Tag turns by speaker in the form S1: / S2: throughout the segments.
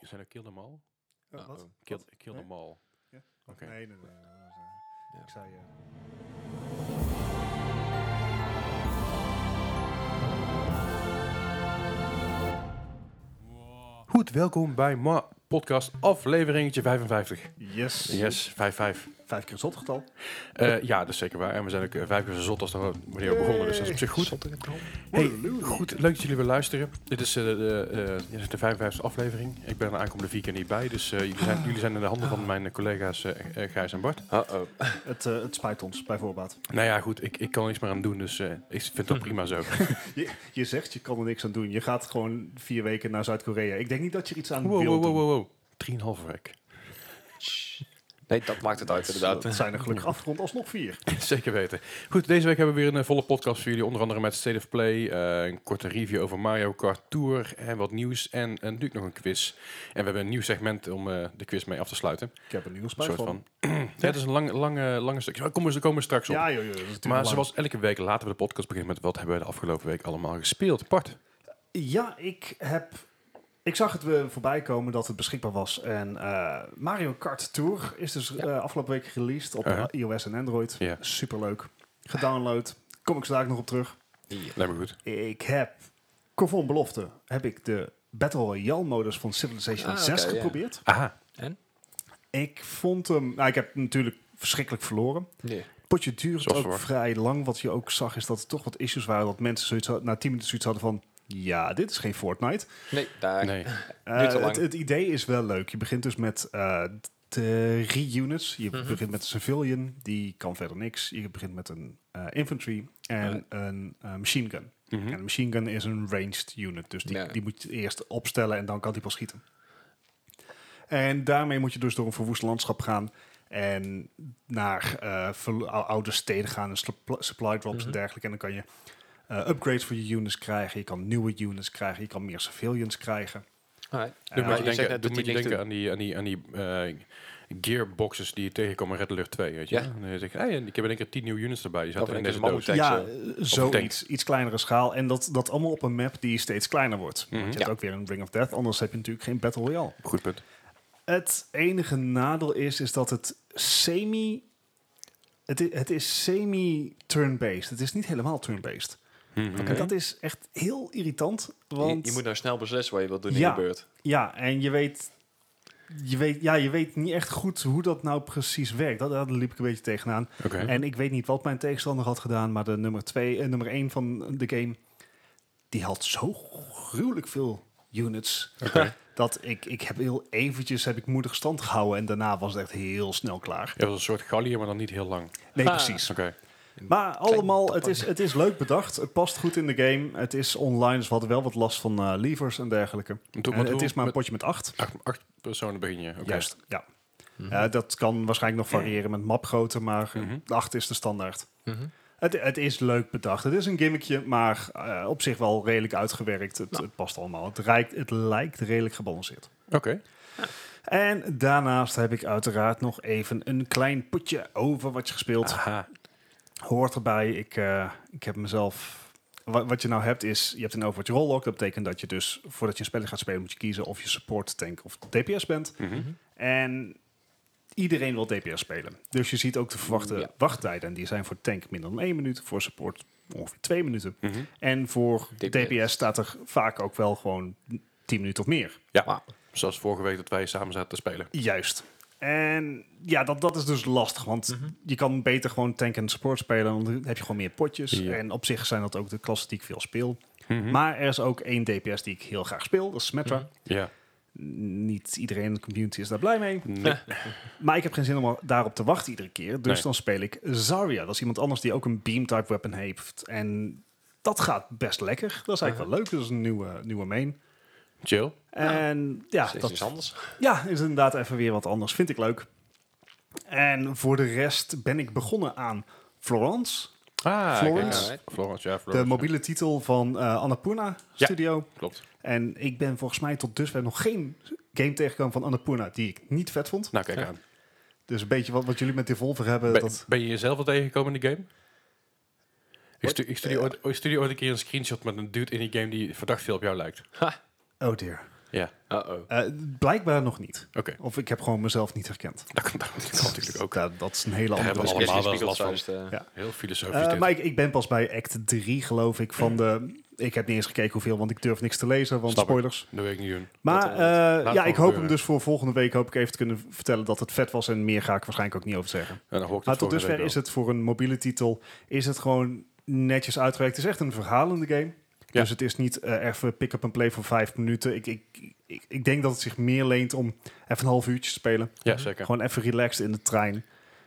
S1: Zijn er Kill Them All?
S2: Oh,
S3: Uh-oh.
S2: wat?
S1: Kill,
S2: Wat?
S1: kill
S2: Nee?
S1: Them All.
S2: Ja?
S1: Oké.
S2: Nee, nee, nee. nee, dat was, eh, Ik
S3: Ja.
S2: zei... eh,
S1: Goed, welkom bij Ma Podcast afleveringetje 55.
S2: yes.
S1: Yes, 55.
S2: Vijf keer zot getal.
S1: Eh, ja, dat is zeker waar. En we zijn ook eh, vijf keer zo zot als dat we wanneer we begonnen. Dus dat is op zich goed. Hey, goed, leuk dat jullie weer luisteren. Dit is eh, de, eh, dit is de 55e aflevering. Ik ben er de aankomende vier keer niet bij. Dus eh, jullie, zijn, jullie zijn in de handen
S2: Ah.
S1: van mijn eh, collega's eh, eh, Gijs en Bart.
S3: Uh-oh.
S2: Het, eh, het spijt ons, bij voorbaat.
S1: Nou ja, goed, ik, ik kan er niks meer aan doen. Dus eh, ik vind dat prima zo.
S2: Je, je zegt, je kan er niks aan doen. Je gaat gewoon vier weken naar Zuid-Korea. Ik denk niet dat je er iets aan
S1: Wow,
S2: wil
S1: wow, wow,
S2: doen.
S1: wow. wow. Drieënhalve week.
S3: Nee, dat maakt het uit inderdaad.
S2: Dat zijn er gelukkig afgerond alsnog vier.
S1: Zeker weten. Goed, deze week hebben we weer een eh, volle podcast voor jullie. Onder andere met State of Play, eh, een korte review over Mario Kart Tour en wat nieuws. En, en natuurlijk nog een quiz. En we hebben een nieuw segment om eh, de quiz mee af te sluiten.
S2: Ik heb er nu al
S1: Een
S2: spijt
S1: soort
S2: van.
S1: van. ja, het is een lang, lang, eh, lang stuk. Daar komen, we- daar komen we straks op.
S2: Ja, joh, joh, dat is natuurlijk
S1: maar
S2: lang.
S1: zoals elke week laten we de podcast beginnen met wat hebben we de afgelopen week allemaal gespeeld. Bart,
S2: Ja, ik heb... Ik zag het eh, voorbij komen dat het beschikbaar was. En eh, Mario Kart Tour is dus eh, afgelopen week released op
S1: Uh-huh.
S2: iOS en Android.
S1: Ja.
S2: Superleuk. Gedownload. Kom ik zo dadelijk nog op terug.
S1: lijkt me goed.
S2: Ik heb, conform belofte, heb ik de Battle Royale modus van Civilization
S3: Ah, oké,
S2: 6
S3: ja.
S2: geprobeerd.
S1: Aha,
S2: Ik vond hem... Nou, ik heb natuurlijk verschrikkelijk verloren.
S3: Nee.
S2: Potje duurt
S1: Zoals
S2: ook
S1: verwacht.
S2: vrij lang. Wat je ook zag is dat er toch wat issues waren. Dat mensen zoiets, hadden- na 10 minuten zoiets hadden van... Ja, dit is geen Fortnite.
S3: Nee, daar.
S1: nee.
S2: Eh,
S3: Duurt te lang.
S2: het, het idee is wel leuk. Je begint dus met eh, drie units. Je
S3: Mhm.
S2: begint met een civilian, die kan verder niks. Je begint met een eh, infantry en een eh, machine gun.
S1: Mhm.
S2: En een machine gun is een ranged unit, dus die,
S3: Ja.
S2: die moet je eerst opstellen en dan kan die pas schieten. En daarmee moet je dus door een verwoest landschap gaan en naar eh, verlo- ou- oude steden gaan en suppl- supply drops en
S3: Mhm.
S2: dergelijke. En dan kan je eh, upgrades voor je units krijgen, je kan nieuwe units krijgen, je kan meer civilians krijgen.
S3: Alright.
S1: Dan
S2: maar
S1: moet je
S3: je
S1: denken,
S3: zegt net
S1: dan
S3: dat
S1: moet je
S3: die niks
S1: denken aan die, aan die, aan die eh, gearboxes die je tegenkomt in Red Alert 2, weet je.
S3: Ja.
S1: En dan zeg je, hey, ik heb in één keer tien nieuwe units erbij, die zaten in
S3: in één
S1: deze
S3: keer
S1: doos.
S3: een
S2: Ja,
S3: Tank,
S2: eh,
S1: tank.
S2: zoiets. Iets kleinere schaal. En dat, dat allemaal op een map die steeds kleiner wordt. Want
S1: Mhm.
S2: je
S3: Ja.
S2: hebt ook weer een Ring of Death. Anders heb je natuurlijk geen Battle Royale.
S1: Goed punt.
S2: Het enige nadeel is, is dat het semi... Het is, het is semi-turn-based. Het is niet helemaal turn-based.
S1: Mhm.
S2: En dat is echt heel irritant.
S3: Je,
S2: Want
S3: je moet nou snel beslissen wat je wilt doen in
S2: Ja.
S3: je beurt.
S2: ja, en je weet... Je weet, ja, je weet niet echt goed hoe dat nou precies werkt. Dat, daar liep ik een beetje tegenaan.
S1: Oké.
S2: En ik weet niet wat mijn tegenstander had gedaan, maar de nummer 2 en nummer 1 van de game, die had zo gruwelijk veel units.
S1: Oké.
S2: Dat ik, ik heb heel eventjes heb ik moedig stand gehouden en daarna was het echt heel snel klaar.
S1: Ja, dat was een soort gallier, maar dan niet heel lang.
S2: Nee,
S3: Ah.
S2: precies.
S1: Oké.
S2: Maar allemaal, het is, het is leuk bedacht. Het past goed in de game. Het is online, dus we hadden wel wat last van eh levers en dergelijke.
S1: En toen-
S2: En
S1: wat-
S2: het is maar een
S1: met
S2: potje met acht.
S1: acht, acht personen begin je. Oké.
S2: Juist, ja. Eh, dat kan waarschijnlijk nog variëren met mapgrootte, maar eh,
S1: Mhm.
S2: de acht is de standaard.
S3: Ah,
S2: Het, het is leuk bedacht. Het is een gimmickje, maar eh, op zich wel redelijk uitgewerkt.
S1: Nou.
S2: Het, het past allemaal. Het, rijkt, het lijkt redelijk gebalanceerd.
S1: Oké.
S2: En daarnaast heb ik uiteraard nog even een klein potje over wat je gespeeld.
S1: Aha.
S2: Hoort erbij. Ik, eh, ik heb mezelf... Wat, wat je nou hebt is, je hebt een Overwatch rolllock. Dat betekent dat je dus, voordat je een spelletje gaat spelen, moet je kiezen of je support tank of DPS bent.
S1: Mhm.
S2: En iedereen wil DPS spelen. Dus je ziet ook de verwachte
S3: Ja.
S2: wachttijden. En die zijn voor tank minder dan één minuut. Voor support ongeveer twee minuten.
S1: Mhm.
S2: En voor DPS,
S3: DPS.
S2: staat er vaak ook wel gewoon 10 minuten of meer.
S1: Ja.
S3: Wauw.
S1: Zoals vorige week dat wij samen zaten te spelen.
S2: Juist. En ja, dat, dat is dus lastig. Want je kan beter gewoon tank en support spelen. Want dan heb je gewoon meer potjes.
S1: Ja. Mhm.
S2: En op zich zijn dat ook de klassen die ik veel speel. Maar er is ook één DPS die ik heel graag speel. Dat is Smetra.
S1: Ja.
S2: Niet iedereen in de community is daar blij mee.
S1: Nee.
S2: Maar ik heb geen zin om daarop te wachten iedere keer. Dus
S1: Nee.
S2: dan speel ik Zarya. Dat is iemand anders die ook een beam-type weapon heeft. En dat gaat best lekker. Dat is eigenlijk
S1: Uh-huh.
S2: wel leuk. Dat is een nieuwe, nieuwe main.
S1: Chill.
S2: En ja,
S3: Steeds iets
S2: dat
S3: anders.
S2: ja, is inderdaad even weer wat anders. Vind ik leuk. En voor de rest ben ik begonnen aan Florence.
S1: Ah,
S2: Florence.
S1: kijk, ja. Florence, ja.
S2: De
S1: Florence,
S2: mobiele titel van eh, Annapurna
S1: Ja.
S2: Studio.
S1: ja. Klopt.
S2: En ik ben volgens mij tot dusver nog geen game tegengekomen van Annapurna die ik niet vet vond.
S1: Nou, kijk
S3: Ja.
S1: aan.
S2: Dus een beetje wat, wat jullie met Devolver hebben.
S1: Ben,
S2: dat...
S1: ben je jezelf al tegengekomen in die game? Ik, stu- ik stuurde ooit, ik stuurde ooit een keer een screenshot met een dude in die game die verdacht veel op jou lijkt.
S2: Oh dear.
S1: Ja,
S3: Uh-oh.
S2: Eh, blijkbaar nog niet.
S1: oké.
S2: Of ik heb gewoon mezelf niet herkend. Dus
S1: Dat kan, dat kan natuurlijk ook.
S2: Dat, dat is een hele
S1: Daar
S2: andere
S1: hebben we
S2: discussie.
S1: allemaal wel
S3: Kerstje
S1: last van.
S3: spiegelt thuis,
S2: Ja.
S3: eh.
S1: Heel filosofisch
S2: Eh,
S1: dit.
S2: maar ik, ik ben pas bij act 3, geloof ik, van de... Ik heb niet eens gekeken hoeveel, want ik durf niks te lezen, want
S1: Snap ik.
S2: spoilers.
S1: Dat weet ik niet doen.
S2: Maar
S3: Dat, eh,
S1: het
S2: eh, ja, ik hoop
S1: gebeuren.
S2: hem dus voor volgende week hoop ik even te kunnen vertellen dat het vet was. En meer ga ik waarschijnlijk ook niet over zeggen.
S1: En dan hoor ik
S2: Maar
S1: dat
S2: tot
S1: volgende
S2: dusver
S1: week
S2: is het voor een mobiele titel is het gewoon netjes uitgewerkt. Het is echt een verhalende game.
S1: Ja.
S2: Dus het is niet eh, even pick-up en play van vijf minuten. Ik, ik, ik, ik denk dat het zich meer leent om even een half uurtje te spelen.
S1: wel. Ja, zeker.
S2: Gewoon even relaxed in de trein.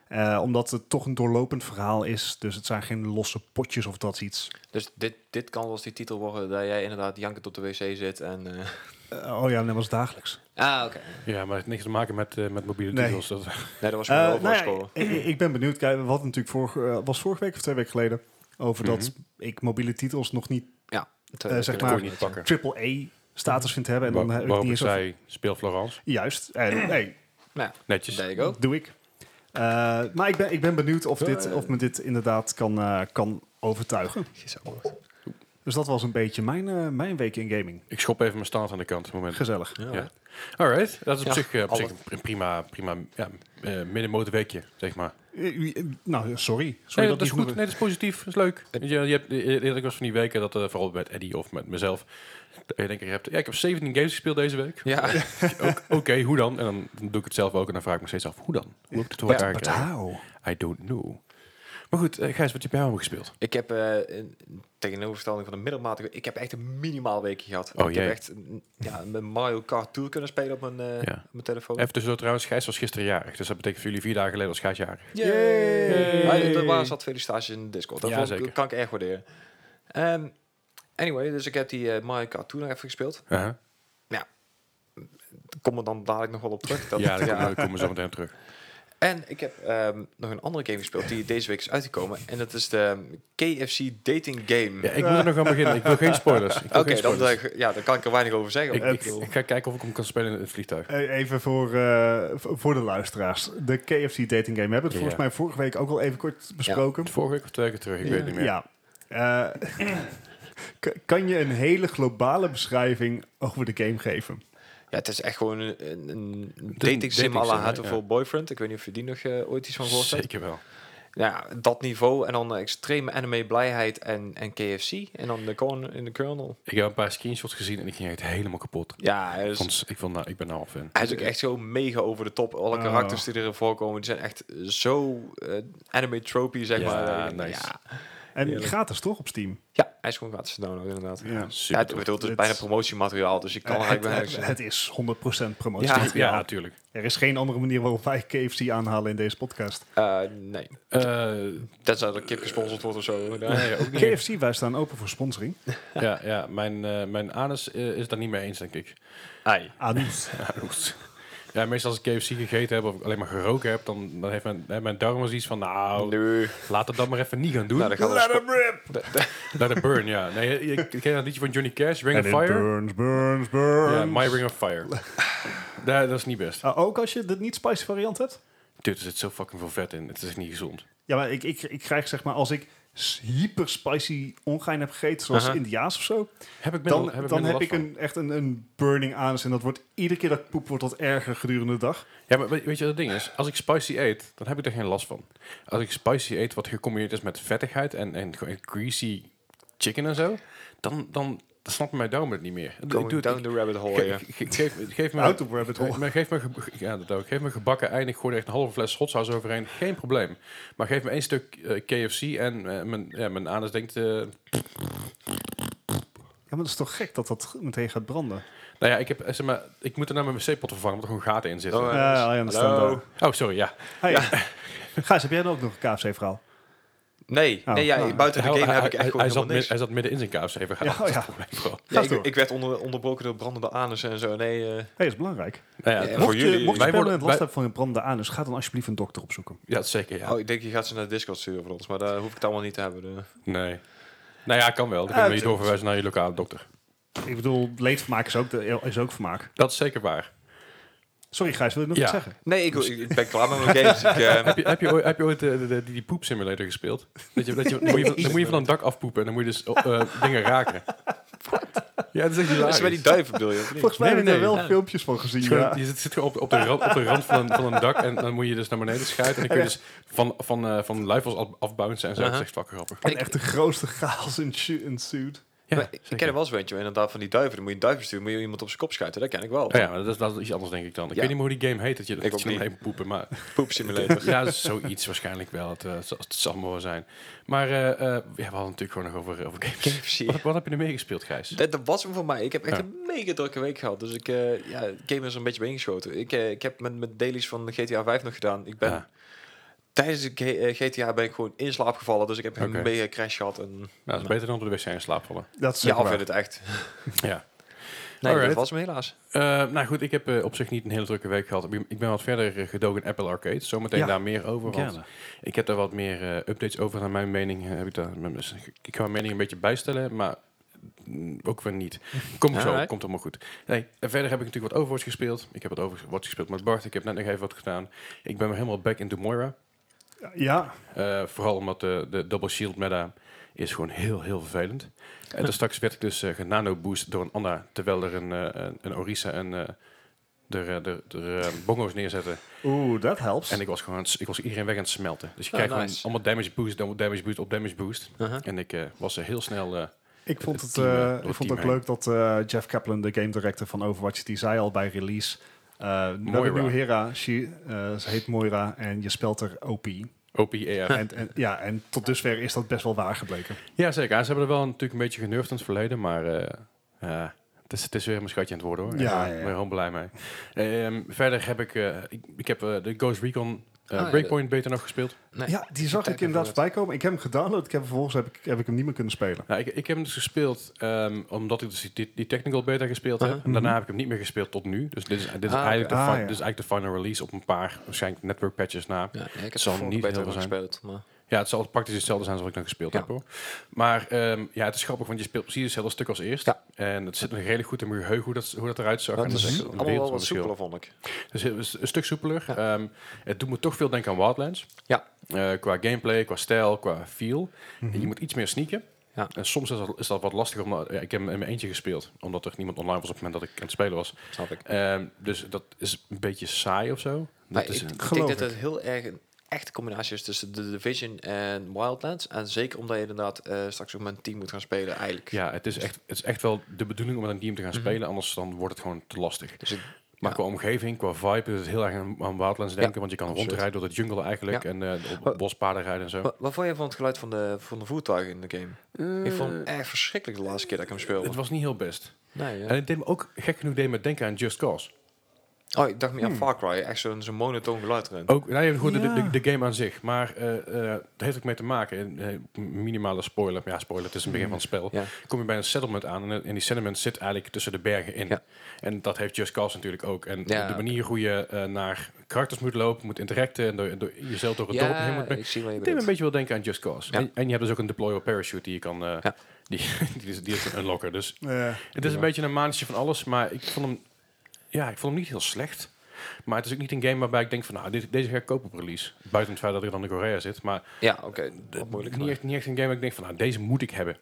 S2: Eh, omdat het toch een doorlopend verhaal is. Dus het zijn geen losse potjes of dat iets.
S3: Dus dit, dit kan wel eens die titel worden dat jij inderdaad jankend op de wc zit en... eh,
S2: Eh, oh ja, dat was dagelijks.
S3: Ah, oké.
S1: Ja, maar het heeft niks te maken met, eh, met mobiele
S2: Nee.
S1: titels. Dat,
S3: Nee, dat was
S2: Eh,
S3: gewoon een
S2: nou ja,
S3: overscore.
S2: ik, ik- ik ben benieuwd. Kijk, we hadden natuurlijk vorige, eh, was vorige week of twee weken geleden over dat
S1: Mhm.
S2: ik mobiele titels nog niet
S3: Twee
S2: eh,
S3: weken
S2: zeg
S3: geleden.
S1: kon
S2: maar-
S1: je niet pakken.
S2: triple A status vind hebben. En dan heb ik
S1: Waarom
S2: niet
S1: ik
S2: eens over-
S1: zei, speel Florence.
S2: Juist. En hey,
S3: Nou,
S1: Netjes.
S3: there you go.
S2: doe ik. Eh, maar ik ben, ik ben benieuwd of, dit,
S3: Eh.
S2: of me dit inderdaad kan, eh, kan overtuigen. Dus dat was een beetje mijn, eh, mijn week in gaming.
S1: Ik schop even mijn staart aan de kant. Moment.
S2: Gezellig.
S3: Ja,
S1: Ja. Alright, dat is op
S3: Ja,
S1: zich, eh, op
S3: alle-
S1: zich een pri- prima, prima ja, eh, middenmotorweekje, zeg maar.
S2: Eh, eh, nou, sorry.
S1: Nee,
S2: sorry
S1: dat,
S2: dat
S1: is
S2: niet
S1: goed. Nee, dat is positief. Dat is leuk. Weet Je, je hebt eh, eerlijk was van die weken dat eh, vooral met Eddie of met mezelf. eh, Denk ik, je hebt, ja, ik heb 17 games gespeeld deze week.
S3: Ja.
S1: Ook, Oké, hoe dan? En dan doe ik het zelf ook en dan vraag ik me steeds af, hoe dan? Hoe heb ik het voor
S3: Ja,
S1: elkaar
S2: But
S1: gekregen?
S2: how?
S1: I don't know. Maar goed, eh, Gijs, wat heb jij allemaal gespeeld?
S3: Ik heb eh, een- tegenoverstelling van een middelmatige... Ik heb echt een minimaal weekje gehad.
S1: Oh,
S3: ik heb
S1: jee.
S3: echt een- ja, mijn Mario Kart Tour kunnen spelen op mijn, eh,
S1: Ja.
S3: op mijn telefoon.
S1: Even tussendoor trouwens, Gijs was gisteren jarig. Dus dat betekent voor jullie vier dagen geleden was Gijs jarig.
S2: Yay.
S3: Maar er Ah, waren zat felicitaties in de Discord. Dat
S1: Ja,
S3: vond ik-
S1: zeker.
S3: kan ik erg waarderen. Ehm, anyway, dus ik heb die eh, Mario Kart Tour nog even gespeeld.
S1: Uh-huh.
S3: Daar komen we dan dadelijk nog wel op terug. Dat,
S1: Ja, daar komen- daar komen we zo meteen op terug.
S3: En ik heb ehm, nog een andere game gespeeld die deze week is uitgekomen. En dat is de ehm, KFC Dating Game.
S1: Ja, ik moet er nog aan beginnen. Ik wil geen spoilers. Ik wil
S3: Oké,
S1: geen
S3: dan,
S1: spoilers.
S3: eh, ja, dan kan ik er weinig over zeggen.
S1: Ik,
S3: want
S1: ik,
S3: ik bedoel-
S1: ik ga kijken of ik hem kan spelen in het vliegtuig.
S2: Eh, Even voor, eh, v- voor de luisteraars. De KFC dating game. We hebben het volgens
S1: Ja.
S2: mij vorige week ook al even kort besproken.
S1: Vorige week of twee keer terug, ik weet het niet meer.
S2: Ja. Eh, k- kan je een hele globale beschrijving over de game geven?
S3: ja, het is echt gewoon een, een, een
S1: dating
S3: dating sim à
S1: sim,
S3: la
S1: hè,
S3: Hatoful
S1: ja.
S3: Boyfriend. Ik weet niet of je die nog eh, ooit iets van gehoord hebt.
S1: Zeker wel.
S3: Ja, dat niveau en dan extreme anime blijheid en, en KFC. En dan de corn in de kernel.
S1: Ik heb een paar screenshots gezien en ik ging echt helemaal kapot.
S3: Ja, hij is,
S1: Want ik, wil nou, ik ben nou al fan.
S3: hij is ook echt zo mega over de top. Alle
S2: Oh.
S3: karakters die erin voorkomen, die zijn echt zo eh, anime tropie, zeg
S1: Ja,
S3: maar.
S1: nice.
S3: Ja.
S2: En
S3: Heerlijk.
S2: gratis toch op Steam?
S3: ja, hij is gewoon gratis te downloaden inderdaad.
S2: Ja.
S3: Ja,
S1: Super
S3: het,
S1: tof.
S3: bedoel, het is
S2: Het-
S3: bijna promotiemateriaal, dus ik kan er
S2: het,
S3: eigenlijk bijna
S2: het-
S3: niks-
S2: het is 100% promotie.
S3: Ja.
S1: ja, natuurlijk.
S2: Er is geen andere manier waarop wij KFC aanhalen in deze podcast.
S3: Eh, nee,
S1: Eh,
S3: tenzij dat kip gesponsord wordt of zo.
S1: nee, ook niet.
S2: KFC, wij staan open voor sponsoring.
S1: ja, ja, mijn, eh, mijn anus eh, is het daar niet mee eens, denk ik.
S3: Ai.
S2: Anus.
S1: Anus. Ja, meestal als ik KFC gegeten heb of ik alleen maar geroken heb, dan, dan heeft mijn, hè, mijn darmen zoiets van, nou,
S3: Nee.
S1: laat het dan maar even niet gaan doen.
S3: Nou, dan gaat
S2: Let
S3: het
S2: him rip!
S1: Naar de burn, ja. Nee, ik, ik ken dat liedje van Johnny Cash, Ring
S2: And
S1: of
S2: it
S1: Fire.
S2: burns, burns, burns.
S1: Ja, My Ring of Fire. Nee, dat is niet best.
S2: Ah, ook als je de niet-spicy variant hebt?
S1: Dude, er zit zo fucking veel vet in. Het is echt niet gezond.
S2: Ja, maar ik, ik, ik krijg zeg maar, als ik s- hyper spicy ongein heb gegeten, zoals
S3: Aha.
S2: Indiaas of zo,
S1: Heb ik minder,
S2: dan
S1: heb ik,
S2: dan
S1: minder
S2: heb
S1: last
S2: ik
S1: van.
S2: een, echt een, een burning anus. En dat wordt iedere keer dat ik poep, wordt dat erger gedurende de dag.
S1: Ja, maar weet weet je wat het ding is? Als ik spicy eet, dan heb ik er geen last van. Als ik spicy eet wat gecombineerd is met vettigheid en, en gewoon greasy chicken en zo, dan, dan snappen mijn darmen het niet meer. Ik doe
S3: Going
S1: het-
S3: down the rabbit
S1: ik-
S3: hole, ja.
S1: ge- ge- geef, geef me...
S2: Out of rabbit hole.
S1: Geef me, geef me, ge- ja, dat ook. Geef me gebakken ei en ik gooi er echt een halve fles hotsaus overheen. Geen probleem. Maar geef me één stuk eh, KFC en eh, mijn, ja, mijn anus denkt... eh,
S2: Ja, maar dat is toch gek dat dat meteen gaat branden?
S1: Nou ja, ik, heb, eh, zeg maar, ik moet er nou mijn wc-pot vervangen, omdat er gewoon gaten in zitten.
S3: Oh,
S1: Oh,
S3: ja.
S2: Ja, ja, ja, dat staat
S3: Hallo.
S2: daar.
S1: sorry, ja.
S2: Hey, Gijs, heb jij dan ook nog een KFC-verhaal?
S3: Nee,
S2: Oh.
S3: nee ja,
S2: Oh.
S3: buiten de
S1: Hij-
S3: game heb
S1: hij-
S3: ik echt
S1: hij-
S3: gewoon
S1: hij zat,
S3: helemaal
S1: mid-
S3: niks.
S1: hij zat midden in zijn kaas even gaan.
S2: Ja,
S1: dat is
S2: ja.
S1: het probleem vooral.
S2: Ga
S3: Ja,
S2: eens
S3: ik,
S2: door.
S3: ik werd onder, onderbroken door brandende anussen en zo. Nee, eh,
S2: Hey, dat is belangrijk.
S1: Nou ja,
S3: Ja,
S1: voor
S2: mocht je,
S3: jullie-
S2: mocht je
S1: wij
S2: permanent
S1: worden-
S2: last
S1: wij-
S2: hebben van een brandende anus, ga dan alsjeblieft een dokter opzoeken.
S1: Ja, zeker, ja.
S3: Oh, ik denk je gaat ze naar de Discord sturen voor ons, maar daar hoef ik het allemaal niet te hebben. eh.
S1: Nee. Nou ja, kan wel. Dan kunnen we je
S2: het-
S1: doorverwijzen naar je lokale dokter.
S2: Ik bedoel, leedvermaak is ook, de, is ook vermaak.
S1: Dat is zeker waar.
S2: Sorry Gijs, wil je nog
S1: Ja.
S2: iets zeggen?
S3: Nee, ik, ik ik ben klaar met mijn games. Ik, eh,
S1: Heb je, heb je ooit, heb je ooit eh, de- de- die, die poepsimulator gespeeld? Dat je, dat je, dan moet je van, dan moet je van een dak afpoepen en dan moet je dus eh, eh, dingen raken. Ja, dat is echt
S3: Dat is
S1: hilarisch.
S3: bij die duiven, bedoel je? of niet?
S2: Volgens mij
S1: Nee,
S2: hebben we
S1: nee,
S2: er wel
S3: nee.
S2: filmpjes van gezien.
S1: Het is
S2: Ja.
S1: gewoon- Je zit, zit gewoon op, op, de rand, op de rand van, een- van een dak en dan moet je dus naar beneden schuiven. En dan kun je dus van, van, eh van luifels af- afbouncen en zo. Dat
S3: Aha.
S1: is echt fucking grappig.
S2: En echt de grootste chaos in shoot en suit.
S1: Ja,
S3: Maar ik
S1: zeker.
S3: ken er wel eens eentje, inderdaad, van die duiven. Dan moet je een duiven sturen, moet je iemand op zijn kop schuiten. Dat ken ik wel.
S1: Oh ja, maar dat is, dat is iets anders denk ik dan. Ik
S3: Ja.
S1: weet niet meer hoe die game heet, dat je, dat
S3: ook
S1: je
S3: niet.
S1: erheen moet poepen. Maar
S3: Poep simulator.
S1: ja, dat is zoiets waarschijnlijk wel. Het, eh, het zal- het zal maar wel zijn. Maar eh, eh, ja, we hadden natuurlijk gewoon nog over, over games.
S3: KFC.
S1: Wat, wat heb je er mee gespeeld, Gijs?
S3: Dat, dat was hem voor mij. Ik heb echt
S1: Ja.
S3: een mega drukke week gehad. Dus ik eh ja, het game is er een beetje bij ingeschoten. Ik, eh, ik heb met, met dailies van GTA 5 nog gedaan. Ik ben,
S1: Ja.
S3: Tijdens de G- eh, GTA ben ik gewoon in slaap gevallen. Dus ik heb
S1: Oké.
S3: een mega crash gehad. En,
S1: Nou, dat is beter dan door de wc in slaap vallen.
S2: Dat is
S3: ja,
S2: zeker
S3: of
S2: waar.
S3: in het echt.
S1: Ja.
S3: Nee,
S1: Alright.
S3: dat was hem helaas.
S1: Eh, nou goed, ik heb eh, op zich niet een hele drukke week gehad. Ik ben- Ik ben wat verder eh, gedoken in Apple Arcade. Zometeen
S2: Ja.
S1: daar meer over. Want
S4: Gerne.
S1: ik heb daar wat meer eh, updates over. Naar mijn mening eh, heb ik daar. mijn- dus ik- Ik ga mijn mening een beetje bijstellen, maar mm, ook weer niet. Kom zo,
S3: Alright.
S1: komt allemaal goed. Nee, en verder heb ik natuurlijk wat Overwatch gespeeld. Ik heb wat Overwatch gespeeld met Bart. Ik heb net nog even wat gedaan. Ik ben weer helemaal back into Moira.
S2: Ja,
S1: Eh, vooral omdat de, de double shield meta is gewoon heel, heel vervelend. En dan straks werd ik dus eh genano-boost door een Anna, terwijl er een, eh, een, een Orisa en eh er, eh, er, er, eh, bongo's neerzetten.
S2: oeh, dat helpt.
S1: En ik was gewoon aan het s- ik was iedereen weg aan het smelten. Dus je
S3: Ah,
S1: krijgt gewoon
S3: nice.
S1: allemaal damage boost, dan damage boost op damage boost.
S3: Uh-huh.
S1: En ik eh, was er heel snel... eh,
S2: Ik vond
S1: het
S2: het,
S1: team,
S2: eh,
S1: eh, door
S2: ik
S1: het team
S2: vond het
S1: heen.
S2: ook leuk dat eh, Jeff Kaplan, de game director van Overwatch, die zei al bij release... eh, we hebben een nieuwe Hera, she, eh, ze heet Moira en je spelt er OP.
S1: OPEF.
S2: en, en, ja, en tot dusver is dat best wel waar gebleken.
S1: ja, zeker. En ze hebben er wel natuurlijk een beetje genurfd in het verleden, maar eh, eh, het, is, het is weer mijn schatje aan het worden hoor. En,
S2: Ja,
S1: eh,
S2: ja, ja.
S1: Ik ben er heel blij mee. Ehm, verder heb ik, eh, ik, ik heb eh, de Ghost Recon eh,
S3: Ah, ja,
S1: Breakpoint beter nog gespeeld.
S3: Nee.
S2: Ja, die zag
S3: Attack
S2: ik inderdaad
S3: Overwatch.
S2: voorbij komen. Ik heb hem gedownload, ik heb, vervolgens heb ik, heb ik hem niet meer kunnen spelen.
S1: Nou, ik, ik heb hem dus gespeeld ehm, omdat ik dus die, die technical beta gespeeld
S3: Uh-huh.
S1: heb. En daarna
S2: Mhm.
S1: heb ik hem niet meer gespeeld tot nu. Dus dit is, dit is,
S3: Ah, oké.
S1: eigenlijk, de
S2: Ah,
S1: fi-
S2: ja.
S1: dit is eigenlijk de final release op een paar waarschijnlijk network patches na.
S3: Ja, ik heb
S1: Het zal
S3: het
S1: niet
S3: niet beter
S1: heel
S3: nog
S1: zijn.
S3: gespeeld. Maar...
S1: Ja, het zal praktisch hetzelfde zijn als wat ik dan gespeeld
S3: Ja.
S1: heb hoor. Maar ehm, ja, het is grappig, want je speelt precies hetzelfde stuk als eerst.
S3: Ja.
S1: En het zit nog redelijk goed in mijn geheugen hoe dat, hoe dat eruit zag. en
S3: Dat
S1: dat
S3: is
S1: echt
S3: allemaal wel wat
S1: wereldverschil.
S3: soepeler, vond ik.
S1: Dus het is een stuk soepeler.
S3: Ja.
S1: Ehm, het doet me toch veel denken aan Wildlands.
S3: Ja. Mhm.
S1: Eh, qua gameplay, qua stijl, qua feel. Je moet iets meer sneaken.
S3: Ja.
S1: En soms is dat, is dat wat lastig. Omdat, ja, ik heb hem in mijn eentje gespeeld. Omdat er niemand online was op het moment dat ik aan het spelen was.
S3: Snap ik.
S1: Ehm, dus dat is een beetje saai of zo.
S3: Maar
S1: Dat is
S3: ik,
S1: een-
S3: ik denk
S2: geloof
S3: dat
S2: ik.
S3: het heel erg een echte combinatie is tussen de Division en Wildlands. En zeker omdat je inderdaad eh, straks ook met een team moet gaan spelen, eigenlijk.
S1: ja, het is, echt, het is echt wel de bedoeling om met een team te gaan
S3: Mhm.
S1: spelen. Anders dan wordt het gewoon te lastig.
S3: Dus ik,
S1: Maar
S3: Ja.
S1: qua omgeving, qua vibe, is het heel erg aan, aan Wildlands denken. want je kan
S3: absoluut.
S1: rondrijden door de jungle eigenlijk.
S3: Ja.
S1: En eh, op
S3: Wa-
S1: bospaden rijden en zo.
S3: Wa- wat vond je van het geluid van de, van de voertuigen in de game? ik vond het echt verschrikkelijk de laatste keer dat ik hem speelde.
S1: het was niet heel best.
S3: nee, ja.
S1: En het deed me ook gek genoeg deed me denken aan Just Cause.
S3: Oh, ik dacht meer aan Far Cry. Echt zo'n zo'n monotoon geluid erin.
S1: Ook, nou ja, goed, de-
S2: Ja.
S1: de, de, game aan zich. Maar eh eh, het heeft ook mee te maken. En, eh, minimale spoiler. Ja, spoiler, het is een begin van het spel.
S3: Ja.
S1: Kom je bij een settlement aan. En, eh, en die settlement zit eigenlijk tussen de bergen in.
S3: Ja.
S1: En dat heeft Just Cause natuurlijk ook. En
S3: Ja,
S1: de manier hoe je eh, naar karakters moet lopen, moet interacten. En door, door jezelf door het dorp heen moet
S3: Ja,
S1: brengen.
S3: ik zie wat
S1: Ik denk
S3: je
S1: een
S3: bedoelt.
S1: beetje wel denken aan Just Cause.
S3: Ja.
S1: En, en je hebt dus ook een deployable parachute die je kan... eh,
S3: Ja.
S1: die, die, is, die is een unlocker. Dus
S2: Eh,
S1: het is een
S3: Ja.
S1: beetje een maandje van alles. Maar ik vond hem... Ja, ik vond hem niet heel slecht. Maar het is ook niet een game waarbij ik denk van... Nou, dit, deze ga ik kopen op release. Buiten het feit dat ik dan in Korea zit. Maar
S3: Ja, oké. Wat moeilijk.
S1: niet echt, niet echt een game waar ik denk van... Nou, deze moet ik hebben.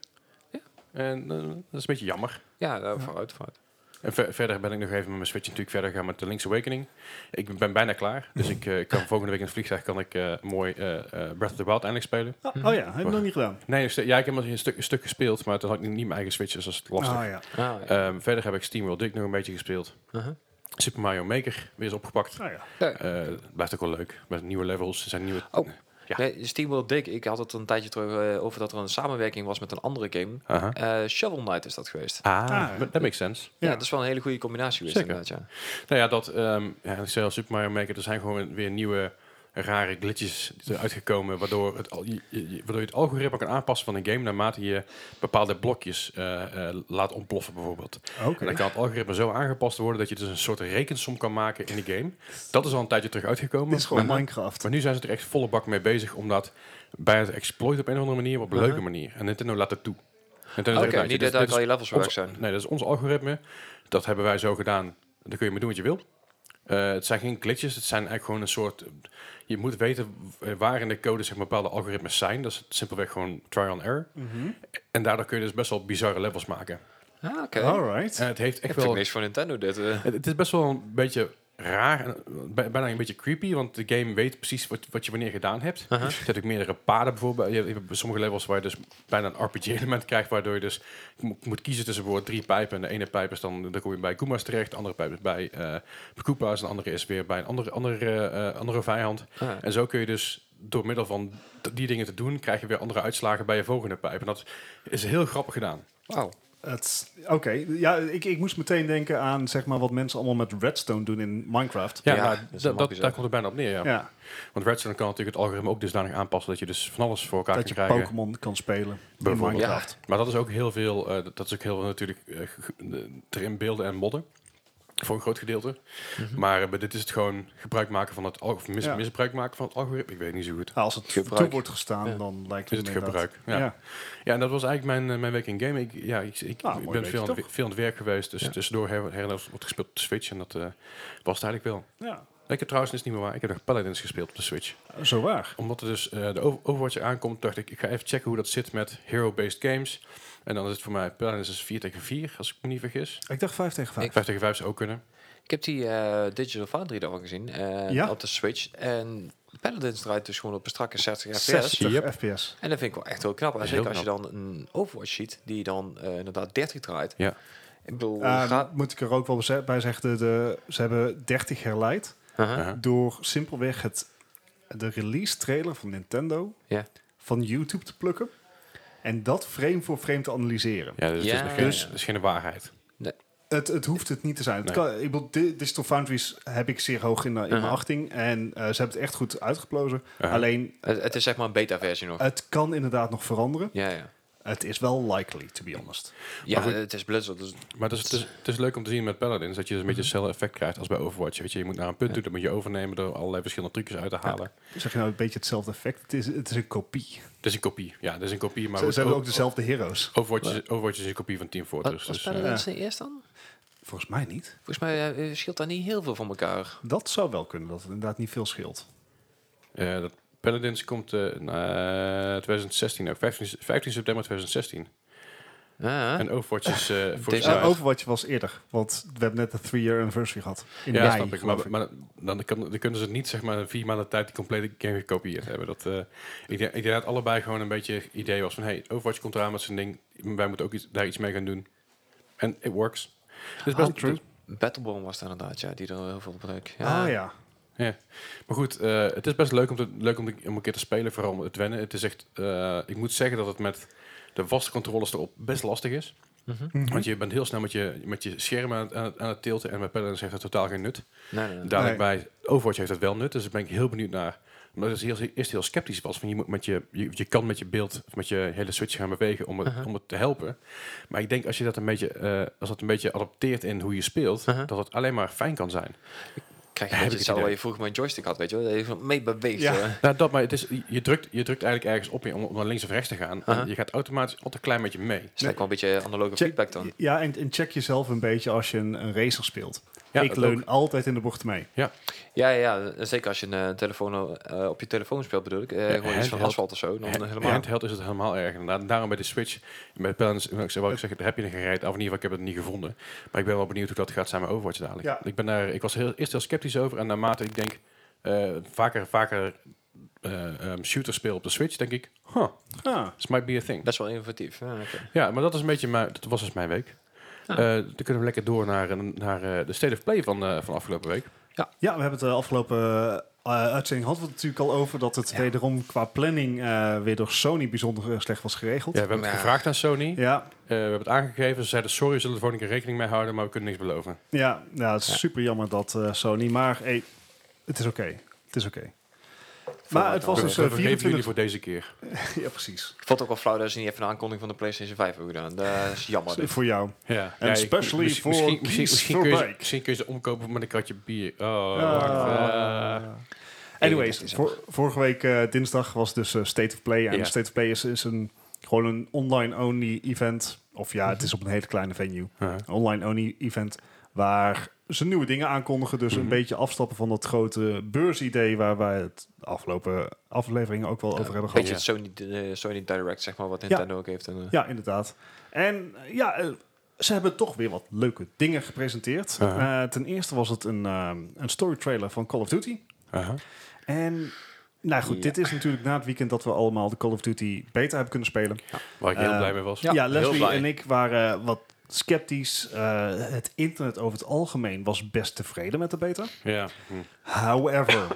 S3: Ja.
S1: En eh, dat is een beetje jammer.
S3: Ja, eh, vooruit, vooruit.
S1: En ver- verder ben ik nog even met mijn Switch natuurlijk verder gaan met de Link's Awakening. Ik ben bijna klaar. Dus ik eh, kan volgende week in het vliegtuig kan ik eh, mooi eh, eh, Breath of the Wild eindelijk spelen.
S2: oh, oh ja, heb ik nog niet gedaan.
S1: Nee, nog ste- ja, ik heb maar een stuk, een stuk gespeeld, maar toen had ik niet mijn eigen Switch, dus dat is lastig.
S2: Ah, ja.
S3: Ah, ja.
S1: Ehm, verder heb ik SteamWorld Dick nog een beetje gespeeld.
S3: Uh-huh.
S1: Super Mario Maker weer eens opgepakt.
S2: Ah, ja.
S1: Eh, het blijft ook wel leuk. Met nieuwe levels, er zijn nieuwe...
S3: Oh.
S1: ja.
S3: Nee, Steam World Dick, ik had het een tijdje terug eh, over dat er een samenwerking was met een andere game.
S1: Aha.
S3: Eh, Shovel Knight is dat geweest.
S1: Ah,
S2: Ah.
S1: but that makes sense.
S3: Ja,
S2: Ja.
S3: dat is wel een hele goede combinatie geweest
S1: Zeker.
S3: inderdaad, ja.
S1: Nou ja, dat... ehm ja, ik zei al, Super Mario Maker, er zijn gewoon weer nieuwe rare glitches eruit gekomen, waardoor, het al, je, je- waardoor je het algoritme kan aanpassen van een game naarmate je bepaalde blokjes eh, eh, laat ontploffen bijvoorbeeld.
S2: Oké.
S1: En dan kan het algoritme zo aangepast worden dat je dus een soort rekensom kan maken in de game. Dat is al een tijdje terug uitgekomen.
S2: Dit is gewoon
S1: maar,
S2: Minecraft.
S1: maar nu zijn ze er echt volle bak mee bezig om dat bij het exploit op een of andere manier, op een leuke manier. En Nintendo laat het toe. Nintendo
S3: Oké,
S1: zegt, nou,
S3: niet
S1: dit-
S3: dat eigenlijk
S1: dit
S3: al
S1: is
S3: je levels
S1: ons-
S3: werk zijn.
S1: Nee, dat is ons algoritme. Dat hebben wij zo gedaan. Daar kun je mee doen wat je wil. Eh, het zijn geen glitches, het zijn eigenlijk gewoon een soort... Je moet weten w- waar in de code zeg maar, bepaalde algoritmes zijn. Dat is simpelweg gewoon try on error.
S2: Mhm.
S1: En daardoor kun je dus best wel bizarre levels maken.
S3: Ah, oké.
S2: Alright.
S1: En het heeft
S3: Ik
S1: echt
S3: heb wel...
S1: wel...
S3: niks van Nintendo dit. eh.
S1: Het, het is best wel een beetje raar, en, eh, bij- bijna een beetje creepy, want de game weet precies wat, wat je wanneer gedaan hebt. Dus
S3: Aha.
S1: Je hebt ook meerdere paden bijvoorbeeld. Je hebt sommige levels waar je dus bijna een RPG-element krijgt, waardoor je dus mo- moet kiezen tussen bijvoorbeeld drie pijpen. En de ene pijp is dan, dan kom je bij Kuma's terecht, de andere pijp is bij eh Koopa's, en de andere is weer bij een andere, andere, eh, andere vijand.
S3: Ah.
S1: En zo kun je dus door middel van d- die dingen te doen, krijg je weer andere uitslagen bij je volgende pijp. En dat is heel grappig gedaan.
S3: Wauw.
S2: Het- Oké, ja, ik, ik moest meteen denken aan zeg maar, wat mensen allemaal met redstone doen in Minecraft.
S1: Ja,
S3: Ja,
S1: nou,
S3: dat is
S1: dat-
S3: wel
S1: dat,
S3: bizar.
S1: daar komt het bijna op neer, ja.
S2: Ja,
S1: Want Redstone kan natuurlijk het algoritme ook dusdanig aanpassen dat je dus van alles voor elkaar
S2: dat
S1: kan
S2: je
S1: krijgen.
S2: Pokémon kan spelen in
S1: Bijvoorbeeld.
S2: Minecraft.
S1: Maar dat is ook heel veel, eh, dat- dat is ook heel veel natuurlijk eh, ge- ge- erin beelden en modden. Voor een groot gedeelte. Maar eh, bij dit is het gewoon gebruik maken van het al- of mis-
S2: Mhm. Ja.
S1: misbruik maken van het algoritme. Ik weet niet zo goed.
S2: Ah, Als het
S3: Gebruik.
S2: toe wordt gestaan,
S3: Ja.
S2: dan lijkt
S1: Is
S2: het
S1: het
S2: me inderdaad-
S1: gebruik. Ja. Ja.
S2: Ja.
S1: en dat was eigenlijk mijn, eh, mijn week in game. Ik, ja, ik, ik,
S2: Nou,
S1: ik
S2: mooi
S1: ben
S2: weekje
S1: veel aan, het
S2: toch?
S1: we- veel aan het werk geweest. Dus
S2: Ja.
S1: tussendoor her, her en der wordt gespeeld op de Switch. En dat eh, was het eigenlijk wel.
S2: Ja.
S1: Ik heb trouwens, dat is niet meer waar, ik heb nog Paladins gespeeld op de Switch.
S2: zo waar.
S1: Omdat er dus eh, de Over- Overwatch er aankomt, dacht ik, ik ga even checken hoe dat zit met hero-based games. En dan is het voor mij Paladins is 4 tegen 4, als ik me niet vergis.
S2: Ik dacht 5 tegen 5.
S1: 5 tegen 5 zou ook kunnen.
S3: Ik heb die eh, Digital Foundry daar al gezien eh,
S2: Ja?
S3: op de Switch. En Paladins draait dus gewoon op een strakke 60 fps.
S2: 60
S1: Yep.
S2: FPS.
S3: En dat vind ik wel echt heel knap. En
S1: Heel
S3: zeker als je dan een Overwatch ziet die dan eh, inderdaad 30 draait.
S1: Ja.
S3: Ik bedoel,
S2: Eh,
S3: ga-
S2: moet ik er ook wel beze- bij zeggen, de, de- ze hebben 30 herleid
S3: Aha.
S1: Uh-huh.
S2: door simpelweg het, de release trailer van Nintendo
S3: Ja.
S2: van YouTube te plukken en dat frame voor frame te analyseren.
S1: Ja, dus
S3: Ja,
S1: het, is geen,
S3: dus-
S1: het is geen waarheid.
S2: Het, het hoeft het niet te zijn.
S1: Nee.
S2: Het kan, ik bedoel, Di- Digital Foundries heb ik zeer hoog in, eh, in
S3: Aha.
S2: mijn achting en eh, ze hebben het echt goed uitgeplozen.
S1: Uh-huh.
S2: Alleen,
S3: het, het is zeg maar een beta-versie nog.
S2: het kan inderdaad nog veranderen.
S3: ja, ja.
S2: Het is wel likely, to be honest.
S3: ja
S1: goed.
S3: het is Blizzard. Dus
S1: Maar het is, het, is, het is leuk om te zien met Paladins, dat je dus een
S3: Mhm.
S1: beetje hetzelfde effect krijgt als bij Overwatch. Weet je, je moet naar een punt toe, dat moet je overnemen door allerlei verschillende trucjes uit te halen.
S2: Zeg je nou een beetje hetzelfde effect? Het is, het is een kopie.
S1: Het is een kopie, ja, het is een kopie. Maar
S2: ze,
S1: goed,
S2: ze hebben
S1: O-
S2: ook dezelfde heroes.
S1: Overwatch, is, Overwatch is een kopie van Team
S3: wat
S1: Fortress.
S3: was
S1: Dus, eh,
S3: Paladins de eerste dan?
S2: Volgens mij niet.
S3: Volgens mij eh, scheelt daar niet heel veel van elkaar.
S2: Dat zou wel kunnen, dat het inderdaad niet veel scheelt.
S1: eh, dat Paladins komt eh, na 2016, nou, 15, 15 september 2016.
S3: Ah,
S1: En Overwatch is eh vorig
S3: Deze-
S1: jaar.
S2: Eh, Overwatch was eerder, want we hebben net de three-year anniversary gehad. In
S1: ja,
S2: mei,
S1: snap ik.
S2: geloof
S1: Maar, maar dan, kan, dan kunnen ze niet zeg maar in vier maanden tijd die complete game gekopieerd hebben. Dat, eh, ik, denk, ik denk dat allebei gewoon een beetje het idee was van... hey, Overwatch komt eraan met zijn ding. Wij moeten ook iets, daar iets mee gaan doen. En it works. Het is best
S2: true.
S3: Battleborn was daar inderdaad, ja, die er heel veel op leuk.
S2: Ah ja.
S1: Ja. Maar goed, eh, het is best leuk om, te, leuk om, de- om een keer te spelen, vooral om het te wennen. Het is echt, eh, ik moet zeggen dat het met de vaste controllers erop best lastig is.
S3: Mhm.
S1: Want je bent heel snel met je, met je scherm aan, het- aan, het- aan het tilten en met Paladins heeft dat totaal geen nut.
S3: Nee, nee, nee.
S1: Dadelijk bij Overwatch heeft dat wel nut, dus daar ben ik heel benieuwd naar. Omdat ik dus heel, eerst heel sceptisch was, van je, moet met je, je, je kan met je beeld, of met je hele switch gaan bewegen om het,
S3: Uh-huh.
S1: om het te helpen. Maar ik denk als je dat een beetje, eh, als dat een beetje adapteert in hoe je speelt,
S3: Uh-huh.
S1: dat het alleen maar fijn kan zijn.
S3: Krijg je
S1: Heb
S3: een
S1: ik
S3: beetje
S1: het idee.
S3: hetzelfde waar je vroeger mijn joystick had, weet je wel. Dat je van mee beweegt.
S2: Ja.
S3: eh.
S1: Nou, dat, maar het is, je, drukt, je drukt eigenlijk ergens op om, om naar links of rechts te gaan. En
S3: Aha.
S1: Je gaat automatisch altijd een klein beetje mee.
S3: Dus lijkt wel een beetje analoge
S2: Check-
S3: feedback dan.
S2: Ja, en, en check jezelf een beetje als je een, een racer speelt.
S1: Ja,
S2: ik
S1: dat
S2: leun
S1: ook.
S2: altijd in de bocht mee.
S3: Ja, ja, ja, zeker als je een eh, telefoon eh, op je telefoon speelt bedoel ik. Eh, gewoon iets van
S1: handheld.
S3: asfalt of zo. Dan
S1: Hand-
S3: helemaal.
S1: Handheld is het helemaal erg. inderdaad. En daarom bij de Switch, met Balance, wat ik zeg, daar heb je een gereid. Of in ieder geval, ik heb het niet gevonden. Maar ik ben wel benieuwd hoe dat gaat zijn met Overwatch dadelijk.
S2: Ja.
S1: Ik, ben daar, ik was heel, eerst heel sceptisch over. En naarmate ik denk, eh, vaker, vaker eh, ehm, shooters speel op de Switch, denk ik, huh,
S2: Ah,
S1: this might be a thing.
S3: Best wel innovatief. Ja, oké.
S1: Ja, maar dat, is een beetje mijn, dat was dus mijn week.
S3: Ah.
S1: Eh, dan kunnen we lekker door naar, eh, naar eh, de State of Play van, eh, van afgelopen week.
S2: ja, we hebben het de afgelopen eh, uitzending hadden we het natuurlijk al over dat het
S3: Ja.
S2: wederom qua planning eh, weer door Sony bijzonder eh, slecht was geregeld.
S1: Ja, we hebben het
S3: Nou.
S1: gevraagd aan Sony.
S2: Ja,
S1: Eh, we hebben het aangegeven. Ze zeiden, sorry, we zullen er volgende keer rekening mee houden, maar we kunnen niks beloven.
S2: Ja, ja het is
S3: Ja.
S2: super jammer dat eh, Sony. Maar hey, het is oké. Het is oké. Maar het was
S1: we
S2: dus
S1: we
S2: eh,
S1: vergeven jullie
S2: 24...
S1: voor deze keer.
S2: Ja, precies.
S3: Ik vond het ook wel flauw dat ze niet even een aankondiging van de PlayStation 5 hebben gedaan. Dat is jammer.
S2: Dus Voor jou.
S1: Ja.
S2: And especially
S1: mis-
S2: for
S1: misschien,
S2: Kees
S1: misschien, misschien, kun je, ze-
S2: Verbeek.
S1: misschien kun je ze omkopen met een kratje bier. Oh,
S2: Ah.
S1: wacht, eh.
S2: Anyways,
S3: 31
S2: vor- vorige week eh, dinsdag was dus eh, State of Play. En
S1: Ja.
S2: State of Play is, is een, gewoon een online-only event. Of ja, het is op een hele kleine venue.
S1: Uh-huh.
S2: Een online-only event waar ze nieuwe dingen aankondigen. Dus
S1: Mhm.
S2: een beetje afstappen van dat grote beursidee... waar wij het de afgelopen afleveringen ook wel over hebben
S3: Een
S2: gehad.
S3: beetje het Sony, eh, Sony Direct, zeg maar, wat Nintendo ook heeft. En, eh,
S2: Ja, inderdaad. En eh, ja, eh, Ze hebben toch weer wat leuke dingen gepresenteerd.
S1: Aha.
S2: Eh, ten eerste was het een, ehm, een story trailer van Call of Duty.
S1: Aha.
S2: En nou goed,
S3: Ja.
S2: dit is natuurlijk na het weekend dat we allemaal de Call of Duty beta hebben kunnen spelen.
S1: Waar ik heel
S2: Eh,
S1: blij mee was.
S2: Ja, Leslie
S3: blij.
S2: en ik waren wat sceptisch. Eh, het internet over het algemeen was best tevreden met de beta.
S1: Ja. Hm.
S2: However,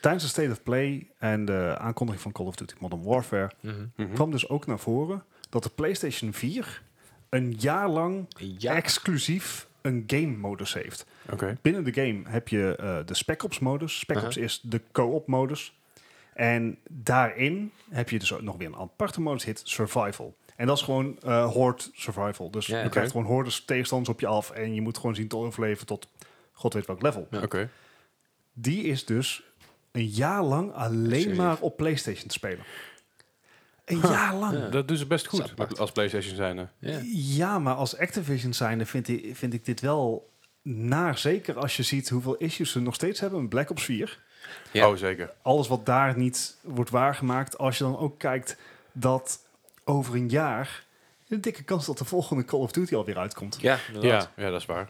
S2: tijdens de State of Play en de aankondiging van Call of Duty Modern Warfare
S3: Mhm.
S1: Mhm.
S2: kwam dus ook naar voren dat de PlayStation 4 een jaar lang
S3: Ja.
S2: exclusief een game modus heeft.
S1: Oké.
S2: Binnen de game heb je eh, de Spec Ops modus. Spec
S3: Aha.
S2: Ops is de co-op modus. En daarin heb je dus ook nog weer een aparte modus, hit Survival. En dat is gewoon eh horde survival. Dus
S3: Ja,
S2: je
S3: ja.
S2: krijgt gewoon hordes tegenstanders op je af. En je moet gewoon zien te overleven tot god weet welk level.
S3: Ja.
S1: Oké.
S2: Die is dus een jaar lang alleen
S3: Serieus?
S2: maar op PlayStation te spelen. Een jaar lang.
S3: Ja.
S1: Dat doen ze best
S3: Dat is
S1: goed
S3: apart.
S1: als PlayStation zijnde.
S3: Ja.
S2: Ja, maar als Activision zijnde vind ik, vind ik dit wel naar. Zeker als je ziet hoeveel issues ze nog steeds hebben met Black Ops 4.
S3: Ja.
S1: Oh, zeker.
S2: Alles wat daar niet wordt waargemaakt. Als je dan ook kijkt dat over een jaar... een dikke kans dat de volgende Call of Duty alweer uitkomt.
S3: Ja, inderdaad.
S1: Ja, ja, dat is waar.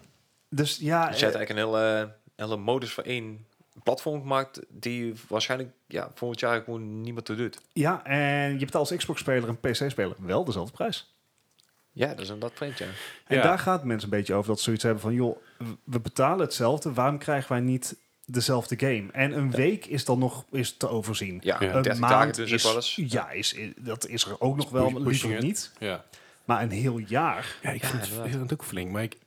S2: Dus ja...
S3: Dus je
S2: eh,
S3: hebt eigenlijk een hele, hele modus van één platform gemaakt die waarschijnlijk ja, volgend jaar gewoon niemand toe doet.
S2: ja, en je betaalt als Xbox-speler en PC-speler wel dezelfde prijs.
S3: Ja, dat is inderdaad vreemd, ja.
S2: En
S1: Ja.
S2: daar gaat mensen een beetje over dat ze zoiets hebben van... joh, we betalen hetzelfde, waarom krijgen wij niet dezelfde game? En een week is dan nog is te overzien.
S3: Ja,
S1: Ja.
S2: Een
S3: 30 dagen
S2: maand
S3: dus
S2: is,
S3: ook wel eens.
S2: ja, is, i- dat is er ook nog wel,
S1: push-
S2: maar liever
S1: pushing
S2: niet.
S1: Ja.
S2: Maar een heel jaar.
S1: Ja, ik
S3: Ja,
S1: vind het
S3: inderdaad.
S1: heel ook flink, maar ik,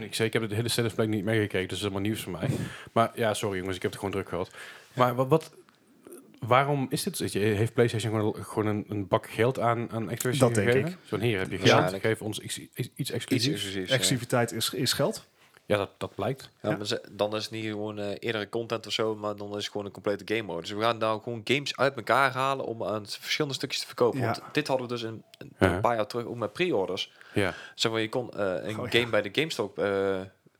S1: ik, zei, ik heb het hele State of Play niet meegekeken, dus dat is helemaal nieuws voor mij. Maar ja, sorry jongens, ik heb het gewoon druk gehad. Maar wat, wat waarom is dit? Weet je, Heeft PlayStation gewoon, gewoon een, een bak geld aan, aan Activision
S2: Dat denk
S1: gegeven? Zo'n hier heb je geld,
S3: Waarschijnlijk.
S1: geef ons iets, iets- iets
S3: Iets
S1: exclusiefs.
S3: exclusiefs. ja.
S2: Activiteit is, is geld.
S1: Ja, dat, dat blijkt.
S3: Ja,
S2: Ja.
S3: maar ze- dan is het niet gewoon eh eerdere content of zo, maar dan is het gewoon een complete game mode. Dus we gaan nou gewoon games uit elkaar halen om aan het verschillende stukjes te verkopen.
S2: Ja.
S3: Want dit hadden we dus een, een
S1: Ja.
S3: paar jaar terug ook met pre-orders.
S1: Ja,
S3: Zeg maar, je kon eh, een
S2: Oh, ja.
S3: game bij de GameStop eh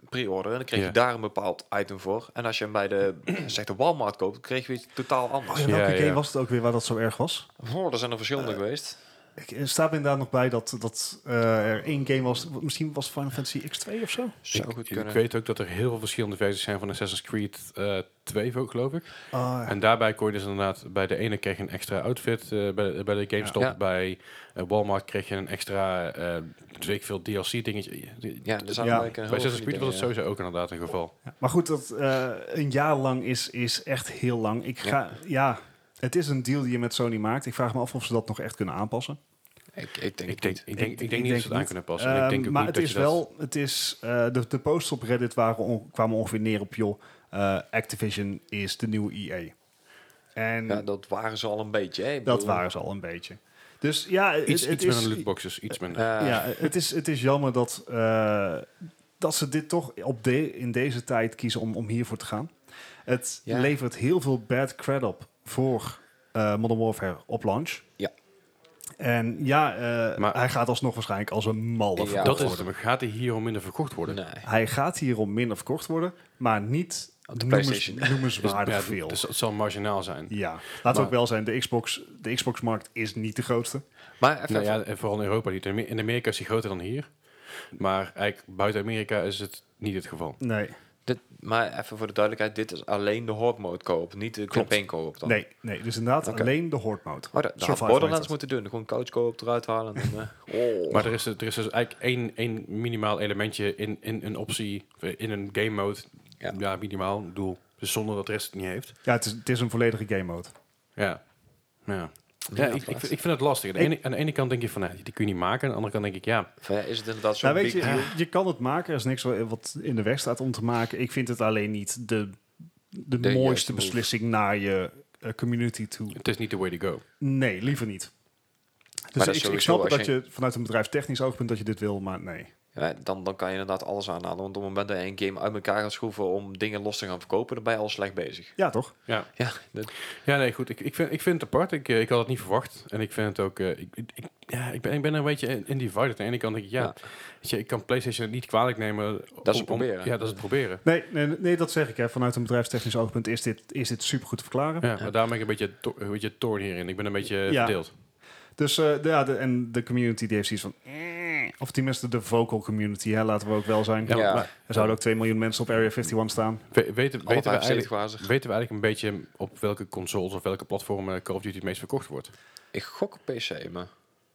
S3: pre-orderen en dan kreeg
S1: Ja.
S3: je daar een bepaald item voor. En als je hem bij de, zeg de Walmart koopt, kreeg je iets totaal anders.
S2: Oh, ja,
S1: Ja,
S2: welke Eh,
S1: ja.
S2: game was het ook weer waar dat zo erg was?
S3: Oh, er zijn er verschillende geweest.
S2: Ik, er staat inderdaad nog bij dat, dat eh, er één game was... Misschien was Final Fantasy X2 of zo?
S3: Zou
S1: ik,
S3: goed
S1: ik
S3: kunnen.
S1: weet ook dat er heel veel verschillende versies zijn van Assassin's Creed eh 2, ook, geloof ik.
S2: Ah, ja.
S1: En daarbij kon je dus inderdaad, bij de ene kreeg je een extra outfit, eh, bij, bij de GameStop,
S3: Ja.
S1: bij eh, Walmart kreeg je een extra, eh weet ik veel, DLC dingetje.
S3: ja, er zijn
S2: Ja.
S3: eigenlijk een
S1: bij
S3: heel
S1: Assassin's
S3: veel
S1: Creed was het
S3: dingen, ja.
S1: sowieso ook inderdaad een geval.
S2: Ja, Maar goed, dat, eh, een jaar lang is, is echt heel lang. Ik ga, ja. het is een deal die je met Sony maakt. Ik vraag me af of ze dat nog echt kunnen aanpassen.
S3: Ik, ik denk
S1: Ik denk, ik denk, ik denk niet
S2: ik
S1: dat
S2: denk
S1: ze het aan
S2: niet.
S1: kunnen passen. En ik denk
S2: Ehm,
S1: ook
S2: maar
S1: niet
S2: het
S1: dat
S2: is
S1: je dat-
S2: wel, het is, eh, de, de posts op Reddit waren on- kwamen ongeveer neer op, joh, eh, Activision is de nieuwe EA. En
S3: Ja, dat waren ze al een beetje. Hè? Ik
S2: dat
S3: bedoel,
S2: waren ze al een beetje. Dus ja, het,
S1: iets,
S2: het
S1: iets
S2: is,
S1: minder lootboxes, iets minder.
S3: eh,
S2: ja, het, is, het is jammer dat, eh, dat ze dit toch op de, in deze tijd kiezen om, om hiervoor te gaan. Het
S3: Ja.
S2: levert heel veel bad cred op voor eh, Modern Warfare op launch.
S3: Ja.
S2: En ja, eh,
S1: Maar-
S2: hij gaat alsnog waarschijnlijk als een malle
S3: Ja,
S2: verkocht
S1: dat is het.
S2: worden.
S1: Maar gaat die hierom minder verkocht worden?
S3: nee.
S2: Hij gaat hierom minder verkocht worden, maar niet
S3: Op de
S2: noemens-
S3: PlayStation.
S1: Dus,
S2: noemenswaardig
S1: ja,
S2: veel.
S1: dus dat zal marginaal zijn.
S2: ja, laten we
S1: Maar-
S2: ook wel zijn, de Xbox, de Xbox-markt is niet de grootste.
S3: Maar even,
S1: Nou ja, en vooral in Europa niet. In Amer- in Amerika is die groter dan hier. Maar eigenlijk buiten Amerika is het niet het geval.
S2: Nee,
S3: dit, maar even voor de duidelijkheid, dit is alleen de horde mode koop, niet de
S2: Klopt.
S3: campaign koop dan.
S2: nee, nee. Dus inderdaad
S3: Oké.
S2: alleen de horde mode.
S3: Oh, dat, dat had
S2: Survival heet
S3: Borderlands
S2: dat.
S3: moeten doen. Gewoon couch koop eruit halen. En, dan, eh, oh.
S1: Maar er is, er is dus eigenlijk één, één minimaal elementje in, in een optie, eh, in een game mode.
S3: Ja.
S1: Ja, minimaal. Ik bedoel, dus zonder dat de rest het niet heeft.
S2: Ja, het is, het is een volledige game mode.
S1: Ja. Ja.
S3: Ja,
S1: Ja, ik, ik, vind- ik vind het lastig. Aan de, ene, aan de ene kant denk je van, nou, die kun je niet maken. Aan de andere kant denk ik, ja,
S3: Van, ja, eh, is het inderdaad zo'n
S2: Nou, weet
S3: big
S2: je,
S3: deal?
S2: je, je kan het maken. Er is niks wa- wat in de weg staat om te maken. Ik vind het alleen niet de, de,
S3: De juiste
S2: mooiste
S3: move.
S2: beslissing naar je eh, community toe.
S1: het is niet de way to go.
S2: Nee, liever niet. Dus
S3: dat is
S2: ik, ik
S3: sowieso
S2: snap
S3: als
S2: dat
S3: je-
S2: je vanuit een bedrijfstechnisch oogpunt dat je dit wil, maar nee.
S3: Ja, dan, dan kan je inderdaad alles aanhalen. Want op het moment dat je een game uit elkaar gaat schroeven om dingen los te gaan verkopen, dan ben je al slecht bezig.
S2: Ja, toch?
S1: Ja,
S3: Ja, dat,
S1: ja nee, goed. Ik, ik, vind, ik vind het apart. Ik, eh, ik had het niet verwacht. En ik vind het ook... eh, ik, ik, ik- ja, ik, ben, ik ben een beetje in, in divided. Aan de ene kant denk ik, ja,
S3: Ja.
S1: Weet je, ik kan PlayStation niet kwalijk nemen. Dat
S3: het proberen.
S1: ja, dat is het proberen.
S2: Nee, nee, nee dat zeg ik. Hè. Vanuit een bedrijfstechnisch oogpunt is dit, is dit supergoed te verklaren.
S1: Ja, maar daarom ben ik een beetje, to- een beetje torn hierin. Ik ben een beetje
S2: Ja.
S1: verdeeld.
S2: Dus eh, de, ja, de- en de community die heeft zoiets van... eh, Of tenminste de vocal community, hè, laten we ook wel zijn.
S3: Ja.
S1: maar- maar
S2: Er zouden ook 2 miljoen mensen op Area 51 staan.
S1: we- weten,
S3: Alle
S1: weten, we
S3: 75
S1: eigenlijk,
S3: waren ze.
S1: weten we eigenlijk een beetje op welke consoles of welke platformen Call of Duty het meest verkocht wordt?
S3: Ik gok op PC, maar...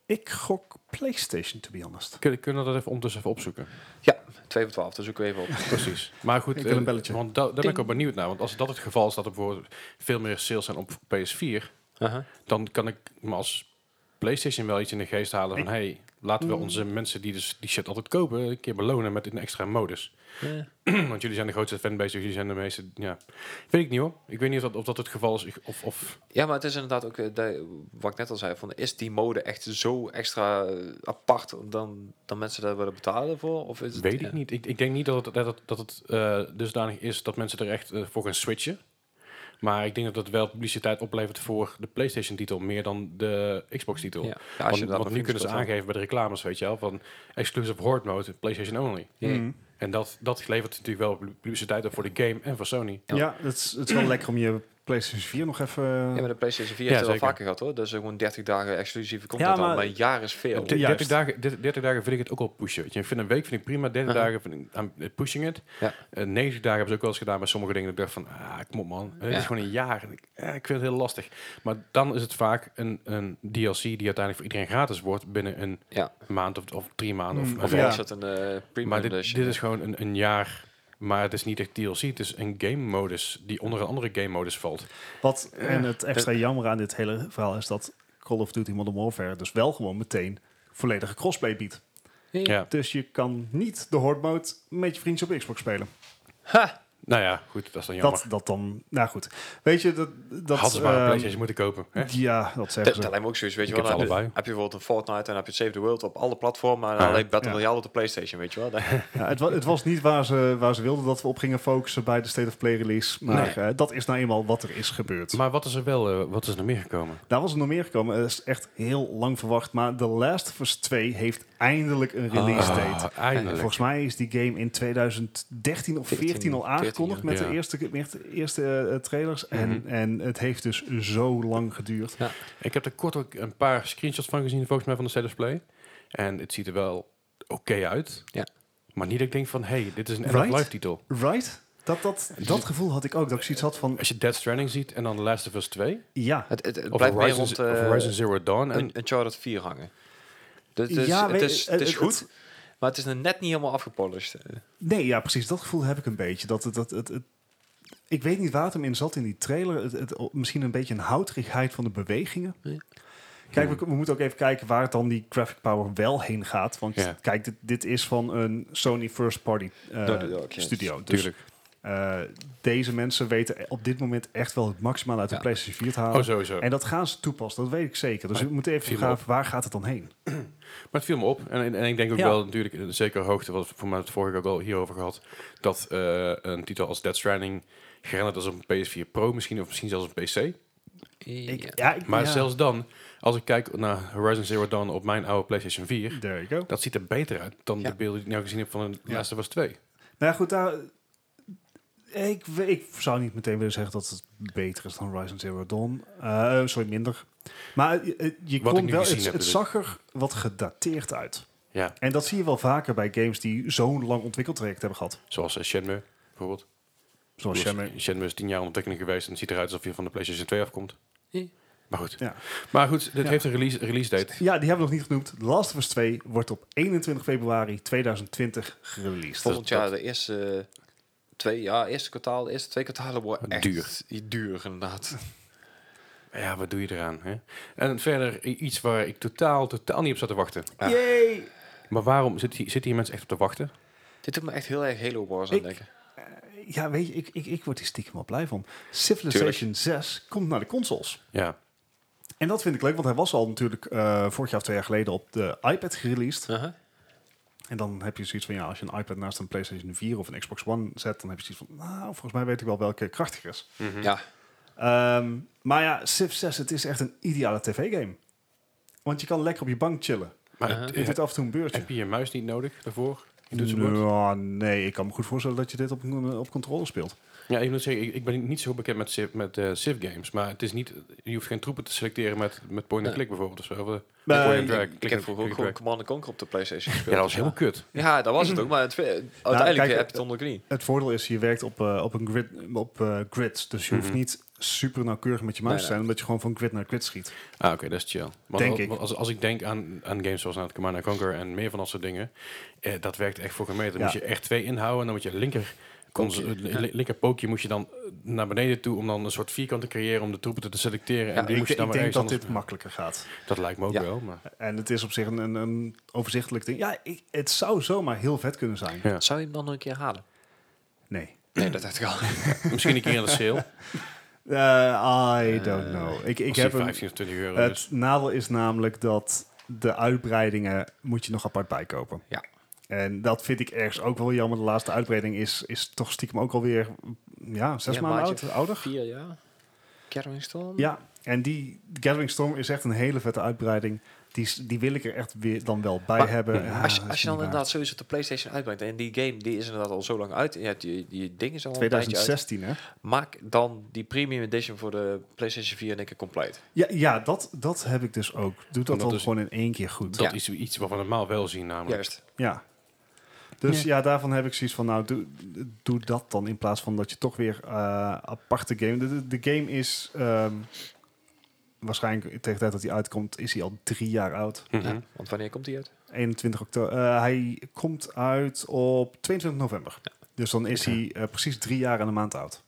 S2: Ik gok PlayStation, to be honest.
S1: Kunnen, kunnen we dat even ondertussen even opzoeken?
S3: Ja, 2 voor 12, dus ook even op.
S1: Precies. Maar goed,
S2: Ik wil een
S1: eh,
S2: belletje.
S1: want da- daar ben ik
S3: Ding.
S1: wel benieuwd naar. Want als dat het geval is dat er bijvoorbeeld veel meer sales zijn op PS4,
S3: Aha.
S1: dan kan ik me als PlayStation wel iets in de geest halen van hey, laten
S2: Mm.
S1: we onze mensen die dus die shit altijd kopen een keer belonen met een extra modus.
S3: Ja.
S1: Want jullie zijn de grootste fanbase, dus jullie zijn de meeste. Ja, weet ik niet hoor. Ik weet niet of dat, of dat het geval is. Ik- Of, of
S3: Ja, maar het is inderdaad ook, eh, de- wat ik net al zei, van, is die mode echt zo extra eh, apart dan, dan mensen daar willen betalen voor? Of is het,
S1: weet ik
S3: ja.
S1: niet. Ik, ik denk niet dat het, dat het, dat het eh, dusdanig is dat mensen er echt eh, voor gaan switchen. Maar ik denk dat dat wel publiciteit oplevert voor de PlayStation-titel meer dan de
S3: Ja.
S1: Xbox-titel.
S3: Ja,
S1: Want,
S3: als je dat
S1: want nu kunnen ze aangeven bij de reclames, weet je wel, van exclusive horde mode, PlayStation only.
S2: Mhm.
S1: En dat, dat levert natuurlijk wel pub- publiciteit op voor de game en voor Sony.
S3: Ja.
S2: Ja, het is, het is wel lekker om je PlayStation 4 nog even...
S3: Ja, maar de PlayStation 4
S1: Ja,
S3: heeft
S1: zeker.
S3: het wel vaker gehad hoor. Dus eh, gewoon 30 dagen exclusieve content
S2: maar-
S3: al, maar een jaar is veel.
S1: D- 30
S2: Juist.
S1: dagen, 30, 30 dagen vind ik het ook al pushen. Weet je. Ik vind een week vind ik prima, 30
S3: Aha.
S1: dagen vind ik I'm pushing it.
S3: Ja.
S1: Eh, 90 dagen hebben ze ook wel eens gedaan bij sommige dingen. Dat ik dacht van, ah, kom op man. Het
S3: Ja.
S1: is gewoon een jaar. En ik, eh, ik vind het heel lastig. Maar dan is het vaak een, een DLC die uiteindelijk voor iedereen gratis wordt binnen een
S3: Ja.
S1: maand of, of drie maanden.
S2: Mm,
S1: of,
S3: Of
S1: een
S2: Ja.
S3: ja. is dat een eh premium
S1: Maar dit,
S3: edition?
S1: dit is gewoon een, een jaar, maar het is niet echt DLC. Het is een game modus die onder een andere game modus valt.
S2: Wat, en het extra jammer aan dit hele verhaal is dat Call of Duty Modern Warfare dus wel gewoon meteen volledige crossplay biedt.
S1: Ja.
S2: Dus je kan niet de horde mode met je vriendjes op Xbox spelen.
S3: Ha!
S1: Nou ja, goed, dat is dan jammer.
S2: Dat, dat dan, nou goed. Weet je, dat... dat
S1: Hadden ze maar een
S2: ehm,
S1: PlayStation moeten kopen. Hè?
S2: Ja, dat
S3: Dat
S2: zeggen
S3: dat
S2: ze.
S3: lijkt me ook zoiets, weet je
S1: Ik
S3: wel.
S1: heb ze
S3: Dan
S1: allebei.
S3: Heb je bijvoorbeeld een Fortnite en heb je Save the World op alle platformen en
S1: Ja.
S3: alleen Battle
S2: Ja.
S3: Royale op de PlayStation, weet je wel.
S2: Ja, het, wa- het was niet waar ze, waar ze wilden dat we op gingen focussen bij de State of Play release. Maar eh, dat is nou eenmaal wat er is gebeurd.
S1: Maar wat is er wel, eh, wat is er meer gekomen?
S2: Daar was er nog meer gekomen. Het is echt heel lang verwacht. Maar The Last of Us 2 heeft eindelijk een release
S1: Ah,
S2: date. En
S1: eindelijk.
S2: volgens mij is die game in 2013 of 14 al
S3: 14,
S2: aangekondigd met,
S1: ja.
S2: de eerste, met de eerste eh, trailers. en, en het heeft dus zo lang geduurd.
S1: Ik heb er kort ook een paar screenshots van gezien, volgens mij, van de State of Play. En het ziet er wel oké uit.
S3: Ja.
S1: Maar niet dat ik denk van, hey, dit is een end
S2: Right?
S1: of life titel.
S2: Right? Dat, dat, dat gevoel had ik ook. Dat ik zoiets had van,
S1: Als je Dead Stranding ziet en dan The Last of Us 2...
S2: ja.
S3: Het, het, het
S1: Of
S3: blijft meer
S1: Horizon,
S3: rond
S1: of
S3: eh,
S1: Horizon Zero Dawn. En,
S3: een Uncharted 4 hangen. Dus het is,
S2: Ja,
S3: het
S2: weet-
S3: is, het is
S2: het-
S3: goed,
S2: het-
S3: maar het is nog net niet helemaal afgepolished.
S2: Nee, ja, precies. Dat gevoel heb ik een beetje. Dat, het- dat, het, het, ik weet niet waar het hem in zat in die trailer. Het, het, misschien een beetje een houterigheid van de bewegingen.
S3: Nee.
S2: Kijk, we, we moeten ook even kijken waar het dan die graphic power wel heen gaat. Want
S1: Ja.
S2: kijk, dit, dit is van een Sony First Party eh,
S1: Nou,
S3: Naughty Dog, ja.
S2: studio. Dus
S1: tuurlijk.
S2: eh, deze mensen weten op dit moment echt wel het maximaal uit de
S3: Ja.
S2: PlayStation 4 te halen.
S1: Oh, sowieso.
S2: en dat gaan ze toepassen, dat weet ik zeker. Dus
S1: Maar
S2: we moeten even
S1: viel
S2: gaan,
S1: me
S2: waar gaat het dan heen?
S1: Maar het viel me op. En, en, en ik denk ook
S2: Ja.
S1: wel natuurlijk, een zekere hoogte, wat we voor mij het vorige ook al hierover gehad, dat eh, een titel als Dead Stranding gerenderd als een PS4 Pro misschien, of misschien zelfs een PC.
S3: Ik,
S2: ja, ik-
S1: Maar
S2: ja.
S1: zelfs dan, als ik kijk naar Horizon Zero Dawn op mijn oude PlayStation 4,
S2: There you go.
S1: dat ziet er beter uit dan
S3: Ja.
S1: de beelden die ik nou gezien heb van een
S2: Ja.
S1: Last of Us 2.
S2: Nou ja, goed, daar, ik, we- ik zou niet meteen willen zeggen dat het beter is dan Horizon Zero Dawn. Eh, sorry, minder. Maar eh, eh, je
S1: Wat ik
S2: kon
S1: nu
S2: wel,
S1: gezien
S2: het,
S1: heb,
S2: het
S1: bedoel
S2: zag er wat gedateerd uit.
S1: Ja.
S2: En dat zie je wel vaker bij games die zo'n lang ontwikkeltraject hebben gehad.
S1: Zoals eh, Shenmue bijvoorbeeld.
S2: Zoals
S1: Ik bedoel,
S2: Shenmue.
S1: Shenmue is tien jaar in ontwikkeling geweest en het ziet eruit alsof je van de PlayStation 2 afkomt.
S3: Ja.
S1: Maar goed.
S2: Ja.
S1: Maar goed, dit
S2: Ja.
S1: heeft een release, release date.
S2: ja, die hebben we nog niet genoemd. The Last of Us 2 wordt op 21 februari 2020 gereleased.
S3: Volgend jaar de eerste twee, ja, eerste kwartaal, de eerste twee kwartalen worden echt
S1: Duur.
S3: duur inderdaad.
S1: Ja, wat doe je eraan? Hè? En verder i- iets waar ik totaal, totaal niet op zat te wachten.
S3: Ja.
S2: Yay!
S1: Maar waarom zit hier- zitten hier mensen echt op te wachten?
S3: Dit doet me echt heel erg Halo Wars aan
S2: Ik-
S3: denken.
S2: Ja, weet je, ik, ik, ik word hier stiekem wel blij van. Civilization 6 komt naar de consoles.
S1: Ja,
S2: En dat vind ik leuk, want hij was al natuurlijk eh, vorig jaar of twee jaar geleden op de iPad gereleased.
S3: Aha.
S2: En dan heb je zoiets van, ja, als je een iPad naast een PlayStation 4 of een Xbox One zet, dan heb je zoiets van, nou, volgens mij weet ik wel welke krachtig is.
S3: Ja,
S2: Ehm, maar ja, Civ 6, het is echt een ideale tv-game. Want je kan lekker op je bank chillen.
S1: maar
S3: Uh-huh.
S1: het-
S2: Je doet af en toe een beurtje.
S1: heb je je muis niet nodig daarvoor? in Toetsenbord?
S2: Ja, nee, ik kan me goed voorstellen dat je dit op, eh, op controle speelt.
S1: Ja, ik moet zeggen, ik, ik ben niet zo bekend met Civ, met, eh, Civ games, maar het is niet, je hoeft geen troepen te selecteren met, met point and
S3: Nee.
S1: click bijvoorbeeld. Of zo. Of, eh,
S2: Nee,
S1: point and
S3: Ik-
S1: drag,
S3: ik
S1: click
S3: heb
S1: and-
S3: vroeger ook
S1: click
S3: gewoon
S1: and drag.
S3: Command Conquer op de PlayStation gespeeld.
S1: Ja, dat was helemaal kut.
S3: Ja, dat was het ook. Maar het, uiteindelijk
S2: kijk,
S3: heb je het onder de knie.
S2: Het voordeel is, je werkt op, eh, op een grid, op, eh, grids. Dus je hoeft
S1: Mhm.
S2: niet super nauwkeurig met je muis te
S3: Nee, nee.
S2: zijn, omdat je gewoon van grid naar grid schiet.
S1: Ah, oké, dat is chill. Want
S2: Denk
S1: al-
S2: ik.
S1: want Als, als ik denk aan, aan games zoals aan het Command and Conquer en meer van dat soort dingen, eh, dat werkt echt voor gemeten. Dan
S2: Ja.
S1: moet je echt twee inhouden en dan moet je linker, cons-
S3: Pookje,
S1: eh, li- linker pookje moet je dan eh, naar beneden toe om dan een soort vierkant te creëren om de troepen te selecteren. en
S3: Ja,
S1: die
S2: ik
S1: moet je
S2: ik
S1: dan
S2: denk
S1: weer
S2: dat
S1: ergens anders...
S2: dit makkelijker gaat.
S1: Dat lijkt me ook
S3: Ja.
S1: wel, maar...
S2: En het is op zich een, een, een overzichtelijk ding. Ja, ik, het zou zomaar heel vet kunnen zijn.
S1: Ja.
S3: Zou je hem dan nog een keer halen?
S2: Nee.
S3: Nee, dat dacht ik al.
S1: Misschien een keer aan de sale.
S2: Eh, I don't know. Ik, ik
S1: Als
S2: heb Eh,
S1: die
S2: hem-
S1: 15 of 20 euro is.
S2: het nadeel is namelijk dat de uitbreidingen moet je nog apart bijkopen.
S3: Ja.
S2: En dat vind ik ergens ook wel jammer. De laatste uitbreiding is, is toch stiekem ook alweer ja, zes
S3: Ja,
S2: maanden
S3: maatje.
S2: oud, ouder.
S3: Vier jaar? Gathering Storm?
S2: Ja, en die Gathering Storm is echt een hele vette uitbreiding. Die, is- die wil ik er echt weer dan wel bij
S3: Maar
S2: hebben. Ja,
S3: als, je-
S2: dat is
S3: als je dan
S2: niet waar.
S3: inderdaad sowieso op de PlayStation uitbrengt en die game die is inderdaad al zo lang uit, en je hebt die, die ding is al een tijdje uit,
S2: 2016, hè?
S3: maak dan die Premium Edition voor de PlayStation 4 in één keer compleet.
S2: Ja, ja dat, dat heb ik dus ook. Doe dat
S1: Omdat
S2: dan
S1: dus-
S2: gewoon in één keer goed.
S1: Dat
S3: Ja.
S1: is iets wat we normaal wel zien namelijk.
S3: Juist.
S2: Ja. Dus ja. daarvan heb ik zoiets van, nou, doe, doe dat dan in plaats van dat je toch weer eh, aparte game... De, de, de game is ehm, waarschijnlijk tegen de tijd dat hij uitkomt, is hij al drie jaar oud.
S1: Mhm.
S3: Ja, want wanneer komt die uit?
S2: 21 oktober. Eh, hij komt uit op 22 november. Dus dan is
S1: Oké.
S2: hij eh, precies drie jaar en een maand oud.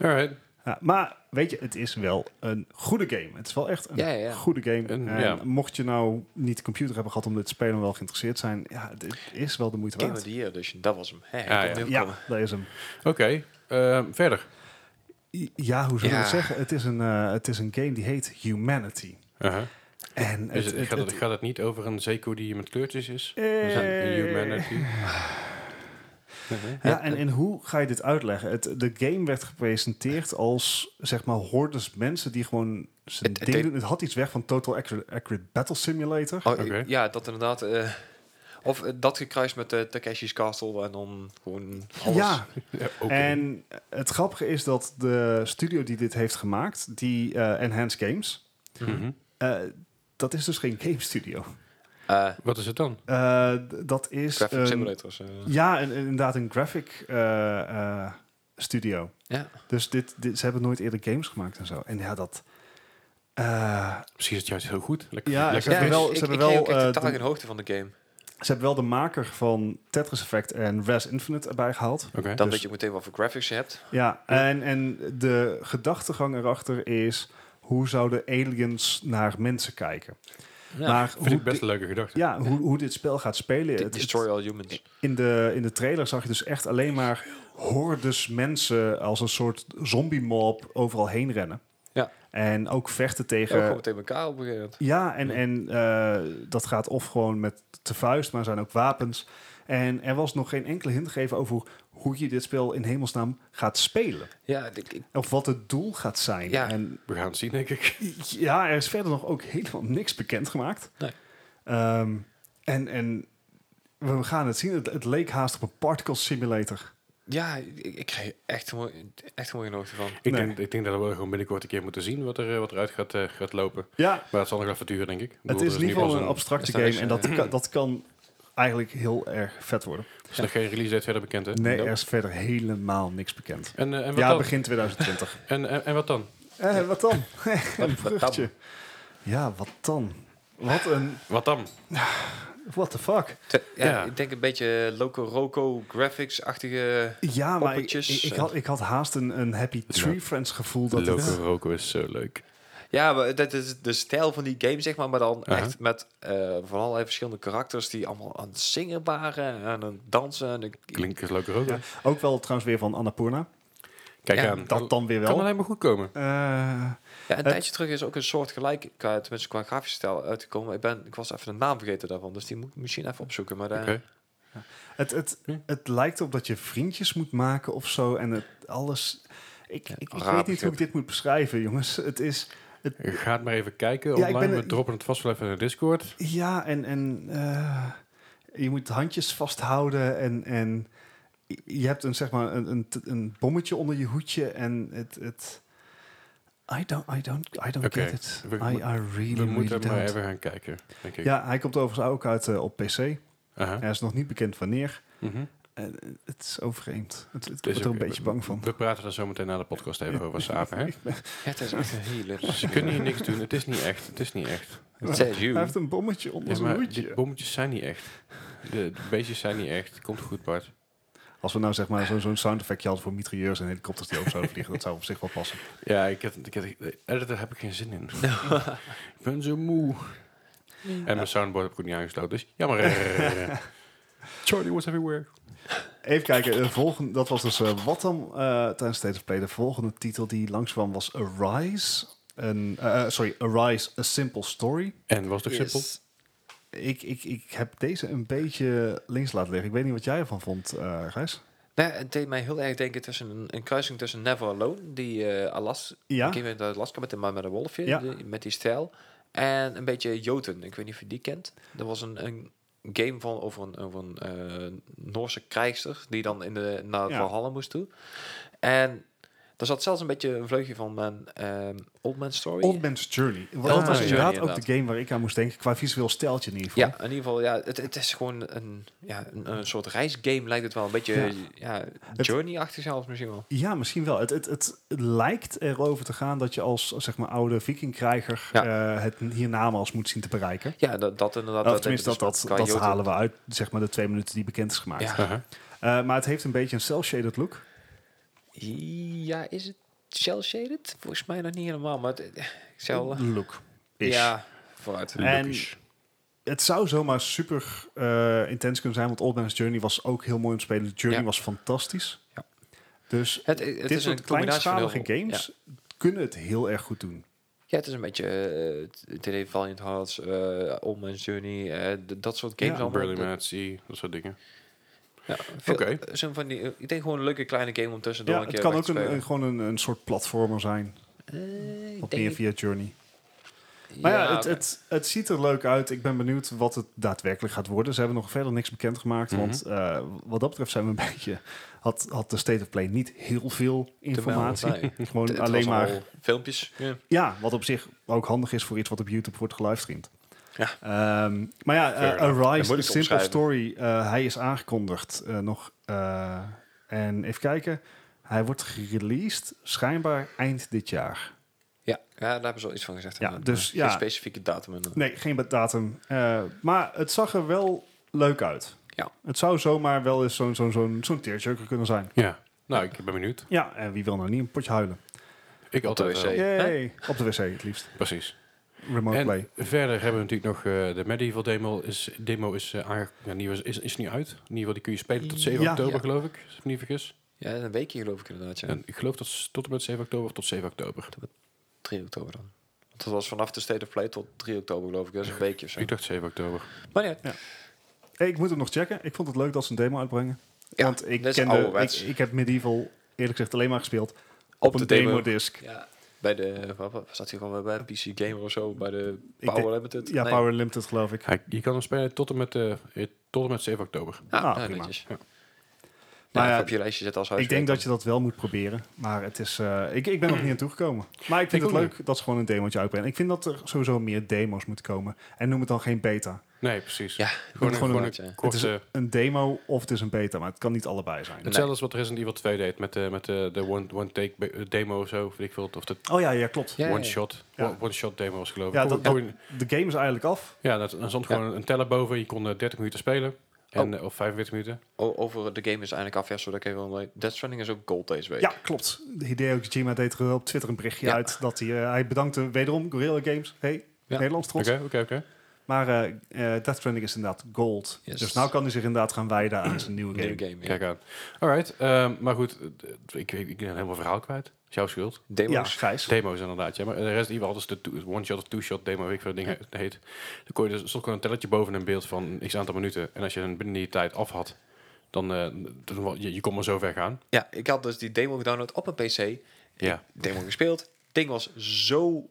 S1: Alright.
S2: Ja, maar weet je, het is wel een goede game. Het is wel echt een
S3: Ja, ja, ja.
S2: goede game.
S1: Een-
S2: en
S1: ja.
S2: mocht je nou niet de computer hebben gehad om dit te spelen, maar wel geïnteresseerd zijn, ja, dit is wel de moeite
S3: Game of
S2: waard.
S3: the Year Edition, dat was hem. Hè,
S1: Ja,
S3: ik kon
S1: ja.
S3: niet
S2: Ja,
S3: opkomen.
S2: dat is hem.
S1: Oké, ehm, verder.
S2: I- Ja, hoe zou je
S3: Ja.
S2: dat zeggen? Het is, een, eh, het is een game die heet Humanity.
S1: Uh-huh.
S2: En
S1: Is
S3: dus
S2: het,
S1: het-
S2: het,
S1: gaat, het,
S2: het-
S1: gaat het niet over een zeekoe die met kleurtjes is?
S2: Eh.
S1: We zijn in humanity. Mhm.
S2: ja, en, en hoe ga je dit uitleggen? Het, de game werd gepresenteerd als, zeg maar, hordes mensen die gewoon zijn
S3: Het- het
S2: ding
S3: deed-
S2: doen. Het had iets weg van Total Accurate, Accurate Battle Simulator.
S3: Oh, ik-
S1: Oké.
S3: Ja, dat inderdaad. eh, of eh, dat gekruist met eh, Takeshi's Castle en dan gewoon alles.
S2: Ja,
S1: Ja, oké.
S2: En het grappige is dat de studio die dit heeft gemaakt, die eh, Enhanced Games,
S1: Mhm.
S2: eh, dat is dus geen game studio.
S3: Eh,
S1: Wat is het dan?
S2: Eh, d- dat is
S3: graphic
S2: een-
S3: simulators. eh.
S2: Ja, een- een- inderdaad een graphic eh, eh, studio.
S3: ja.
S2: Dus dit, dit, ze hebben nooit eerder games gemaakt en zo. En ja, dat. eh,
S1: Misschien is het juist heel goed. Lekker,
S2: Ja,
S1: lekker
S2: ze hebben
S1: fris.
S2: wel-
S3: ik-
S2: ze hebben
S3: ik kreeg
S2: wel,
S3: ook echt
S2: eh,
S3: totaal
S2: de-
S3: geen hoogte van de game.
S2: ze hebben wel de maker van Tetris Effect en Res Infinite erbij gehaald.
S1: Oké.
S3: Dan
S2: dus-
S3: weet je ook meteen wat voor graphics je hebt.
S2: Ja, en, en de gedachtegang erachter is... hoe zouden aliens naar mensen kijken?
S3: Ja,
S2: maar
S1: Vind
S2: hoe
S1: ik best een leuke gedachte.
S2: Ja, hoe, hoe dit spel gaat spelen.
S3: De-
S2: Het-
S3: Destroy all humans.
S2: in, de, in de trailer zag je dus echt alleen maar hordes mensen als een soort zombie-mob overal heen rennen.
S3: Ja.
S2: En ook vechten
S3: Ja, ook
S2: tegen.
S3: gewoon meteen elkaar op een gegeven moment.
S2: Ja, en, en eh, dat gaat of gewoon met de vuist, maar er zijn ook wapens. En er was nog geen enkele hint gegeven over hoe je dit spel in hemelsnaam gaat spelen.
S3: Ja, ik, ik-
S2: Of wat het doel gaat zijn.
S3: Ja.
S2: En
S1: We gaan het zien, denk ik.
S2: ja, er is verder nog ook helemaal niks bekendgemaakt.
S3: Nee.
S2: Ehm, en, en we gaan het zien. Het, het leek haast op een particle simulator.
S3: ja, ik, ik kreeg echt, mooi- echt mooi geen hoogte van.
S1: Ik,
S2: Nee.
S1: denk, ik denk dat we gewoon binnenkort een keer moeten zien wat er, eh, wat er uit gaat, eh, gaat lopen.
S2: Ja,
S1: Maar het zal nog even duren, denk ik. Ik
S2: het
S1: bedoel,
S2: is
S1: er
S2: in ieder
S1: pas
S2: geval een abstracte
S3: er is
S2: game. En dat, kan, dat kan eigenlijk heel erg vet worden.
S1: Er is nog geen release date verder bekend, hè?
S2: Nee,
S1: Nope.
S2: er is verder helemaal niks bekend.
S1: En, eh, en, wat
S2: Ja,
S1: dan?
S2: begin 2020.
S1: En, en, en wat dan?
S2: Eh, wat dan? een
S3: Wat dan?
S2: bruggetje. Ja, wat dan? Wat een...
S1: Wat dan?
S2: What the fuck?
S3: Te- Ja,
S1: Ja.
S3: Ik denk een beetje Loco Roco graphics-achtige...
S2: Ja, maar ik, ik,
S3: Poppetjes
S2: ik
S3: en-
S2: had, ik had haast een, een Happy Tree Friends gevoel. Dat
S1: Loco
S2: het,
S1: Roco is zo leuk.
S3: Ja, maar dat is de stijl van die game, zeg maar. Maar dan
S1: Uh-huh.
S3: echt met eh, van allerlei verschillende karakters... die allemaal aan het zingen waren en aan het dansen. En ik-
S1: Klinkt dus als Loco Roco.
S2: ja, ook wel trouwens weer van Annapurna.
S1: Kijk
S3: Ja,
S1: aan.
S2: Dat dan weer
S1: kan
S2: wel.
S1: alleen maar goed komen.
S2: Eh,
S3: Ja, een tijdje terug is ook een soort gelijk, qua- tenminste qua grafische stijl, uitgekomen. Ik, ben, ik was even de naam vergeten daarvan, dus die moet ik misschien even opzoeken. Maar eh,
S1: Oké.
S2: het, het,
S1: Hm.
S2: het lijkt op dat je vriendjes moet maken of zo. En het, alles... Ik, ik, ik
S3: raar
S2: weet niet hoe ik
S3: begrip.
S2: dit moet beschrijven, jongens. Het is...
S1: Ga het maar even kijken
S2: Ja, ik
S1: online.
S2: ben-
S1: We droppen het vast wel even in de Discord.
S2: Ja, en... en eh, je moet handjes vasthouden en, en je hebt een, zeg maar, een, een, een bommetje onder je hoedje en het... het I don't, I don't, I don't
S1: Oké,
S2: get it.
S1: we-
S2: I, I really,
S1: We moeten
S2: really
S1: maar
S2: don't.
S1: even gaan kijken, denk ik.
S2: Ja, hij komt overigens ook uit eh, op PC.
S1: Aha.
S2: Hij is nog niet bekend wanneer.
S1: Mhm.
S2: Eh, het is zo vreemd. Het, het, ik
S1: Dus
S2: word er een
S1: ook-
S2: beetje bang van.
S1: We praten er zo meteen na de podcast even over samen. Hè?
S3: Het is echt een hele... eh,
S1: Ze kunnen hier niks doen. Het is niet echt. Het is niet echt.
S3: Het is
S2: Hij
S3: you.
S2: heeft een bommetje onder
S1: Ja,
S2: zijn
S1: maar
S2: hoedje.
S1: die bommetjes zijn niet echt. De, de beestjes zijn niet echt. Komt goed, Bart.
S2: Als we nou zeg maar zo- zo'n sound effectje hadden voor mitrailleurs en helikopters die ook zouden vliegen, dat zou op zich wel passen.
S1: Ja, ik heb, ik heb, eh, daar heb ik geen zin in. ik ben zo moe. En mijn soundboard heb ik ook niet aangesloten. Dus jammer. Charlie was everywhere.
S2: Even kijken, eh, volgende, dat was dus eh, wat dan eh, tijdens State of Play. De volgende titel die langskwam was Arise. Een, eh, eh, sorry, Arise, A Simple Story.
S1: En was het ook simpel?
S2: Ik, ik, ik heb deze een beetje links laten liggen. Ik weet niet wat jij ervan vond, eh Gijs.
S3: Nee, Nou, het deed mij heel erg denken tussen een, een kruising tussen Never Alone, die eh Alas,
S2: Ja,
S3: eh, Ik weet uit Alaska met de man met een wolfje,
S2: Ja.
S3: die- met die stijl. En een beetje Jotun, ik weet niet of je die kent. Dat was een, een game van, over een, over een eh, Noorse krijgster die dan in de, naar het
S2: Ja.
S3: Valhalla moest toe. En daar zat zelfs een beetje een vleugje van mijn ehm, Old Man Story.
S2: Old Man's Journey. Want
S3: Old
S2: dat was
S3: Man's
S2: inderdaad
S3: Journey,
S2: ook de game waar ik aan moest denken, qua visueel stijltje in ieder geval.
S3: ja, in ieder geval, ja, het, het is gewoon een, ja, een, een soort reisgame lijkt het wel. Een beetje
S2: Ja.
S3: ja. Journey-achtig zelfs misschien wel.
S2: Ja, misschien wel. Het, het, het lijkt erover te gaan dat je als zeg maar, oude vikingkrijger eh, het hiernamaals moet zien te bereiken.
S3: Ja, dat, dat inderdaad.
S2: Of
S3: dat
S2: tenminste, dat,
S3: hebben we
S2: dat,
S3: dus qua
S2: dat
S3: Jotun.
S2: halen we uit zeg maar, de twee minuten die bekend is gemaakt.
S3: Ja.
S1: Aha.
S2: Eh, maar het heeft een beetje een cel-shaded look.
S3: Ja, is het cel-shaded? Volgens mij nog niet helemaal, maar het, eh, cel...
S2: Look.
S3: Ja, vooruit.
S2: En het zou zomaar super eh, intens kunnen zijn, want Old Man's Journey was ook heel mooi om te spelen. Journey
S3: Ja.
S2: was fantastisch.
S3: Ja.
S2: Dus
S3: Het, het
S2: dit
S3: is
S2: soort
S3: een combinatie van heel
S2: kleinschalige
S3: veel-
S2: games
S3: Ja.
S2: kunnen het heel erg goed doen.
S3: Ja, het is een beetje eh, TD Valiant Hearts, eh Old Man's Journey, eh, d- dat soort games
S2: Ja,
S3: allemaal.
S1: Burly Man at Sea, dat soort dingen.
S3: Ja, veel-
S1: Oké.
S3: eh, zo'n van die, eh, ik denk gewoon een leuke kleine game om tussendoor
S2: Ja,
S3: een
S2: het
S3: keer
S2: kan
S3: weg
S2: ook
S3: te
S2: een, een-
S3: spelen.
S2: gewoon een, een soort platformer zijn.
S3: Eh, ik
S2: Wat
S3: denk
S2: meer
S3: ik-
S2: via Journey. Maar ja, het,
S3: oké.
S2: het, het ziet er leuk uit. Ik ben benieuwd wat het daadwerkelijk gaat worden. Ze hebben nog verder niks bekendgemaakt.
S1: Mhm.
S2: Want eh, wat dat betreft zijn we een beetje... Had, had de State of Play niet heel veel
S3: Terwijl,
S2: informatie.
S3: nee, het-
S2: Gewoon
S3: het
S2: alleen
S3: was
S2: maar...
S3: al Filmpjes. Ja.
S2: Ja, wat op zich ook handig is voor iets wat op YouTube wordt gelivestreamd.
S3: Ja.
S2: Ehm, maar ja, eh,
S1: Fair enough.
S2: Arise,
S3: moeilijk
S2: The
S3: te
S2: Simple
S3: omschrijven.
S2: Story. eh, hij is aangekondigd eh, nog. eh, en even kijken. Hij wordt gereleased schijnbaar eind dit jaar.
S3: Ja. ja, daar hebben ze al iets van gezegd.
S2: Ja,
S3: inderdaad.
S2: dus
S3: Geen
S2: ja.
S3: specifieke datum. inderdaad.
S2: Nee, geen datum. Eh, maar het zag er wel leuk uit.
S3: Ja.
S2: Het zou zomaar wel eens zo'n zo'n zo'n zo'n tearjerker kunnen zijn.
S1: Ja. Nou, ik ben benieuwd.
S2: Ja, en wie wil nou niet een potje huilen?
S1: Ik altijd
S3: wc.
S1: wel.
S3: Hey,
S2: Yay. Op de wc het liefst.
S1: Precies.
S2: Remote
S1: en
S2: play.
S1: verder hebben we natuurlijk nog eh, de Medieval demo. Is, demo is, eh aange- ja, niet- is, is, niet uit. In ieder geval, die kun je spelen tot 7
S2: Ja.
S1: oktober,
S3: Ja.
S1: geloof ik. Als ik me niet vergis.
S3: Ja, een weekje geloof ik inderdaad. Ja.
S1: En ik geloof dat is tot en met 7 oktober of tot 7 oktober.
S3: 3 oktober dan. Want dat was vanaf de State of Play tot 3 oktober geloof ik. Dat is een weekje of zo.
S1: Ik dacht 7 oktober.
S3: Maar ja,
S2: Hey, ik moet hem nog checken. Ik vond het leuk dat ze een demo uitbrengen.
S3: Ja,
S2: Want ik,
S3: dat is
S2: kende, ik,
S3: ouderwets.
S2: ik heb Medieval eerlijk gezegd alleen maar gespeeld op,
S3: Op
S2: een
S3: de demo.
S2: demodisc.
S3: ja, bij de, wat wat was dat hier van, bij PC Gamer of zo, bij de
S2: denk-
S3: Power Limited.
S2: Ja,
S3: Nee.
S2: Power Limited geloof ik.
S1: Hij- je kan hem spelen tot en met, eh, eh, tot en met 7 oktober.
S3: Ah,
S2: Ah,
S3: ja,
S2: prima.
S3: netjes.
S1: Ja.
S3: Nou,
S2: Maar ja,
S3: even op je lijstje zetten als
S2: Ik
S3: huiswerk.
S2: denk dat je dat wel moet proberen. Maar het is, eh, ik, ik ben nog niet aan toegekomen. Maar ik vind
S1: Ik
S2: het
S1: ook
S2: leuk dat ze gewoon een demootje uitbrengen. Ik vind dat er sowieso meer demo's moeten komen. En noem het dan geen beta.
S1: Nee, precies.
S3: Ja,
S1: gewoon, een,
S2: gewoon
S1: gewoon
S3: een-
S1: een
S2: Het is
S1: korte...
S2: Een demo of het is een beta, maar het kan niet allebei zijn.
S1: Hetzelfde als wat Resident Evil 2 deed met, eh, met eh, de one- one-take be- demo of zo, weet ik veel. Of de
S2: Oh ja, ja klopt.
S3: Ja, ja, ja.
S1: one-shot
S2: Ja.
S1: one, shot demo was geloof ik.
S2: Ja,
S1: Kon-
S2: dat-
S1: kon je-
S2: De game is eigenlijk af.
S1: ja dat, er stond
S3: Ja. Oh.
S1: gewoon een teller boven. Je kon eh, 30 minuten spelen. En, eh, of 45 minuten.
S3: O- over de game is eindelijk af, ja, zodat ik even... wil- Death Stranding is ook gold deze week.
S2: Ja, klopt. Hideo Kojima deed er op Twitter een berichtje
S3: Ja.
S2: uit. Dat hij, eh, hij bedankte wederom Guerrilla Games. Hey,
S3: Ja.
S2: Nederlands trots.
S1: Oké, oké, oké.
S2: Maar eh eh, Death Stranding is inderdaad gold.
S3: Yes.
S2: Dus nou kan hij zich inderdaad gaan wijden aan zijn nieuwe game.
S3: Nieuwe game, ja.
S1: Kijk aan. Alright, ehm, maar goed, eh, ik, ik, ik ben helemaal verhaal kwijt. Is jouw schuld.
S2: Ja,
S3: Demo's.
S2: Gijs.
S1: Demo's inderdaad, ja. Maar de rest, in ieder geval, dus de two- one-shot of two-shot demo, weet ik veel dat ding he- heet. Dan kon je dus, er stond gewoon een telletje boven een beeld van x aantal minuten. En als je dan binnen die tijd af had, dan, eh, dan wa- je, je kon maar zo ver gaan.
S3: Ja, ik had dus die demo gedownload op een PC.
S1: Ja.
S3: Demo gespeeld. Ding was zo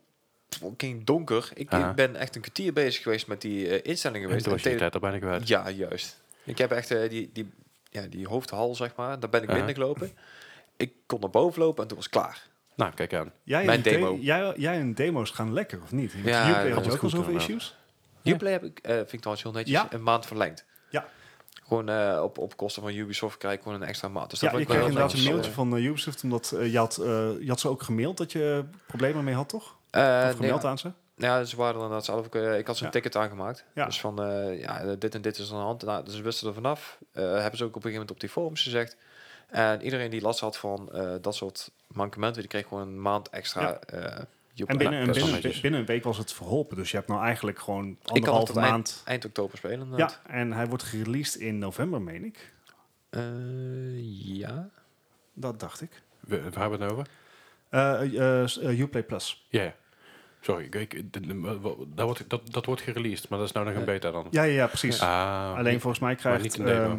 S3: fucking donker. Ik,
S1: Aha.
S3: ik ben echt een kwartier bezig geweest met die eh, instellingen.
S1: En
S3: geweest.
S1: toen was je de tijd al bijna kwijt.
S3: Ja, juist. Ik heb echt eh, die, die, ja, die hoofdhal, zeg maar. Daar ben ik
S1: Ja.
S3: binnen gelopen. Ik kon naar boven lopen en toen was ik klaar.
S1: Nou, kijk aan.
S2: Jij en
S3: Mijn
S2: de-
S3: demo.
S2: jij, jij en demo's gaan lekker, of niet? Want
S3: Ja,
S2: Uplay
S3: dat
S2: had
S1: was
S2: je ook al
S1: goed,
S2: zoveel
S1: inderdaad.
S2: issues.
S3: Uplay heb ik, eh vind ik trouwens heel netjes,
S2: Ja.
S3: een maand verlengd.
S2: Ja.
S3: Gewoon eh, op, op kosten van Ubisoft krijg ik gewoon een extra maand. Dus dat
S2: Ja, je
S3: vond ik
S2: kreeg
S3: wel
S2: inderdaad een
S3: heel
S2: mailtje
S3: netjes.
S2: van eh, Ubisoft, omdat eh, je, had, eh, je had ze ook gemaild dat je eh, problemen mee had, toch?
S3: Eh,
S2: of
S3: nee,
S2: gemaild aan ze?
S3: Ja, ze waren er inderdaad zelf. ook, eh, ik had zo'n
S2: Ja.
S3: ticket aangemaakt.
S2: Ja.
S3: Dus van, eh, ja, dit en dit is aan de hand. Nou, dus ze wisten er vanaf. Eh, hebben ze ook op een gegeven moment op die forums gezegd. En iedereen die last had van eh, dat soort mankementen, die kreeg gewoon een maand extra. eh
S2: En
S3: Uplay.
S2: binnen, en
S1: dat is wel
S2: binnen,
S1: netjes.
S2: binnen een week was het verholpen. Dus je hebt nou eigenlijk gewoon
S3: Ik kan het
S2: anderhalve
S3: tot eind,
S2: maand.
S3: eind oktober spelen. inderdaad.
S2: Ja, en hij wordt gereleased in november, meen ik.
S3: Eh, ja.
S2: Dat dacht ik.
S1: We, waar hebben we het nou over?
S2: Eh eh, s- eh, Uplay Plus.
S1: Ja, ja. Sorry, ik, ik- de- de- wa- wa- dat, wordt, dat, dat wordt gereleased, maar dat is nou nog een
S3: Eh,
S1: beta dan.
S2: Ja, ja, ja precies.
S1: Ah,
S2: Alleen volgens mij
S1: niet
S2: krijgt,
S1: in demo.
S2: ehm,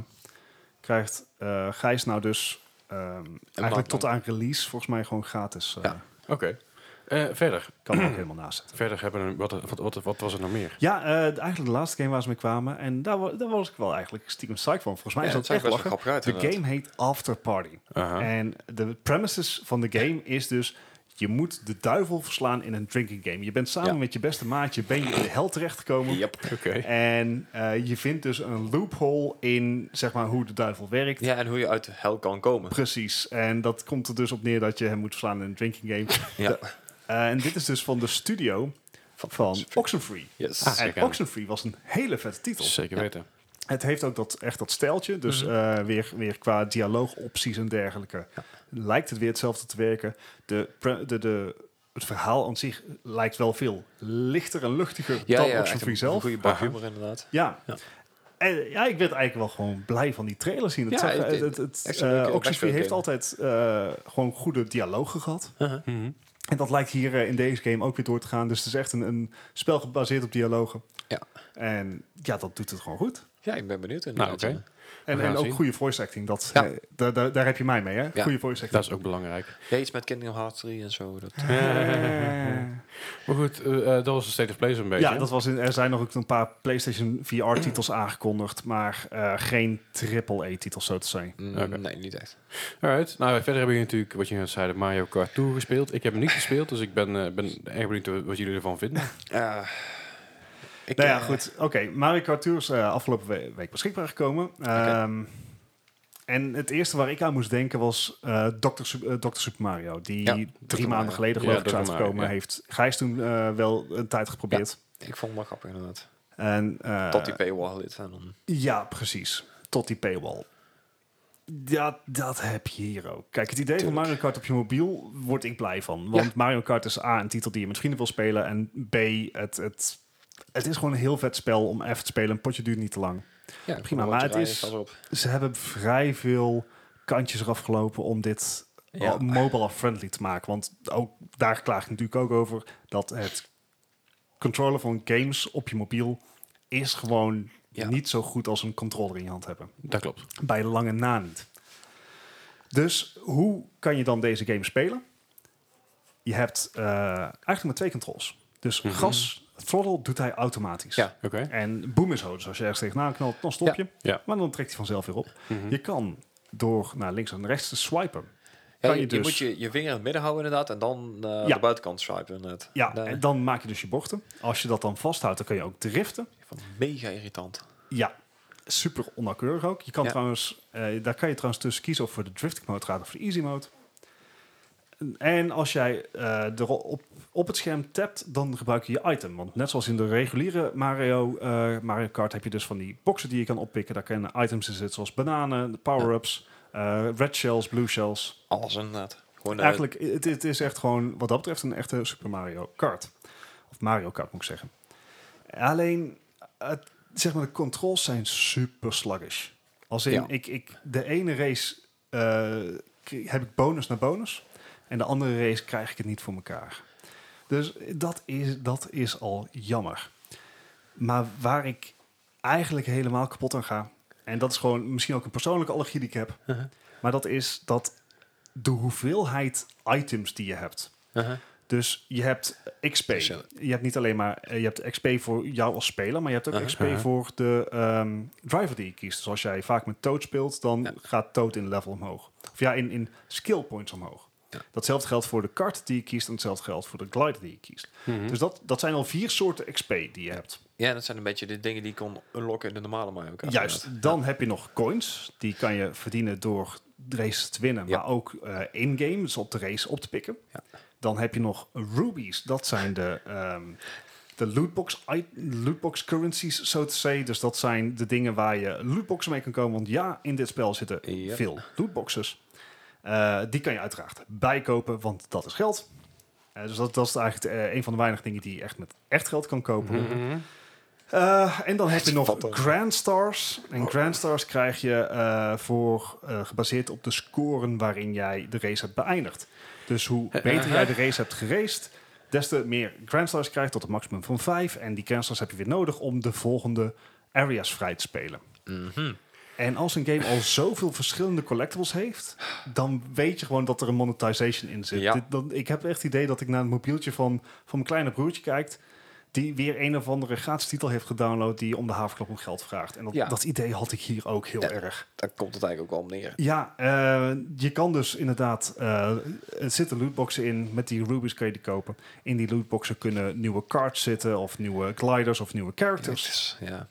S2: krijgt eh, Gijs nou dus ehm,
S3: maand
S2: eigenlijk tot aan release volgens mij gewoon gratis. eh,
S3: Ja.
S1: Oké. Eh, verder.
S2: Kan er ook helemaal naast zitten.
S1: Verder hebben we... Wat, wat, wat, wat was er nog meer?
S2: Ja, eh, eigenlijk de laatste game waar ze mee kwamen. En daar, wa- daar was ik wel eigenlijk stiekem psyched van. Volgens mij
S3: Ja,
S2: is
S3: dat
S2: dat
S3: zag
S2: echt
S3: er best wel
S2: lachen.
S3: grappig uit.
S2: De game
S3: inderdaad.
S2: heet After Party.
S1: Aha.
S2: En de premises van de game is dus... je moet de duivel verslaan in een drinking game. Je bent samen
S3: Ja.
S2: met je beste maatje... ben je in de hel terechtgekomen.
S3: Yep.
S1: Oké.
S2: En eh, je vindt dus een loophole in zeg maar, hoe de duivel werkt.
S3: Ja, en hoe je uit de hel kan komen.
S2: Precies. En dat komt er dus op neer dat je hem moet verslaan in een drinking game.
S3: Ja.
S2: Eh, en dit is dus van de studio van, Oxenfree.
S3: Yes.
S1: Ah, zeker.
S2: en Oxenfree was een hele vette titel.
S1: Zeker
S3: Ja.
S1: weten.
S2: Het heeft ook dat, echt dat stijltje. Dus
S3: Mhm.
S2: eh, weer, weer qua dialoogopties en dergelijke.
S3: Ja.
S2: Lijkt het weer hetzelfde te werken. De, pre- de, de, het verhaal aan zich lijkt wel veel lichter en luchtiger
S3: ja,
S2: dan
S3: ja, echt
S2: Oxenfree
S3: een
S2: zelf.
S3: goede bak
S1: Aha.
S3: humor inderdaad.
S2: Ja.
S3: Ja.
S2: En, ja, ik werd eigenlijk wel gewoon blij van die trailers zien. Het
S3: Ja,
S2: zag-
S3: het-
S2: het,
S3: het-
S2: het, het,
S3: echt een
S2: eh,
S3: leuke
S2: Oxenfree heeft
S3: backstory
S2: altijd eh, gewoon goede dialogen gehad.
S3: Uh-huh.
S1: Mhm.
S2: En dat lijkt hier eh, in deze game ook weer door te gaan. Dus het is echt een, een spel gebaseerd op dialogen.
S3: Ja.
S2: En ja, dat doet het gewoon goed.
S3: Ja, ik ben benieuwd
S1: Nou,
S3: inderdaad.
S1: oké.
S2: En,
S1: gaan
S2: en
S1: het
S2: ook
S1: zien.
S2: goede voice acting. Dat,
S3: Ja.
S2: eh, daar, daar, daar heb je mij mee, hè?
S3: Ja.
S2: Goede voice acting.
S1: Dat is ook belangrijk.
S3: Ja, iets met Kingdom Hearts 3 en zo. Dat,
S2: Eh.
S1: Maar goed, eh, eh, dat was de State of Play zo'n beetje.
S2: Ja, dat was in, er zijn nog ook een paar PlayStation VR-titels aangekondigd. Maar eh, geen AAA-titels, zo te zeggen.
S3: Mm,
S1: Oké.
S3: Nee, niet echt.
S1: Alright. Nou, verder hebben jullie natuurlijk, wat je net zei, de Mario Kart Tour gespeeld. Ik heb hem niet gespeeld, dus ik ben, eh, ben erg benieuwd wat jullie ervan vinden.
S3: Eh, ik,
S2: Nou ja,
S3: eh,
S2: goed. Oké, Mario Kart Tour is eh, afgelopen we- week beschikbaar gekomen. Ehm, en het eerste waar ik aan moest denken was eh Dr. Sup- eh, Dr. Super Mario. Die
S3: Ja, Dr.
S2: drie
S3: Mario.
S2: maanden geleden
S1: Ja,
S2: geloof ik
S1: Dr.
S2: is
S1: Mario,
S2: uitgekomen.
S1: ja.
S2: Heeft Gijs toen eh, wel een tijd geprobeerd.
S3: Ik vond het wel grappig inderdaad.
S2: En, eh,
S3: Tot die paywall lid. En dan,
S2: Ja, precies. Tot die paywall. Ja, dat heb je hier ook. Kijk, het idee van
S3: Tuurlijk.
S2: Mario Kart op je mobiel word ik blij van. Want
S3: Ja.
S2: Mario Kart is A, een titel die je met vrienden wil spelen. En B, het, het, het is gewoon een heel vet spel om even te spelen. Een potje duurt niet te lang.
S3: ja,
S2: Prima, maar het is-
S3: Op.
S2: Ze hebben vrij veel kantjes eraf gelopen om dit
S3: Ja.
S2: al- mobile-friendly te maken. Want ook daar klaag ik natuurlijk ook over dat het controller van games op je mobiel is gewoon
S3: Ja.
S2: niet zo goed als een controller in je hand hebben.
S1: Dat klopt.
S2: Bij lange na niet. Dus hoe kan je dan deze game spelen? Je hebt eh, eigenlijk maar twee controls. Dus
S1: Mhm.
S2: gas, throttle doet hij automatisch.
S3: Ja.
S1: Oké.
S2: En boom is hoog. Dus als je ergens tegenaan knalt, dan stop
S3: Ja.
S2: je.
S1: Ja.
S2: Maar dan trekt hij vanzelf weer op.
S1: Mhm.
S2: Je kan door naar links en rechts te swipen.
S3: Ja,
S2: Kan
S3: je,
S2: je
S3: je
S2: dus-
S3: moet je, je vinger in het midden houden inderdaad. En dan eh
S2: Ja.
S3: de buitenkant swipen inderdaad.
S2: Ja,
S3: Daar-
S2: en dan maak je dus je bochten. Als je dat dan vasthoudt, dan kan je ook driften.
S3: ik vond het mega irritant.
S2: Ja, super onnauwkeurig ook. Je kan
S3: Ja.
S2: trouwens, eh, daar kan je trouwens tussen kiezen of voor de drifting mode gaat of voor de easy mode. En als jij eh, er op, op het scherm tapt, dan gebruik je je item. Want net zoals in de reguliere Mario, eh, Mario Kart heb je dus van die boxen die je kan oppikken. Daar kunnen items in zitten, zoals bananen, power-ups, eh, red shells, blue shells.
S3: Alles inderdaad. Gewoon, eh,
S2: Eigenlijk, het, het is echt gewoon, wat dat betreft, een echte Super Mario Kart. Of Mario Kart, moet ik zeggen. Alleen, het- zeg maar, de controls zijn super sluggish. Als in,
S3: Ja.
S2: ik, ik, de ene race eh, k- heb ik bonus naar bonus. En de andere race krijg ik het niet voor elkaar. Dus dat is, dat is al jammer. Maar waar ik eigenlijk helemaal kapot aan ga... en dat is gewoon misschien ook een persoonlijke allergie die ik heb...
S3: Uh-huh.
S2: maar dat is dat de hoeveelheid items die je hebt.
S3: uh-huh.
S2: Dus je hebt XP.
S3: Dus ja.
S2: Je hebt niet alleen maar eh, je hebt XP voor jou als speler, maar je hebt ook
S3: Aha.
S2: XP
S1: Aha.
S2: voor de ehm, driver die je kiest. Dus als jij vaak met Toad speelt, dan
S3: Ja.
S2: gaat Toad in level omhoog. Of ja, in, in skill points omhoog.
S3: Ja.
S2: Datzelfde geldt voor de kart die je kiest en hetzelfde geldt voor de glide die je kiest.
S3: Mhm.
S2: Dus dat, dat zijn al vier soorten XP die je hebt.
S3: Ja, dat zijn een beetje de dingen die ik kon unlocken in de normale Mario Kart.
S2: Juist, dan heb je nog coins. Die kan je verdienen door de race te winnen,
S3: Ja.
S2: maar ook eh, in-game, dus op de race op te pikken.
S3: Ja.
S2: Dan heb je nog rubies. Dat zijn de, ehm, de lootbox, i- lootbox currencies, zo te zeggen. Dus dat zijn de dingen waar je lootboxen mee kan komen. Want ja, in dit spel zitten
S3: Ja.
S2: veel lootboxes. Eh, die kan je uiteraard bijkopen, want dat is geld. Eh, dus dat, dat is eigenlijk eh, een van de weinige dingen die je echt met echt geld kan kopen.
S3: Mhm.
S1: Mhm.
S2: Eh, en dan heb je nog
S3: Wat dan?
S2: Grand Stars. En Grand Stars krijg je eh, voor, eh, gebaseerd op de scoren waarin jij de race hebt beëindigd. Dus hoe beter jij de race hebt geraced, des te meer Grand Stars krijg je tot een maximum van 5. En die Grand Stars heb je weer nodig om de volgende areas vrij te spelen.
S3: Mhm.
S2: En als een game al zoveel verschillende collectibles heeft, dan weet je gewoon dat er een monetization in zit.
S3: Ja.
S2: Dit- dan, ik heb echt het idee dat ik naar het mobieltje van, van mijn kleine broertje kijkt, die weer een of andere gratis titel heeft gedownload die om de haverklap om geld vraagt. En dat,
S3: Ja.
S2: dat idee had ik hier ook heel
S3: Ja.
S2: erg.
S3: Daar komt het eigenlijk ook wel om neer.
S2: Ja, eh, je kan dus inderdaad, eh er zitten lootboxen in, met die rubies kan je die kopen. In die lootboxen kunnen nieuwe cards zitten of nieuwe gliders of nieuwe characters.
S3: Dus, Ja.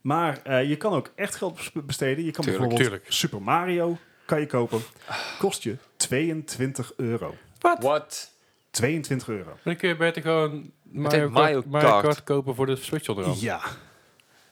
S2: Maar eh, je kan ook echt geld bes- besteden. Je kan
S1: Tuurlijk,
S2: bijvoorbeeld
S1: tuurlijk.
S2: Super Mario kan je kopen. Kost je 22 euro.
S3: Wat?
S2: 22 euro.
S1: Dan kun je beter gewoon Mario,
S3: Meteen
S1: Kart,
S3: Mario
S1: Mario
S3: Kart.
S1: Kart kopen voor de Switch al eraan.
S2: Ja.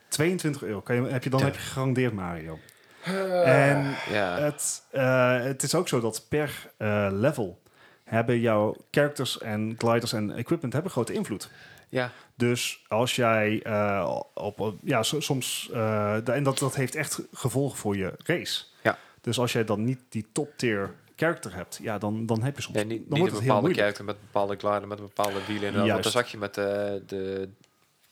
S2: 22 euro. Kan je, heb je, dan
S3: Ja.
S2: heb je gegarandeerd Mario.
S1: Eh.
S2: en
S3: Ja.
S2: het, eh, het is ook zo dat per eh, level hebben jouw characters en gliders en equipment hebben grote invloed.
S3: ja.
S2: Dus als jij eh, op, op- ja, so- soms, eh, da- en dat, dat heeft echt gevolgen voor je race.
S3: Ja.
S2: Dus als jij dan niet die top tier character hebt, ja, dan, dan heb je soms,
S3: Ja, niet,
S2: dan
S3: niet
S2: wordt
S3: een
S2: het heel
S3: bepaalde
S2: moeilijk.
S3: character met een bepaalde glider, met een bepaalde wielen. inderdaad. Want
S2: Juist.
S3: dan zag je met de,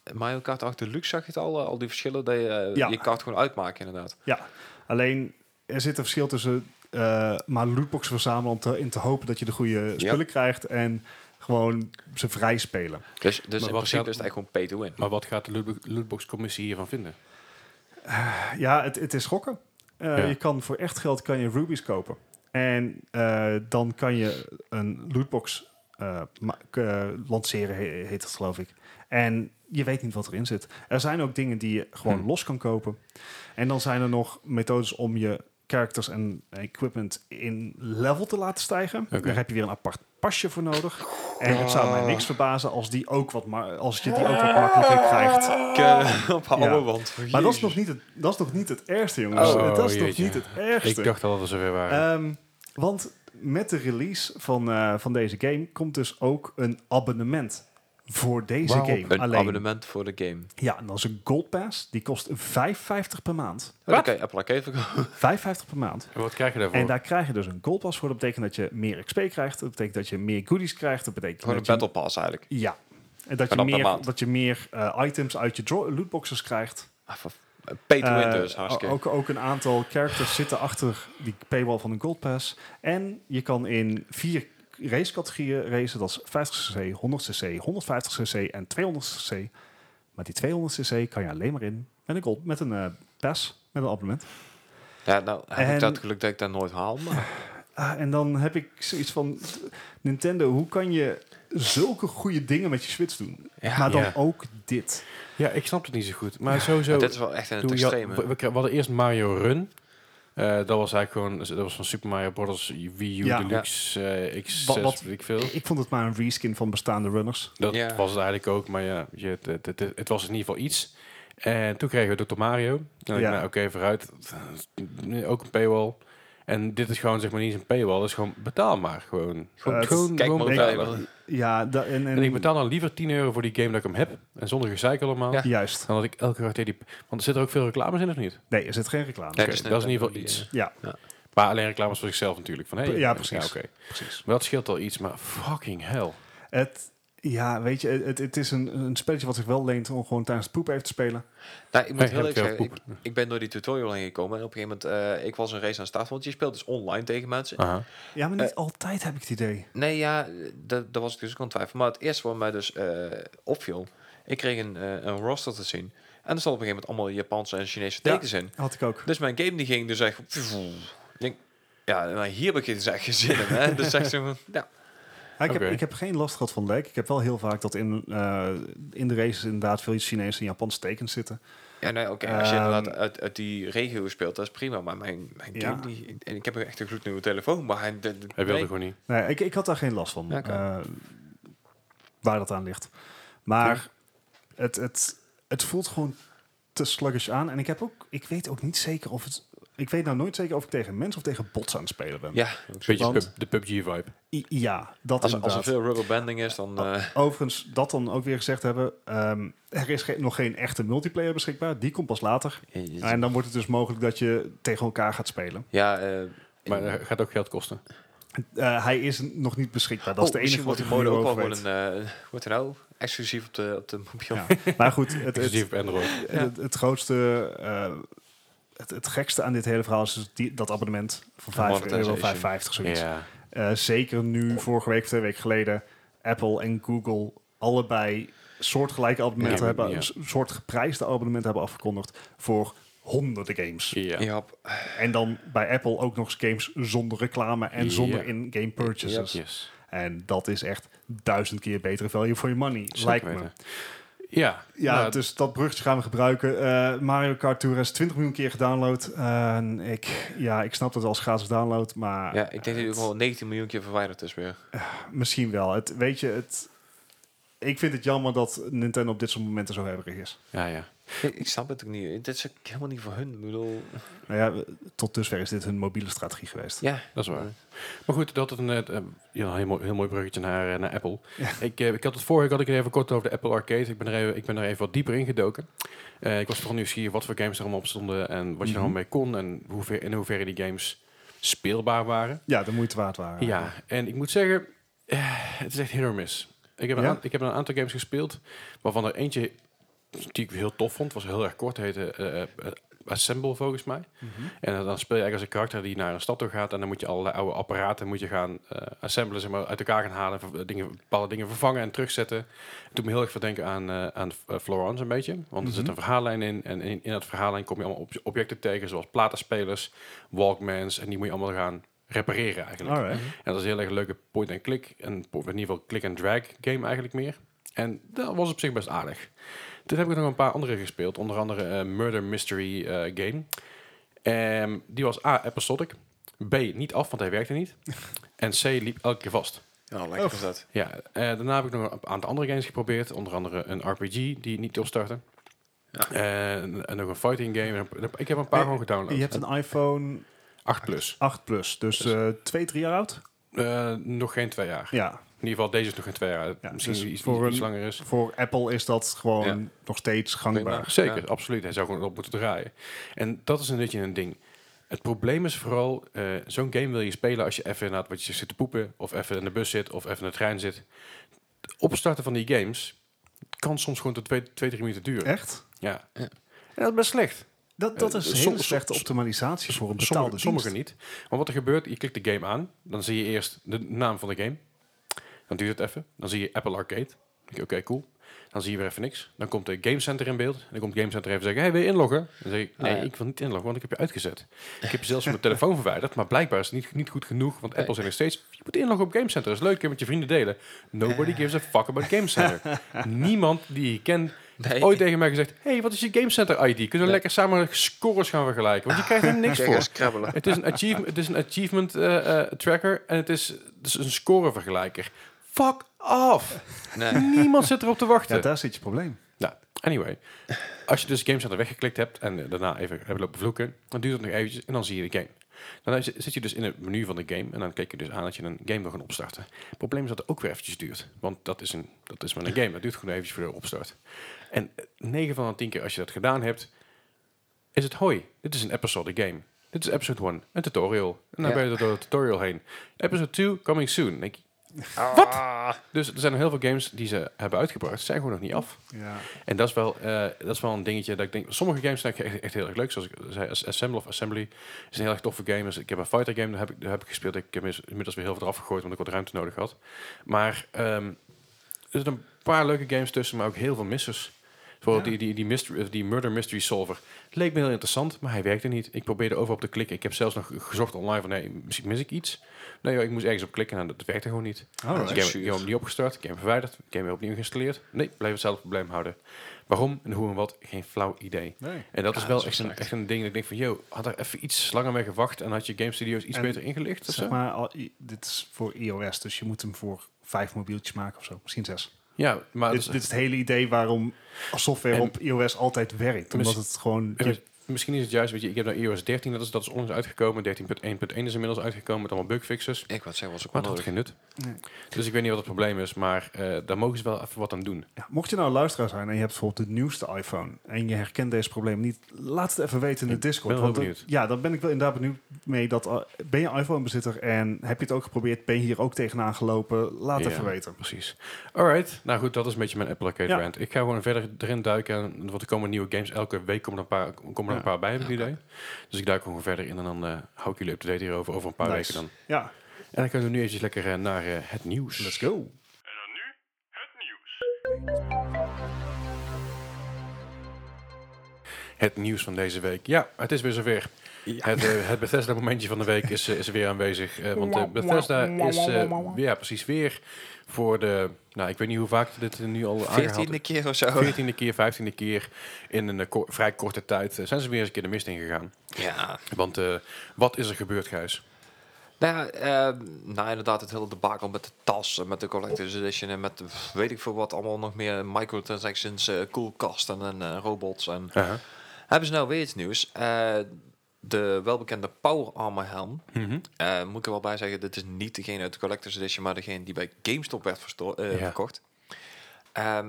S3: de Mario Kart 8 Deluxe, zag je het al, eh, al die verschillen, dat je eh,
S2: Ja.
S3: je kaart gewoon uitmaakt inderdaad.
S2: Ja, alleen er zit een verschil tussen eh, maar lootboxen verzamelen om te, in te hopen dat je de goede spullen krijgt en gewoon ze vrij spelen.
S3: Dus, dus
S1: wat
S3: in principe
S1: gaat-
S3: is het eigenlijk gewoon pay to win.
S1: Maar wat gaat de lootbo- lootbox-commissie hiervan vinden?
S2: Ja, het, het is gokken. Eh,
S1: Ja.
S2: Je kan voor echt geld kan je rubies kopen. En eh, dan kan je een lootbox eh, ma- k- eh, lanceren, he- heet dat geloof ik. En je weet niet wat erin zit. Er zijn ook dingen die je gewoon
S1: Hm.
S2: los kan kopen. En dan zijn er nog methodes om je characters en equipment in level te laten stijgen.
S1: Oké.
S2: Daar heb je weer een apart pasje voor nodig. En het zou mij niks verbazen als, die ook wat ma- als je die ook wat makkelijker krijgt.
S3: Ik, eh, op
S2: Ja.
S3: oude want.
S2: Maar dat is, nog niet het, dat is nog niet het ergste, jongens.
S1: Oh,
S2: dat is nog
S1: jeetje.
S2: niet het ergste.
S1: Ik dacht al dat we zover waren.
S2: Ehm, want met de release van, eh, van deze game komt dus ook een abonnement voor deze
S1: Wauw.
S2: game.
S3: Een
S2: Alleen,
S3: abonnement voor de game.
S2: Ja, en dat is een Gold Pass. Die kost 5,50 per maand.
S3: Oh, dan kan je Apple Arcade verkopen.
S2: 5,50 per maand.
S1: en wat krijg je daarvoor?
S2: En daar krijg je dus een Gold Pass voor. Dat betekent dat je meer XP krijgt. Dat betekent dat je meer goodies krijgt. Dat betekent
S3: Gewoon een
S2: dat je-
S3: Battle Pass eigenlijk.
S2: Ja. En dat
S3: Per
S2: je
S3: maand per
S2: meer,
S3: maand.
S2: dat je meer eh, items uit je draw- lootboxes krijgt.
S3: Ah, voor- een Pay to win
S2: Eh,
S3: dus, hartstikke.
S2: ook, ook een aantal characters zitten achter die paywall van een Gold Pass. En je kan in vier racecategorieën racen. Dat is 50cc, 100cc, 150cc en 200cc. Maar die 200cc kan je alleen maar in met een, gold, met een eh, pass, met een abonnement.
S3: ja, nou heb
S2: en-
S3: ik dat geluk dat ik dat nooit haal. Maar
S2: Ah, en dan heb ik zoiets van... Nintendo, hoe kan je zulke goede dingen met je Switch doen?
S3: Ja.
S2: maar dan
S1: Ja.
S2: ook dit.
S1: ja, ik snap het niet zo goed. Maar sowieso...
S3: dit is wel echt in het
S1: Toen je-
S3: extreme.
S1: we, we kregen- we hadden eerst Mario Run. Eh, dat was eigenlijk gewoon... Dat was van Super Mario Bros. Wii U
S2: Ja.
S1: Deluxe eh, X6,
S2: Wat- wat-
S1: weet ik veel.
S2: Ik vond het maar een reskin van bestaande runners.
S1: Dat
S3: Ja.
S1: was het eigenlijk ook, maar ja, je, het, het, het, het was in ieder geval iets. En toen kregen we Dr. Mario. En dan dacht ik,
S2: Ja.
S1: nou, oké, vooruit. Ook een paywall. En dit is gewoon zeg maar niet eens een paywall, dat is gewoon betaal maar. Gewoon, gewoon,
S2: het-
S1: gewoon,
S3: Kijk maar
S1: gewoon
S2: ik-
S1: betalen.
S3: betalen.
S2: Ja, da- en, en,
S1: En ik betaal dan liever 10 euro voor die game dat ik hem heb. En zonder gezeik allemaal.
S3: Ja.
S2: Juist.
S1: Dan dat ik elke keer die... Want er zitten ook veel reclames in, of niet?
S2: Nee, er zit geen reclame.
S3: Nee,
S1: Oké,
S3: dus
S1: dat is in ieder
S3: Nintendo
S1: geval
S3: die,
S1: iets.
S2: Ja,
S1: Maar alleen reclames voor zichzelf natuurlijk. Van, hey, eh,
S2: Ja, precies.
S1: oké.
S2: precies.
S1: Maar dat scheelt al iets, maar fucking hell.
S2: Het, Ja, weet je, het, het is een, een spelletje wat zich wel leent om gewoon tijdens het poep even te spelen.
S3: Nou, ik moet
S1: Nee, heb
S3: heel eerlijk
S1: ik
S3: zeggen,
S1: wel
S3: ik, ik ben door die tutorial heen gekomen. En op een gegeven moment, eh, ik was een race aan de start. Want je speelt dus online tegen mensen.
S1: Aha.
S2: Ja,
S3: Eh.
S2: maar niet altijd heb ik het idee.
S3: Nee, ja, dat daar was ik dus ook aan het twijfelen. Maar het eerste wat mij dus eh, opviel, ik kreeg een, eh, een roster te zien. En er stond op een gegeven moment allemaal Japanse en Chinese
S2: Ja.
S3: tekens in.
S2: Had ik ook.
S3: Dus mijn game die ging dus echt... Ik denk, ja, maar hier heb ik dus echt geen zin in. Hè? Dus echt zo van, ja.
S2: Ja, ik,
S1: Oké.
S2: heb, ik heb geen last gehad van lek. Ik heb wel heel vaak dat in, eh, in de races inderdaad veel Chinese en Japanse tekens zitten.
S3: ja nee, oké, als je
S2: Ehm.
S3: inderdaad uit, uit die regio speelt, dat is prima. Maar mijn, mijn
S2: Ja.
S3: game die... En ik heb echt een gloednieuwe telefoon, maar hij... de- de-
S1: Hij wilde
S3: nee.
S1: gewoon niet.
S2: Nee, ik, ik had daar geen last van.
S3: Oké.
S2: eh, waar dat aan ligt. Maar het, het, het voelt gewoon te sluggish aan. En ik heb ook, ik weet ook niet zeker of het. Ik weet nou nooit zeker of ik tegen mensen of tegen bots aan het spelen ben.
S3: Ja,
S1: Beetje
S2: Want-
S1: pub- de PUBG-vibe.
S2: I- ja dat
S3: als, als
S2: inderdaad. Ah.
S3: er veel rubberbanding is, dan... eh,
S2: Overigens, dat dan ook weer gezegd hebben. ehm, er is geen- nog geen echte multiplayer beschikbaar. Die komt pas later. En dan wordt het dus mogelijk dat je tegen elkaar gaat spelen.
S3: ja, eh,
S1: Maar dat gaat ook geld kosten.
S2: Eh, hij is nog niet beschikbaar. Dat is de enige wat
S3: Oh, wordt
S2: ik
S3: die
S2: nu
S3: mode ook wel
S2: over
S3: gewoon
S2: weet.
S3: een, eh, wordt er nou exclusief op de, op de mobiel.
S2: Ja. Maar goed, het, het,
S1: Inclusief op Android.
S3: Ja.
S2: het, het grootste, eh, het, het gekste aan dit hele verhaal is dus die, dat abonnement van 5 euro,
S3: Monetization.
S2: 5,50 zoiets.
S1: Ja.
S2: Eh, zeker nu, vorige week of twee weken geleden, Apple en Google allebei soortgelijke abonnementen
S1: Ja,
S2: hebben,
S1: ja.
S2: een soort geprijsde abonnementen hebben afgekondigd voor honderden games.
S1: Ja.
S3: Ja.
S2: En dan bij Apple ook nog eens games zonder reclame en zonder
S1: Ja.
S2: in-game purchases.
S1: Yes.
S2: En dat is echt duizend keer betere value for your money,
S1: Zeker
S2: lijkt me.
S1: weten. Ja.
S2: Ja,
S1: Nou,
S2: dus dat bruggetje gaan we gebruiken. Eh, Mario Kart Tour is 20 miljoen keer gedownload. Eh, en ik, ja, ik snap dat als gratis download, maar
S3: ja, ik denk dat
S2: het-
S3: hij wel 19 miljoen keer verwijderd is weer.
S2: misschien wel. Het, weet je, het, ik vind het jammer dat Nintendo op dit soort momenten zo hebberig is.
S1: ja, ja.
S3: Ik, ik snap het ook niet. Dit is ook helemaal niet voor hun. Ik bedoel,
S2: Nou ja, we- tot dusver is dit hun mobiele strategie geweest.
S3: ja.
S1: Dat is waar. Maar goed, dat het een eh, eh, ja, heel, mooi, heel mooi bruggetje naar, eh, naar Apple. Ik, eh, ik had het vorige had ik het even kort over de Apple Arcade. Ik ben er even, ik ben er even wat dieper in gedoken. Eh, ik was vooral nieuwsgierig wat voor games er allemaal op stonden en wat je er allemaal mee kon en hoever, in hoeverre die games speelbaar waren.
S2: Ja, de moeite waard waren.
S1: Ja, en ik moet zeggen, eh, het is echt hit or miss. Ik heb, een
S2: Ja?
S1: aan- ik heb een aantal games gespeeld, waarvan er eentje die ik heel tof vond, was heel erg kort, heette eh, eh, Assemble volgens mij. En dan- dan speel je eigenlijk als een karakter die naar een stad toe gaat en dan moet je allerlei oude apparaten moet je gaan eh, assemblen, zeg maar, uit elkaar gaan halen, ver- dingen, bepaalde dingen vervangen en terugzetten. Het doet me heel erg veel denken aan, eh, aan eh, Florence een beetje, want er zit een verhaallijn in en in, in dat verhaallijn kom je allemaal ob- objecten tegen, zoals platenspelers, walkmans en die moet je allemaal gaan repareren eigenlijk.
S2: Alright.
S1: En dat is een heel erg leuke point-and-click. En po- in ieder geval click-and-drag game eigenlijk meer. En dat was op zich best aardig. Toen heb ik nog een paar andere gespeeld. Onder andere eh, Murder Mystery eh, Game. Ehm, die was A, episodic. B, niet af, want hij werkte niet. En C, liep elke keer vast.
S3: Ja, Oh, lekker is dat.
S1: Ja, eh, daarna heb ik nog een aantal andere games geprobeerd. Onder andere een RPG die niet opstartte.
S3: Ja.
S1: En, en nog een fighting game. En een- Ik heb een paar
S2: Eh,
S1: gewoon gedownload.
S2: Je hebt een iPhone
S1: 8 plus.
S2: 8 Plus, dus eh, twee, drie jaar oud.
S1: Eh, nog geen twee jaar.
S2: Ja,
S1: In ieder geval, deze is nog geen twee jaar.
S2: Ja,
S1: Misschien
S2: dus
S1: iets,
S2: voor
S1: iets
S2: een-
S1: langer is.
S2: voor Apple is dat gewoon
S3: Ja.
S2: nog steeds gangbaar.
S3: Prima.
S1: Zeker,
S3: Ja.
S1: absoluut. Hij zou gewoon op moeten draaien. En dat is een beetje een ding. Het probleem is vooral, eh, zo'n game wil je spelen als je even inderdaad wat je zit te poepen, of even in de bus zit, of even in de trein zit. Het opstarten van die games kan soms gewoon tot twee, twee drie minuten duren.
S2: Echt?
S1: Ja. En dat is best slecht.
S2: Dat, dat
S1: Eh,
S2: is
S1: som-
S2: een hele
S1: som-
S2: slechte
S1: som-
S2: optimalisatie voor een betaalde
S1: Sommige,
S2: dienst.
S1: sommige niet. Maar wat er gebeurt, je klikt de game aan. Dan zie je eerst de naam van de game. Dan duurt het even. Dan zie je Apple Arcade. Dan denk je, Oké, cool. Dan zie je weer even niks. Dan komt de Game Center in beeld. En dan komt Game Center even zeggen, hey, wil je inloggen? Dan zeg ik, nee,
S3: Ah, ja.
S1: ik wil niet inloggen, want ik heb je uitgezet. Ik heb je zelfs van mijn telefoon verwijderd, maar blijkbaar is het niet, niet goed genoeg, want Apple zegt nog steeds, je moet inloggen op Game Center. Dat is leuk, kun je met je vrienden delen. Nobody gives a fuck about Game Center. Niemand die je kent
S3: Nee.
S1: ooit tegen mij gezegd, hey, wat is je Game Center ID? Kunnen we
S3: Nee.
S1: lekker samen scores gaan vergelijken? Want je krijgt er niks voor.
S3: krabbelen.
S1: Het is een achievement, het is een achievement eh, eh, tracker en het is, het is een scorevergelijker. Fuck off!
S3: Nee.
S1: Niemand zit erop te wachten.
S2: Ja, daar zit je probleem.
S1: Nou, anyway. Als je dus Game Center weggeklikt hebt en eh, daarna even hebt lopen vloeken, dan duurt het nog eventjes en dan zie je de game. Dan zi- zit je dus in het menu van de game en dan klik je dus aan dat je een game wil gaan opstarten. Het probleem is dat het ook weer eventjes duurt, want dat is, een, dat is maar een game. Dat duurt gewoon eventjes voor de opstart. En 9 van de 10 keer als je dat gedaan hebt, is het hoi, dit is een episode game. Dit is episode 1, een tutorial. En dan
S3: Ja.
S1: ben je door het tutorial heen. Episode 2, coming soon. Dan denk je,
S3: Ah. Wat?
S1: Dus er zijn nog heel veel games die ze hebben uitgebracht, zijn gewoon nog niet af.
S2: Ja.
S1: En dat is wel, eh, dat is wel een dingetje dat ik denk. Sommige games zijn echt, echt heel erg leuk. Zoals ik zei, As- Assemble of Assembly is een heel erg toffe game. Dus ik heb een fighter game, daar heb ik, daar heb ik gespeeld. Ik heb inmiddels- inmiddels weer heel veel eraf gegooid, want ik wat ruimte nodig had. Maar ehm, er zitten een paar leuke games tussen, maar ook heel veel missers. Bijvoorbeeld
S2: Ja.
S1: die, die, die, mystery, eh, die Murder Mystery Solver. Het leek me heel interessant, maar hij werkte niet. Ik probeerde over op te klikken. Ik heb zelfs nog gezocht online van, nee, misschien mis ik iets. Nee, joh, ik moest ergens op klikken en dat werkte gewoon niet. Dus ik
S3: Alright.
S1: heb ik heb hem niet opgestart, ik heb hem verwijderd, ik heb hem weer opnieuw geïnstalleerd. Nee, blijf hetzelfde probleem houden. Waarom en hoe en wat, geen flauw idee.
S2: Nee.
S1: En dat
S3: Ja,
S1: is wel
S3: dat is
S1: echt, een,
S3: slecht.
S1: echt een ding dat ik denk van, yo, had daar even iets langer mee gewacht en had je Game Studios iets
S2: En
S1: beter ingelicht of
S2: Zeg
S1: zo?
S2: maar, al, i- dit is voor iOS, dus je moet hem voor vijf mobieltjes maken of zo. Misschien zes.
S1: Ja, maar
S2: dit,
S1: Ah, dat
S2: dit is het hele idee waarom software
S1: En-
S2: op iOS altijd werkt. Omdat
S1: Mis-
S2: het gewoon...
S1: is- misschien is het juist, weet je, ik heb nou iOS 13, dat is, dat is onlangs uitgekomen, 13.1.1 is inmiddels uitgekomen met allemaal bugfixes.
S3: Ik wou het zeggen, was ook
S1: Maar
S3: wel
S1: dat had
S3: nodig.
S1: geen nut.
S2: Nee.
S1: Dus ik weet niet wat het probleem is, maar eh, daar mogen ze wel even wat aan doen.
S2: Ja, mocht je nou luisteraar zijn en je hebt bijvoorbeeld de nieuwste iPhone en je herkent deze probleem niet, laat het even weten in de
S1: Ik
S2: Discord.
S1: ben wel
S2: want, eh,
S1: benieuwd.
S2: Ja, dan ben ik wel inderdaad benieuwd mee. Dat, eh, ben je iPhone-bezitter en heb je het ook geprobeerd? Ben je hier ook tegenaan gelopen? Laat
S1: Ja.
S2: even weten.
S1: Precies. Alright, nou goed, dat is een beetje mijn Apple Arcade
S2: Ja.
S1: rant. Ik ga gewoon verder erin duiken. En, want er komen nieuwe games. Elke week komen er een paar, komen er
S2: Ja.
S1: een paar bij, heb ik het
S3: Ja,
S1: idee. Dus ik duik gewoon verder in en dan eh, hou ik jullie up-to-date hierover over een paar
S2: Nice.
S1: weken dan.
S2: Ja,
S1: En dan kunnen we nu eventjes lekker eh, naar eh, het nieuws.
S2: let's go.
S1: Het nieuws van deze week. Ja, het is weer zover. Het, eh, het Bethesda-momentje van de week is, eh, is weer aanwezig. eh, want eh, Bethesda is eh, ja, precies weer voor de... Nou, ik weet niet hoe vaak dit eh, nu al aangehaald
S3: Veertiende keer of zo.
S1: 14e keer, 15e keer in een eh, ko- vrij korte tijd eh, zijn ze weer eens een keer de mist ingegaan.
S3: Ja.
S1: Want eh, wat is er gebeurd, Gijs?
S3: Nou, ja, ehm, nou inderdaad, het hele debakel met de tas en met de Collector's Edition en met pff, weet ik veel wat allemaal nog meer microtransactions, eh koelkasten en eh, robots. En hebben ze nou weer iets nieuws? Eh, de welbekende Power Armor helm. Eh, moet ik er wel bij zeggen, dit is niet degene uit de Collector's Edition, maar degene die bij GameStop werd versto- eh,
S1: Ja.
S3: verkocht. Ehm,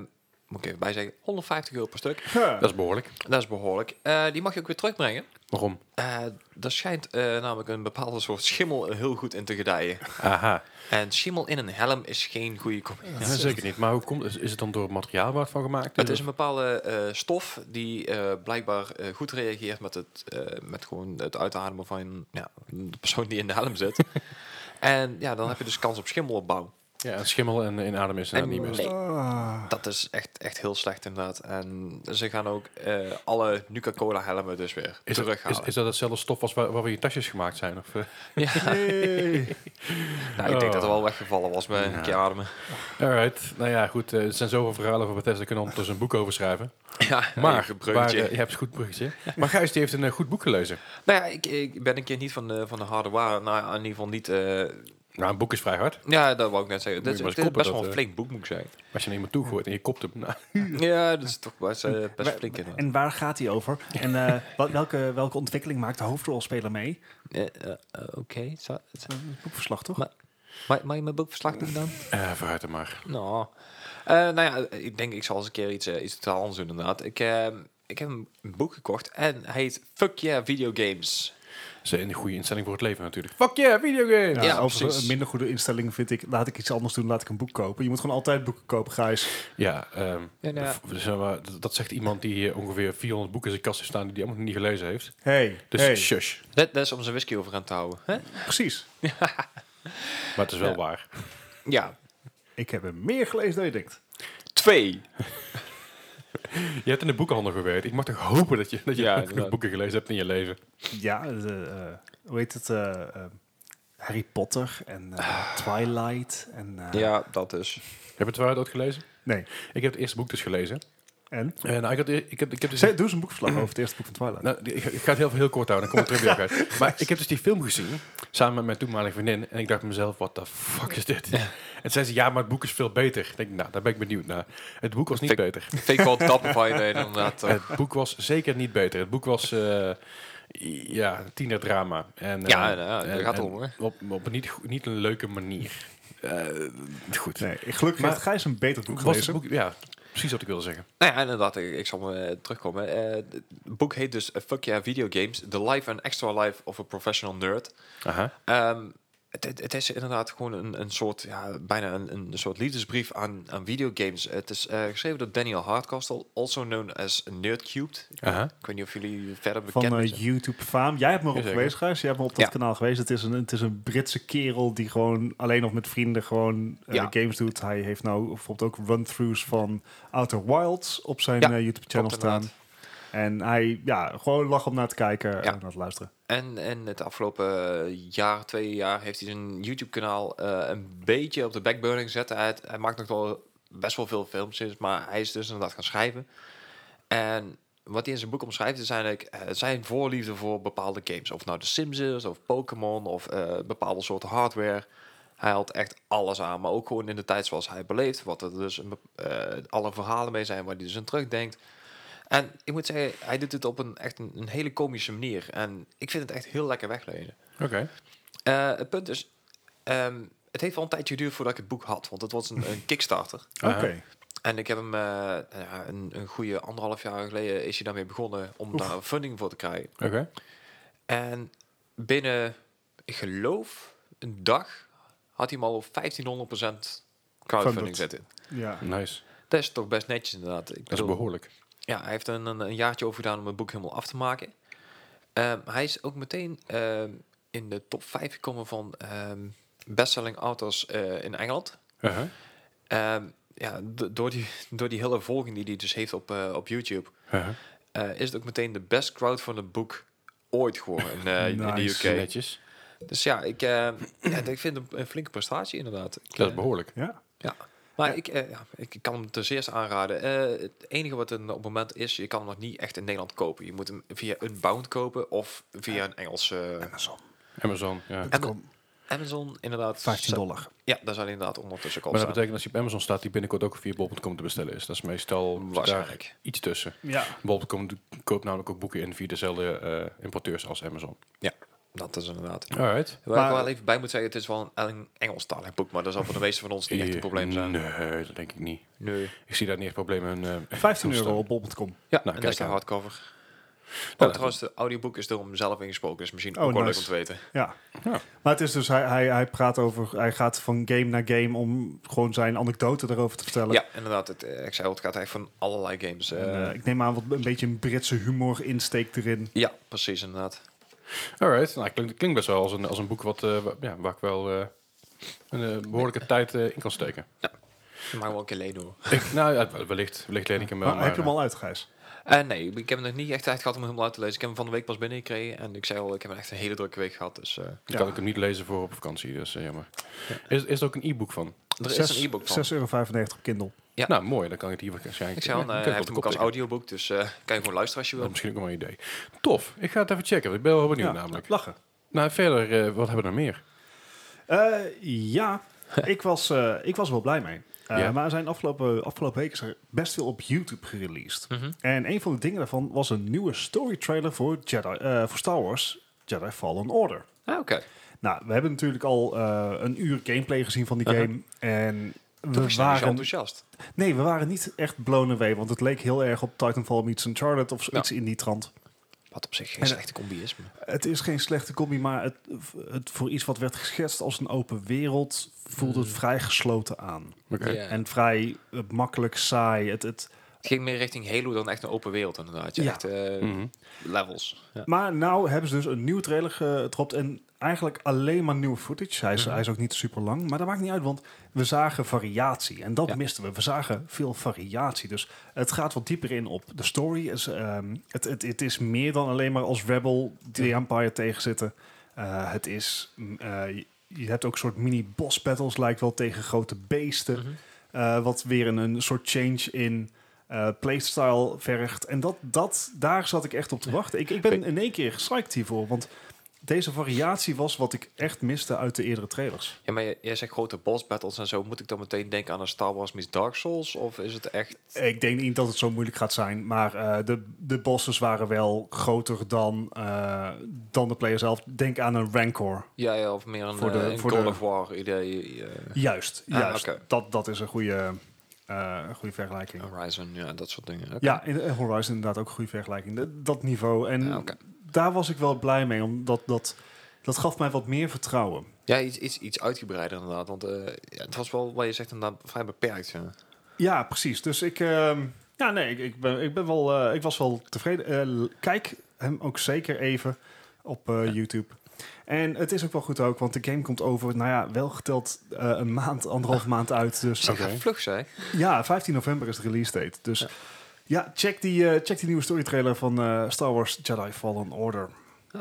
S3: moet ik even bij zeggen, 150 euro per stuk.
S2: Ja.
S1: Dat is behoorlijk.
S3: Dat is behoorlijk. Eh, die mag je ook weer terugbrengen.
S1: Waarom?
S3: Eh daar schijnt eh, namelijk een bepaalde soort schimmel heel goed in te gedijen.
S1: Aha,
S3: En schimmel in een helm is geen goede
S1: Ja,
S3: combinatie.
S1: zeker niet. Maar hoe komt is, is het dan door het materiaal waar het van gemaakt
S3: Het is een bepaalde eh, stof die eh, blijkbaar eh, goed reageert met het, eh, met gewoon het uitademen van ja, de persoon die in de helm zit. en ja, dan heb je dus kans op schimmelopbouw.
S1: Ja, en schimmel en in adem is en
S3: En
S1: niet meer.
S3: nee,
S2: Ah.
S3: dat is echt, echt heel slecht inderdaad. En ze gaan ook eh, alle Nuka-Cola helmen dus weer
S1: Is, dat-
S3: terughalen.
S1: is, is dat hetzelfde stof als waar, waar we je tasjes gemaakt zijn? Of, eh?
S3: Ja,
S2: Hey.
S3: nou, ik denk dat er
S1: Oh.
S3: wel weggevallen was bij een keer ademen.
S1: Alright, nou ja, goed. eh, er zijn zoveel verhalen over Bethesda, daar kunnen we ondertussen een boek over schrijven.
S3: Ja,
S1: Maar,
S3: een
S1: waar,
S3: bruggetje.
S1: eh, je hebt een goed bruggetje. Maar Gijs die heeft een eh, goed boek gelezen.
S3: Nou ja, ik, ik ben een keer niet van de, van de harde waar. Nou, ja, in ieder geval niet... eh,
S1: Nou, een boek is vrij hard.
S3: ja, dat wou ik net zeggen.
S1: Moet
S3: Dit
S1: je
S3: is,
S1: maar eens koppen,
S3: dit is best wel
S1: dat, eh.
S3: een flink boek, moet ik zeggen.
S1: Als je naar iemand toegooit en je kopt hem. Nou,
S3: Ja, dat is toch best, eh, best flink inderdaad.
S2: En waar gaat hij over? En eh, wa- welke, welke ontwikkeling maakt de hoofdrolspeler mee?
S3: Eh, eh, eh, Oké, zou- zou-
S2: Een boekverslag, toch?
S3: Maar- mag mag je mijn boekverslag doen dan?
S1: eh, vooruit dan maar.
S3: Nou, eh, nou ja, eh, ik denk ik zal eens een keer iets, eh, iets totaal anders doen inderdaad. Ik, eh, ik heb een boek gekocht en hij heet Fuck Yeah Video Games.
S1: Dat is een goede instelling voor het leven natuurlijk. Fuck yeah, videogame!
S2: Ja,
S3: Ja,
S2: overigens
S3: precies.
S2: een minder goede instelling vind ik. Laat ik iets anders doen, laat ik een boek kopen. Je moet gewoon altijd boeken kopen, Gijs.
S1: Ja, ehm,
S3: Ja, nou ja.
S1: v- zeg maar, d- dat zegt iemand die eh, ongeveer 400 boeken in zijn kast heeft staan die hij allemaal niet gelezen heeft.
S2: Hey,
S1: Dus
S2: hey.
S1: shush.
S3: Dat, dat is om zijn whisky over aan te houden. Hè?
S2: precies.
S1: Maar het is wel waar.
S3: Ja,
S2: Ik heb er meer gelezen dan je denkt.
S3: twee.
S1: Je hebt in de boekhandel gewerkt. Ik mag toch hopen dat je, dat je
S3: Ja,
S1: genoeg
S3: inderdaad.
S1: boeken gelezen hebt in je leven.
S2: Ja, de, eh, hoe heet het? eh, eh, Harry Potter en
S1: Ah.
S2: eh, Twilight. En, eh,
S3: Ja, dat is.
S1: Heb je het wel ooit gelezen?
S2: Nee.
S1: Ik heb het eerste boek dus gelezen.
S2: En?
S1: En nou, ik, had, e- ik heb, ik heb dus...
S2: Zij, doe eens een boekverslag over het eerste boek van Twilight.
S1: Nou, die- ik, ik ga het heel, heel kort houden, dan kom ik terug weer uit. Maar ik heb dus die film gezien, samen met mijn toenmalige vriendin. En ik dacht mezelf, wat de fuck is dit? En zei ze, ja, maar het boek is veel beter. Ik denk, nou, daar ben ik benieuwd naar. Het boek was niet
S3: Fik-
S1: beter.
S3: Vind ik wel dapper van je dat je inderdaad. eh,
S1: Het boek was zeker niet beter. Het boek was eh, ja, tienerdrama. En, eh,
S3: Ja, ja, daar
S1: en-
S3: gaat het
S1: en
S3: om, hè.
S1: Op, op een niet, go- niet een leuke manier. Eh, goed.
S2: nee, gelukkig
S1: Maar-
S2: heeft Gijs een beter boek
S1: was het
S2: gelezen.
S1: boek, ja, precies wat ik wilde zeggen.
S3: Nou ja, inderdaad, ik, ik zal me eh, terugkomen. Eh, het boek heet dus eh, Fuck Yeah Video Games, The Life and Extra Life of a Professional Nerd.
S1: Aha.
S3: Ehm, Het, het, het is inderdaad gewoon een, een soort, ja, bijna een, een soort liefdesbrief aan, aan videogames. Het is eh, geschreven door Daniel Hardcastle, also known as Nerdcubed.
S1: Aha.
S3: Ik weet niet of jullie verder bekend
S2: Van eh,
S3: met-
S2: YouTube faam. Jij hebt me erop
S1: Jazeker.
S2: geweest, Gijs. Jij hebt me op dat
S3: Ja.
S2: kanaal geweest. Het is, een, het is een Britse kerel die gewoon alleen nog met vrienden gewoon eh,
S3: Ja.
S2: games doet. Hij heeft nou bijvoorbeeld ook run-throughs van Outer Wilds op zijn
S3: Ja,
S2: YouTube-channel
S3: klopt
S2: staan. En hij, ja, gewoon lach om naar te kijken en naar te luisteren.
S3: En, en het afgelopen eh, jaar, twee jaar, heeft hij zijn YouTube-kanaal eh, een beetje op de backburner gezet. Hij, hij maakt nog wel best wel veel filmpjes, maar hij is dus inderdaad gaan schrijven. En wat hij in zijn boek omschrijft is eigenlijk eh, zijn voorliefde voor bepaalde games. Of nou The Sims is, of Pokémon, of eh, bepaalde soorten hardware. Hij had echt alles aan, maar ook gewoon in de tijd zoals hij beleeft. Wat er dus een bep- eh, alle verhalen mee zijn waar hij dus aan terugdenkt. En ik moet zeggen, hij doet het op een echt een, een hele komische manier. En ik vind het echt heel lekker weglezen.
S1: Oké.
S3: Eh, het punt is, ehm, het heeft wel een tijdje geduurd voordat ik het boek had. Want het was een, een Kickstarter.
S1: Ah.
S2: Oké.
S3: En ik heb hem eh, nou ja, een, een goede anderhalf jaar geleden is hij daarmee begonnen om daar funding voor te krijgen.
S1: Oké.
S3: En binnen, ik geloof, een dag had hij hem al op 1500% crowdfunding
S2: Funded.
S3: zitten.
S2: Ja.
S1: Nice.
S3: Dat is toch best netjes inderdaad. Ik
S1: Dat is
S3: bedoel,
S1: behoorlijk.
S3: Ja, hij heeft er een, een, een jaartje over gedaan om het boek helemaal af te maken. Ehm, hij is ook meteen ehm, in de top 5 gekomen van ehm, bestselling authors eh, in Engeland.
S1: Aha.
S3: Ehm, ja, do- door, die, door die hele volging die hij dus heeft op, eh, op YouTube,
S1: Aha.
S3: eh, is het ook meteen de best crowd van het boek ooit geworden in, eh, in de
S2: Nice.
S1: Oké.
S3: UK.
S1: Netjes.
S3: Dus ja, ik, eh, ja, ik vind hem een flinke prestatie inderdaad. Ik,
S1: Dat is
S3: eh,
S1: behoorlijk.
S2: Ja.
S3: ja, maar Ik, eh, ja, ik kan hem ten zeerste aanraden. Eh, het enige wat er op het moment is, je kan hem nog niet echt in Nederland kopen. Je moet hem via Unbound kopen of via een Engelse
S2: Amazon.
S1: Amazon. Ja.
S2: Het
S3: Amazon.
S2: komt
S3: Amazon inderdaad.
S2: 15 dollar.
S3: Ja, daar zal hij inderdaad ondertussen
S1: Maar
S3: kopen.
S1: dat betekent als je op Amazon staat, die binnenkort ook via bol.com te bestellen is. Dat is meestal zit daar
S3: Waarschijnlijk.
S1: iets tussen.
S2: Ja.
S1: Bol.com do- koopt namelijk ook boeken in via dezelfde eh, importeurs als Amazon.
S3: Ja, dat is inderdaad.
S1: Alright.
S3: Waar
S2: Maar-
S3: ik wel even bij moet zeggen, het is wel een Engelstalig boek, maar dat zal voor de meeste van ons niet echt een probleem zijn.
S1: Eh, Nee, Nou, dat denk ik niet.
S3: Nee.
S1: Ik zie daar niet echt problemen in. eh,
S2: 15
S1: toestaan.
S2: euro op bol.com.
S3: Ja,
S1: kijk
S3: en dat is de
S1: aan.
S3: hardcover. Oh,
S1: Nou,
S3: trouwens, de audioboek is door hem zelf ingesproken, dus misschien
S2: Oh,
S3: ook wel
S2: nice.
S3: leuk om te weten.
S2: Ja.
S1: Ja.
S2: Maar het is dus, hij, hij, hij praat over, hij gaat van game naar game om gewoon zijn anekdote daarover te vertellen.
S3: Ja, inderdaad. Het, eh, ik zei al, het gaat echt van allerlei games. eh.
S2: En, eh, ik neem aan wat een beetje een Britse humor insteekt erin.
S3: ja, precies inderdaad.
S1: Alright, nou, klinkt, klinkt best wel als een, als een boek wat, eh, wa- ja, waar ik wel eh, een eh, behoorlijke tijd eh, in kan steken.
S3: Maar wel een keer lenen hoor.
S1: Ik, nou ja, wellicht, wellicht leen ik hem wel.
S2: Maar, Ah, heb je
S1: maar,
S2: hem al uit, Gijs?
S3: Eh, nee, ik heb hem nog niet echt tijd gehad om hem helemaal uit te lezen. Ik heb hem van de week pas binnengekregen. En ik zei al, ik heb echt een hele drukke week gehad. Dus eh,
S1: eh, kan ik hem niet lezen voor op vakantie, dus eh, jammer. Is, is er ook een e-book van?
S3: er
S2: Zes-
S3: is een e-book van.
S2: 6,95 euro op Kindle.
S3: Ja.
S1: Nou, mooi, dan kan ik het hier waarschijnlijk...
S3: Ik zei al,
S1: Ja,
S3: eh,
S1: ik
S3: hij
S1: heb
S3: heeft
S1: het
S3: hem
S1: op
S3: ook als
S1: de kopteken.
S3: audioboek. Dus eh, kan je gewoon luisteren als je
S1: Dat is
S3: wil.
S1: misschien ook wel een idee. Tof, ik ga het even checken, want ik ben wel benieuwd
S2: Ja,
S1: namelijk.
S2: Lachen.
S1: Nou, verder, eh, wat hebben we nog meer?
S2: Eh, ja, ik was, eh, ik was er wel blij mee. Eh,
S1: Ja.
S2: Maar er zijn afgelopen, afgelopen week is er best veel op YouTube gereleased.
S3: Mhm.
S2: En een van de dingen daarvan was een nieuwe story trailer voor, Jedi, eh, voor Star Wars Jedi Fallen Order.
S3: Ah, oké.
S2: Nou, we hebben natuurlijk al eh, een uur gameplay gezien van die
S3: Uh-huh.
S2: game. En
S3: Toen
S2: we
S3: dus was je niet zo
S2: waren,
S3: enthousiast.
S2: nee, we waren niet echt blown away, want het leek heel erg op Titanfall meets Uncharted of
S3: Ja.
S2: iets in die trant.
S3: Wat op zich geen
S2: En-
S3: slechte combi is. maar-
S2: Het is geen slechte combi, maar het, het, voor iets wat werd geschetst als een open wereld voelde het
S3: Mm.
S2: vrij gesloten aan.
S1: Oké.
S3: Ja.
S2: En vrij eh, makkelijk saai. Het, het,
S3: Het ging meer richting Halo dan echt een open wereld inderdaad. Je
S2: Ja.
S3: Echt eh,
S1: Mhm.
S3: levels. Ja.
S2: Maar nou hebben ze dus een nieuwe trailer gedropt en eigenlijk alleen maar nieuwe footage. Hij is,
S3: Mhm.
S2: hij is ook niet super lang, maar dat maakt niet uit, want we zagen variatie. En dat
S3: Ja.
S2: misten we. We zagen veel variatie. Dus het gaat wat dieper in op de story. Is, ehm, het, het, het is meer dan alleen maar als rebel die de Empire tegenzitten. Eh, het is... mm, eh, je- je hebt ook een soort mini-boss battles, lijkt wel, tegen grote beesten.
S3: Mhm.
S2: Eh, wat weer een, een soort change in eh, playstyle vergt. En dat, dat, daar zat ik echt op te wachten. Ik, ik ben in één keer gesyched hiervoor, want deze variatie was wat ik echt miste uit de eerdere trailers.
S3: Ja, maar jij- jij zegt grote boss battles en zo. Moet ik dan meteen denken aan een Star Wars Miss Dark Souls? Of is het echt...
S2: Ik denk niet dat het zo moeilijk gaat zijn, maar eh, de, de bosses waren wel groter dan, eh, dan de player zelf. Denk aan een Rancor.
S3: Ja, ja of meer een,
S2: Voor
S3: voor
S2: de-
S3: een
S2: voor
S3: Call
S2: de-
S3: of War idee. eh,
S2: Juist,
S3: Ah,
S2: juist.
S3: oké.
S2: Dat, dat is een goede, eh, een goede vergelijking.
S3: Horizon, ja, dat soort dingen. Oké.
S2: Ja, in eh, Horizon inderdaad ook een goede vergelijking. Dat- dat niveau. En
S3: Ja, oké.
S2: daar was ik wel blij mee, omdat dat Dat gaf mij wat meer vertrouwen.
S3: Ja, iets, iets, iets uitgebreider inderdaad. Want eh, ja, het was wel, wat je zegt, inderdaad vrij beperkt. Ja.
S2: Ja, precies. Dus ik, ehm, ja, nee, ik, ik, ben, ik, ben wel, eh, ik was wel tevreden. Eh, l- kijk hem ook zeker even op eh, YouTube. En het is ook wel goed ook, want de game komt over, nou ja, wel geteld eh, een maand, anderhalf maand uit. Dus
S3: Zeg,
S1: Oké.
S3: vlug zei.
S2: ja, 15 november is de release date. Dus ja, check, die, eh, check die nieuwe story trailer van eh, Star Wars Jedi Fallen Order.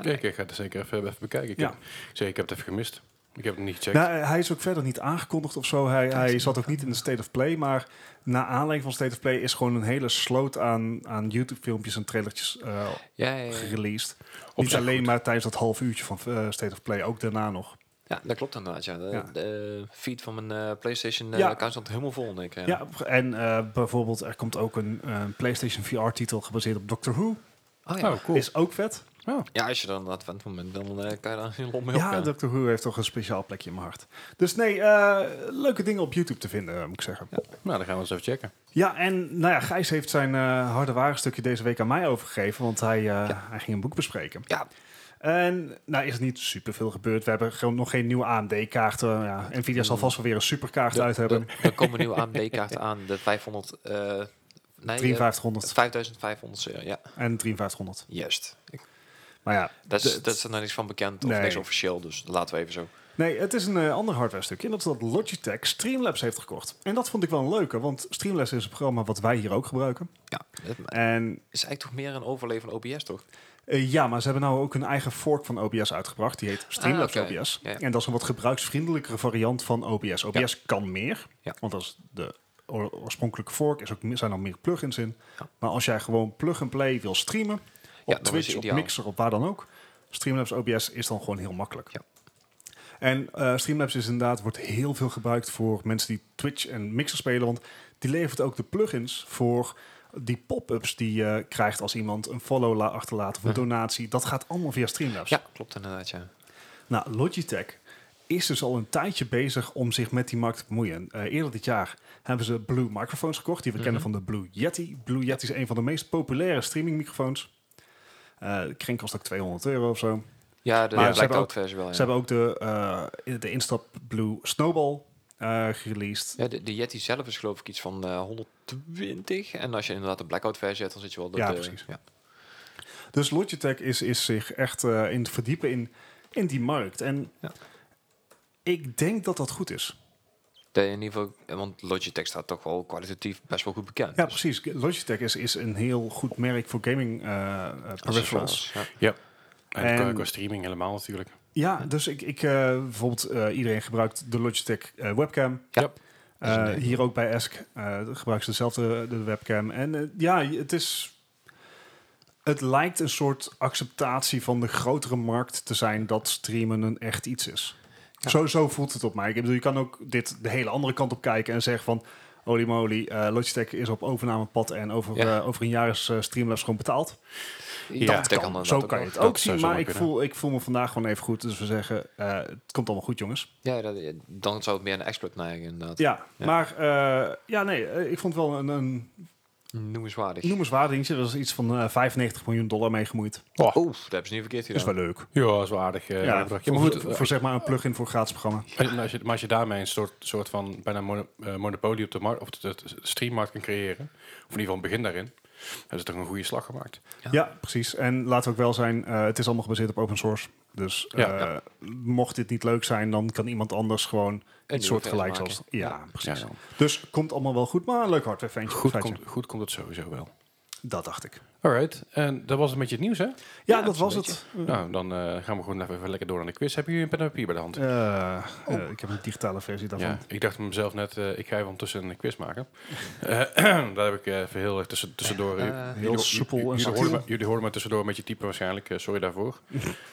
S1: Kijk, ik ga het zeker even, even bekijken. Ik,
S2: Ja.
S1: heb, zeg, ik heb het even gemist. Ik heb het niet gecheckt.
S2: Nou, eh, hij is ook verder niet aangekondigd of zo. Hij, hij zat ook niet in de State of Play. Maar na aanleiding van State of Play is gewoon een hele sloot aan, aan YouTube-filmpjes en trailertjes eh,
S3: Ja, ja, ja.
S2: gereleased.
S1: Op
S2: Niet
S1: zich
S2: alleen
S1: goed.
S2: maar tijdens dat half uurtje van eh, State of Play, ook daarna nog.
S3: Ja, dat klopt inderdaad. Ja. De,
S2: Ja.
S3: de feed van mijn eh, PlayStation eh
S2: Ja.
S3: account stond helemaal vol, denk ik.
S2: Ja,
S3: Ja.
S2: en eh, bijvoorbeeld er komt ook een eh, PlayStation VR-titel gebaseerd op Doctor Who.
S3: Oh, ja.
S1: Oh, cool.
S2: Is ook vet.
S3: ja, als je dan inderdaad bent op het moment, dan eh, kan je daar heel op mee
S2: Ja,
S3: opgaan.
S2: Doctor Who heeft toch een speciaal plekje in mijn hart. Dus nee, eh, leuke dingen op YouTube te vinden, eh, moet ik zeggen. Ja,
S1: Nou, dan gaan we eens even checken.
S2: en nou ja, Gijs heeft zijn eh, harde ware stukje deze week aan mij overgegeven, want hij, eh, hij ging een boek bespreken.
S3: Ja.
S2: En nou is er niet superveel gebeurd. We hebben gewoon nog geen nieuwe AMD-kaarten. Ja, Nvidia zal vast wel weer een superkaart
S3: De-
S2: uit hebben.
S3: de- Er komen nieuwe AMD-kaarten aan, de 500... eh nee, eh,
S2: 5300
S3: 5500 serie, ja.
S2: en 5300.
S3: Juist. Ik-
S2: Maar ja,
S3: Dat is,
S2: De-
S3: dat is er nog niks van bekend of
S2: Nee.
S3: niks officieel, dus laten we even zo.
S2: nee, het is een eh, ander hardware stukje. En dat is dat Logitech Streamlabs heeft gekocht. En dat vond ik wel een leuke, want Streamlabs is een programma wat wij hier ook gebruiken.
S3: Ja, het is
S2: En
S3: eigenlijk toch meer een overleven van OBS, toch?
S2: eh, ja, maar ze hebben nou ook een eigen fork van OBS uitgebracht. Die heet Streamlabs
S3: Ah, oké.
S2: OBS.
S3: Ja, ja.
S2: En dat is een wat gebruiksvriendelijkere variant van OBS. OBS kan meer,
S3: Ja.
S2: want dat is de oor- oorspronkelijke fork. Is ook, meer- zijn al meer plugins in.
S3: Ja.
S2: Maar als jij gewoon plug-and-play wil streamen, op
S3: dan is
S2: Twitch,
S3: het
S2: op
S3: ideaal.
S2: Mixer, op waar dan ook... Streamlabs OBS is dan gewoon heel makkelijk.
S3: Ja.
S2: En eh, Streamlabs is inderdaad, wordt heel veel gebruikt voor mensen die Twitch en Mixer spelen. Want die levert ook de plugins voor die pop-ups die je krijgt als iemand een follow la- achterlaat of een donatie. Dat gaat allemaal via Streamlabs.
S3: Ja, klopt inderdaad, ja.
S2: Nou, Logitech is dus al een tijdje bezig om zich met die markt te bemoeien. Eh, eerder dit jaar hebben ze Blue microfoons gekocht, die we kennen van de Blue Yeti. Blue Yeti is een van de meest populaire streamingmicrofoons. Eh de kring kost ook 200 euro of zo.
S3: Ja, de
S2: Maar ze
S3: Black
S2: hebben
S3: Out
S2: ook-
S3: versie wel,
S2: Ze
S3: ja.
S2: hebben ook de, eh, de instap Blue Snowball eh gereleased.
S3: Ja, de, de Yeti zelf is geloof ik iets van eh, 120. En als je inderdaad de blackout versie hebt, dan zit je wel... dat,
S2: Ja,
S3: eh,
S2: precies.
S3: Ja.
S2: Dus Logitech is, is zich echt eh, in te verdiepen in, in die markt. En
S3: Ja.
S2: ik denk dat dat goed is.
S3: De, in ieder geval, eh, want Logitech staat toch wel kwalitatief best wel goed bekend.
S2: Ja,
S3: Dus
S2: precies. Logitech is, is een heel goed merk voor gaming eh, eh,
S3: als je
S2: peripherals.
S3: zoals- ja.
S1: En,
S2: En-
S1: qua- qua streaming helemaal natuurlijk.
S2: Ja, dus ik, ik eh, bijvoorbeeld eh, iedereen gebruikt de Logitech eh, webcam.
S3: Ja.
S2: Eh,
S3: Dat is een-
S2: hier ook bij Ask gebruiken ze dezelfde de webcam. En eh, ja, het is. Het lijkt een soort acceptatie van de grotere markt te zijn dat streamen een echt iets is.
S3: Ja.
S2: Zo, zo voelt het op mij. Ik bedoel, je kan ook dit de hele andere kant op kijken en zeggen van. Holy moly, eh, Logitech is op overnamepad en over,
S3: Ja.
S2: eh, over een jaar is eh, Streamlabs gewoon betaald
S3: Ja,
S2: dat kan.
S3: inderdaad
S2: Zo
S3: ook
S2: kan je
S3: wel.
S2: het
S1: Dat zou
S2: ook zien.
S1: zomaar
S2: Maar ik
S1: kunnen.
S2: voel, ik voel me vandaag gewoon even goed. Dus we zeggen, eh, het komt allemaal goed, jongens.
S3: Ja, dat- dan zou het meer een exploit neigen inderdaad.
S2: Ja,
S3: Ja.
S2: maar eh, ja, nee, eh, ik vond wel een, een
S3: Noemenswaardig.
S2: noemenswaardig dingetje. Er was iets van eh, 95 miljoen dollar mee gemoeid.
S1: Oh,
S3: Oeh, dat hebben ze niet verkeerd
S2: Dat
S3: gedaan.
S2: is wel leuk.
S1: ja, dat is wel aardig. eh,
S2: Ja,
S1: bedragje.
S2: voor,
S1: maar goed,
S2: voor, voor zeg maar een plugin voor een gratis programma.
S1: Maar als je, maar als je daarmee een soort, soort van bijna mono- eh, monopolie op de markt of de, de streammarkt kan creëren, of in ieder geval een begin daarin, hebben ze toch een goede slag gemaakt.
S2: Ja, precies. En laten we ook wel zijn, eh, het is allemaal gebaseerd op open source. Dus eh,
S1: Ja,
S2: mocht dit niet leuk zijn, dan kan iemand anders gewoon
S3: nieuwe
S2: een soort
S3: versie
S2: gelijks
S3: maken.
S2: als... Ja,
S3: Ja.
S2: precies.
S1: Ja, ja.
S2: Dus komt allemaal wel goed, maar een leuk hardware feintje.
S1: Goed,
S2: feitje.
S1: komt, goed komt het sowieso wel.
S2: Dat dacht ik.
S1: Alright, en dat was een beetje het nieuws, hè?
S2: Ja,
S3: Ja,
S2: dat
S3: zo'n
S2: was
S3: beetje.
S2: het.
S1: Nou, dan eh, gaan we gewoon even, even lekker door aan de quiz. Hebben jullie een pen en papier bij de hand?
S2: Eh, eh, ik heb een digitale versie daarvan.
S1: Ja, ik dacht mezelf net, eh, ik ga even ondertussen een quiz maken. Eh, daar heb ik eh, even heel erg tussen, tussendoor...
S3: Eh,
S1: jullie-
S3: heel
S1: jullie-
S2: soepel en
S1: jullie,
S2: subtiel.
S1: hoorden me, jullie hoorden me tussendoor met je typen waarschijnlijk, eh, sorry daarvoor.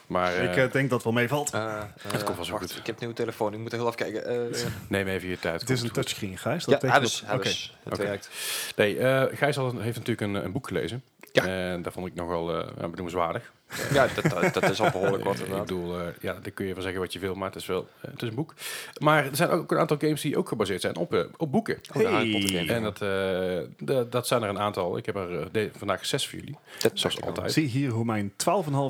S1: Maar eh,
S2: ik eh, denk dat het wel meevalt.
S3: Eh, eh,
S1: komt wel zo
S3: wacht,
S1: goed.
S3: Ik heb een nieuwe telefoon, ik moet er heel even kijken. Eh,
S1: neem even je tijd.
S2: het is
S1: komt
S2: een
S1: goed.
S2: touchscreen, Gijs.
S3: ja,
S2: Dat
S3: hebben ze, hebben
S2: Oké.
S3: ze. Het
S1: Oké.
S3: werkt.
S1: Nee, eh Gijs had- heeft natuurlijk een, een boek gelezen.
S3: Ja.
S1: En daar vond ik nogal eh, ja, benoemenswaardig.
S3: Ja, dat, dat, dat is al behoorlijk wat
S1: ik
S3: inderdaad.
S1: bedoel, eh, ja, daar kun je van zeggen wat je wil, maar het is wel eh, het is een boek. Maar er zijn ook een aantal games die ook gebaseerd zijn op, eh, op boeken.
S3: Oh, de
S2: Hey.
S3: Harry Potter game.
S1: En dat, eh, d- dat zijn er een aantal. Ik heb er eh, de- vandaag zes voor jullie,
S3: dat
S1: zoals
S3: dacht ik al.
S1: altijd.
S2: Zie hier hoe mijn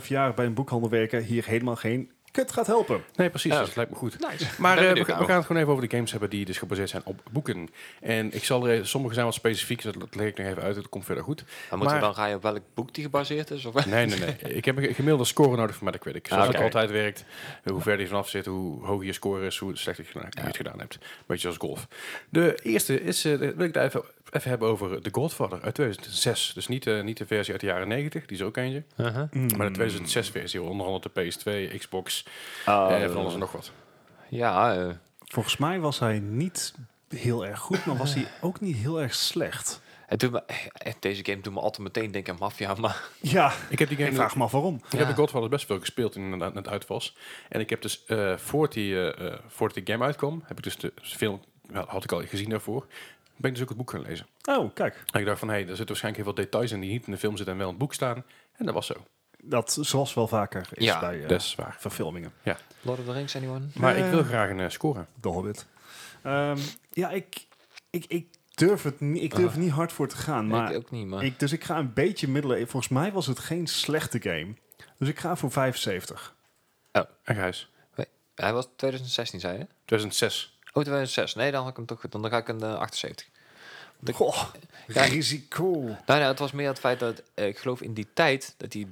S2: 12,5 jaar bij een boekhandel werken hier helemaal geen kut gaat helpen.
S1: Nee, precies.
S3: Ja.
S1: Dus dat lijkt me goed.
S3: Nice.
S1: Maar
S3: Ben
S1: eh, we,
S3: benieuwd
S1: ga- we
S3: naar.
S1: gaan het gewoon even over de games hebben die dus gebaseerd zijn op boeken. En ik zal er, sommige zijn wat specifiek, dus dat, dat leg ik nog even uit. Dat komt verder goed.
S3: Dan moeten
S1: maar-
S3: we dan rijden op welk boek die gebaseerd is? Of
S1: Nee, nee, nee. Ik heb een ge- gemiddelde score nodig voor Metacritic. Zoals
S3: Ah,
S1: het
S3: oké.
S1: altijd werkt. Hoe verder je vanaf zit, hoe hoger je score is, hoe slechter je gedaan- je het gedaan hebt. Beetje als golf. De eerste is, eh, wil ik het even, even hebben over The Godfather uit 2006. Dus niet, eh, niet de versie uit de jaren 90, die is er ook eentje.
S3: Uh-huh.
S1: Maar de 2006 versie, onder andere de PS2, Xbox en van alles en nog wat.
S3: ja, eh,
S2: Volgens mij was hij niet heel erg goed, maar was hij ook niet heel erg slecht.
S3: het doet me, eh, deze game doet me altijd meteen denken aan Mafia, maar
S2: Ja,
S1: Ik heb die game
S2: ik vraag me af waarom.
S1: Ik heb
S3: Ja.
S1: de Godfather best veel gespeeld inderdaad net uit was. En ik heb dus eh voordat die, eh, eh, voordat die game uitkwam, heb ik dus de film nou, had ik al gezien daarvoor. Ben ik dus ook het boek gaan lezen.
S2: Oh, kijk.
S1: En ik dacht van, hé, hey, er zitten waarschijnlijk heel veel details in die niet in de film zitten en wel in het boek staan. En dat was zo.
S2: Dat zoals wel vaker is
S3: Ja,
S2: bij eh,
S1: Dat is waar.
S2: verfilmingen.
S3: Lord of the Rings, anyone?
S1: Maar
S2: Eh.
S1: ik wil graag een eh, score.
S2: De Hobbit. Ehm, ja, ik, ik, ik durf het niet, ik durf er niet hard voor te gaan. Maar
S3: ik eh, ook niet, maar...
S2: ik, dus ik ga een beetje middelen. Volgens mij was het geen slechte game. Dus ik ga voor 75.
S1: En Gijs,
S3: Oh. Hij was 2016, zei je?
S1: 2006.
S3: Oh, 2006. Nee, dan had ik hem toch goed. Dan ga ik een eh, 78. Ik-
S2: Goh,
S3: Ja.
S2: risico.
S3: Nou, nee, het was meer het feit dat eh, ik geloof in die tijd dat hij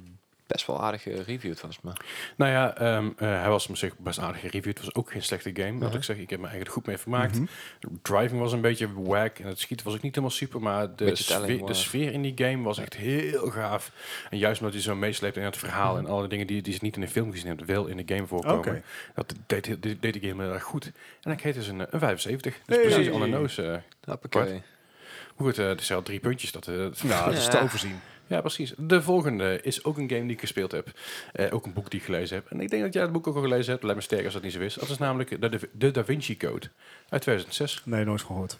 S3: best wel aardig gereviewd was. Maar
S1: Nou ja, ehm, eh, hij was op zich best aardig gereviewd. Het was ook geen slechte game. Wat ik zeg, ik heb me eigenlijk goed mee vermaakt. Driving was een beetje whack en het schieten was ook niet helemaal super. Maar de,
S3: Beetje telling,
S1: sfeer, de
S3: maar-
S1: sfeer in die game was echt heel gaaf. En juist omdat hij zo meesleept in het verhaal en alle dingen die, die ze niet in de film gezien hebben, wel in de game voorkomen.
S2: Oké.
S1: Dat deed, deed, deed de game heel erg goed. En ik heet dus een, eh, een 75. Dus
S2: Hey.
S1: precies on the nose. eh.
S3: hoppakee.
S1: Maar goed, eh, het zijn al drie puntjes. Dat, eh, dat-
S2: Nou, dat is
S3: Ja.
S2: te overzien.
S1: ja, precies. De volgende is ook een game die ik gespeeld heb. Eh, ook een boek die ik gelezen heb. En ik denk dat jij het boek ook al gelezen hebt. Lijkt me sterk als dat niet zo is. Dat is namelijk de, Da- de Da Vinci Code uit 2006.
S2: Nee, nooit gehoord.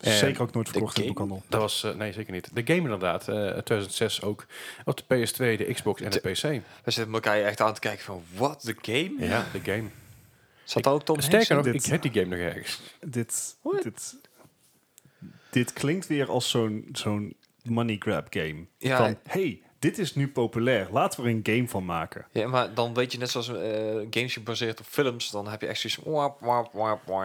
S1: Eh,
S2: Zeker ook nooit verkocht in de
S3: game?
S2: boekhandel.
S1: Dat was, eh, nee zeker niet. De game inderdaad, eh, uit 2006 ook. Op de PS2, de Xbox en de PC.
S3: We zitten elkaar hier echt aan te kijken van, wat, de game?
S1: Ja, de game.
S3: Zat daar ook Tom
S1: Sterker nog,
S2: dit-
S1: ik heb die game nog ergens.
S2: Dit, dit, dit klinkt weer als zo'n zo'n money grab game.
S3: Ja.
S2: Van, hey, dit is nu populair. Laten we er een game van maken.
S3: Ja, maar dan weet je net zoals eh, games gebaseerd op films, dan heb je echt zoiets van wap, wap, wap, wap.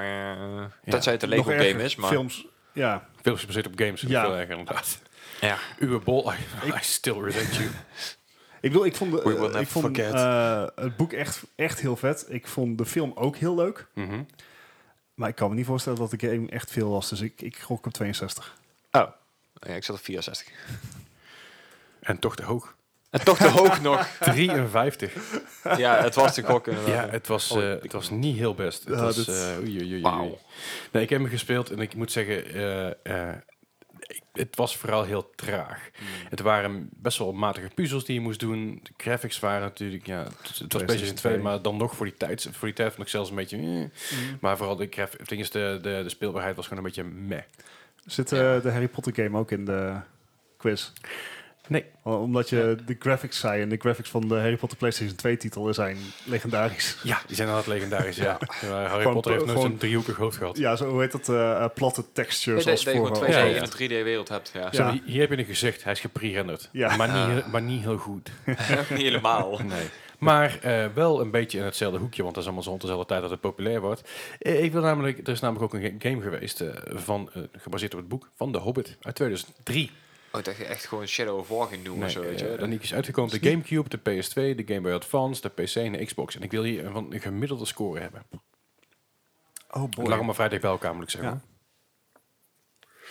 S3: Tenzij het een
S2: Nog
S3: Lego
S2: erger,
S3: game is, maar...
S2: Films, ja.
S1: Veel gebaseerd op games.
S2: Ja.
S1: Veel erger inderdaad.
S3: Ja.
S1: Uwe bol, I, I still resent you.
S2: Ik bedoel, ik vond, de,
S3: We will
S2: eh,
S3: never
S2: ik vond
S3: forget.
S2: eh, het boek echt, echt heel vet. Ik vond de film ook heel leuk.
S1: Mhm.
S2: Maar ik kan me niet voorstellen dat de game echt veel was. Dus ik, ik gok op 62.
S3: Oh. Ja, ik zat op 64.
S1: En toch te hoog.
S3: En toch te hoog nog.
S1: 53.
S3: Ja, het was te gokken.
S1: Ja, het was,
S3: Oh,
S1: eh, het was niet heel best. Het
S2: Ja,
S1: was,
S2: dit-
S1: eh, oei, oei, oei, oei.
S3: Wauw.
S1: Nee, ik heb hem gespeeld en ik moet zeggen, eh, eh, ik- het was vooral heel traag. Het waren best wel matige puzzels die je moest doen. De graphics waren natuurlijk, ja, het, het was PlayStation 2, maar dan nog voor die tijd. Voor die tijd vond ik zelfs een beetje, eh. maar vooral de, graf, of dinges, de, de, de speelbaarheid was gewoon een beetje meh.
S2: Zit eh, de Harry Potter game ook in de quiz?
S1: Nee.
S2: Om- Omdat je de graphics zei. En de graphics van de Harry Potter PlayStation 2 titelen zijn legendarisch.
S1: Ja, die zijn altijd legendarisch, ja. Maar Harry
S2: Gewoon-
S1: Potter heeft nooit
S2: gewoon-
S1: een driehoekig hoofd gehad.
S2: Ja, zo hoe heet dat? eh, eh, platte textures
S3: Dat dat
S2: als
S3: je gewoon
S2: voor. Oh,
S3: twee
S1: Ja,
S3: ja,
S1: ja.
S3: in een 3D-wereld hebt, ja.
S1: Zo, hier- hier heb je het gezegd, hij is gepre-renderd.
S2: Ja.
S1: Maar, niet,
S3: Ah.
S1: heel- maar niet heel goed.
S3: niet helemaal.
S1: Nee. Maar eh, wel een beetje in hetzelfde hoekje, want dat is allemaal zo rond dezelfde tijd dat het populair wordt. Eh, ik wil namelijk, er is namelijk ook een ga- game geweest, eh, van, eh, gebaseerd op het boek van The Hobbit uit 2003.
S3: Oh, dat je echt gewoon Shadow of War ging doen
S1: Nee,
S3: of zo, weet je.
S1: eh, dat niet is uitgekomen op de Gamecube, de PS2, de Game Boy Advance, de PC en de Xbox. En ik wil hier een, van- een gemiddelde score hebben.
S2: Oh
S1: Het lag allemaal vrij dicht bij elkaar, moet ik zeggen.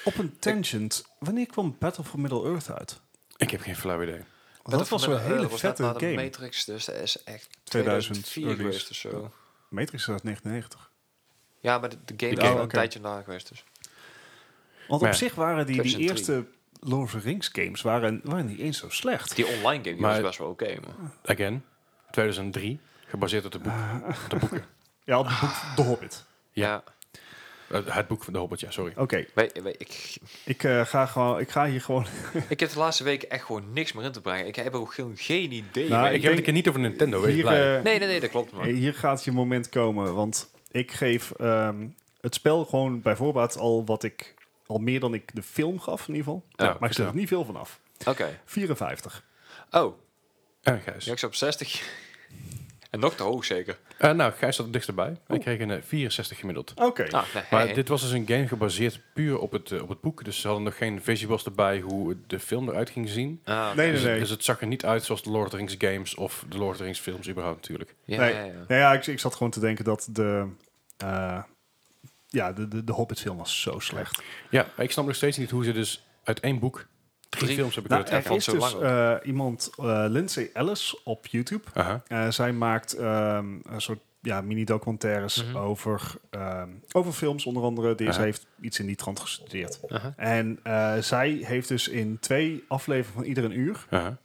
S2: Op een tangent. Wanneer kwam Battle for Middle-earth uit?
S1: Ik heb geen flauw idee.
S2: Want dat was wel een
S3: net- eh,
S2: hele
S3: dat was net
S2: vette
S3: na de
S2: game.
S3: Matrix, dus dat is echt
S2: 2000
S3: 2004 geweest of
S2: release.
S3: zo.
S2: Matrix is uit 99.
S3: Ja, maar de, de game
S1: De
S3: is
S1: game,
S3: wel een
S2: oké.
S3: tijdje na geweest, dus.
S2: Want
S1: Maar
S2: op
S1: ja,
S2: zich waren die, die
S3: 2003.
S2: eerste Lord of the Rings games waren, waren niet eens zo slecht.
S3: Die online game die
S1: Maar-
S3: was best wel oké, maar...
S1: Again, 2003, gebaseerd op het boek. De boeken.
S2: Ja, op het boek The Hobbit.
S3: Ja,
S1: Eh, het boek van The Hobbit, ja, sorry.
S2: Oké,
S3: weet, weet, ik,
S2: ik, eh, ga gewoon, ik ga hier gewoon...
S3: ik heb de laatste weken echt gewoon niks meer in te brengen. Ik heb ook geen, geen idee.
S2: Nou,
S3: maar
S1: ik heb het
S2: ik denk-
S1: een keer niet over Nintendo, wees
S2: Hier,
S1: blij.
S2: eh,
S3: nee, nee, nee, dat klopt. Maar.
S2: hier gaat je moment komen, want ik geef ehm, het spel gewoon bij voorbaat al wat ik... Al meer dan ik de film gaf, in ieder geval.
S1: Ja,
S2: maar ik zet
S1: ja.
S2: er niet veel van af.
S3: Oké.
S2: 54.
S3: Oh,
S1: En Ah, Gijs.
S3: ja, ik zat op 60. En nog te hoog zeker.
S1: Eh, nou, Gijs zat er dichterbij. Hij kreeg een eh, 64 gemiddeld.
S2: Oké.
S3: Ah, nee,
S1: Maar
S3: hè.
S1: dit was dus een game gebaseerd puur op het, eh, op het boek. Dus ze hadden nog geen visuals erbij hoe de film eruit ging zien.
S3: Ah, oké.
S2: Nee, nee,
S1: Dus, het-
S2: nee.
S1: dus het zag er niet uit zoals de Lord of the Rings games of de Lord of the Rings films überhaupt natuurlijk.
S3: Ja,
S2: nee.
S3: ja, ja.
S2: Nou ja, ik, ik zat gewoon te denken dat de, eh, ja, de, de, de Hobbit film was zo slecht.
S1: Ja, maar ik snap nog steeds niet hoe ze dus uit één boek drie
S3: Drie.
S1: films hebben
S2: Nou,
S1: kunnen
S2: er
S1: trekken.
S3: valt
S2: is
S3: zo
S2: dus
S3: lang op.
S2: eh, iemand, eh, Lindsay Ellis, op YouTube.
S1: Aha.
S2: Eh, zij maakt ehm, een soort ja, mini-documentaires
S3: Mhm.
S2: over, ehm, over films, onder andere. Die
S1: Ja.
S2: is- Zij heeft iets in die trant gestudeerd.
S3: Aha.
S2: En eh, zij heeft dus in twee afleveringen van ieder een uur...
S1: Aha.
S2: Zeg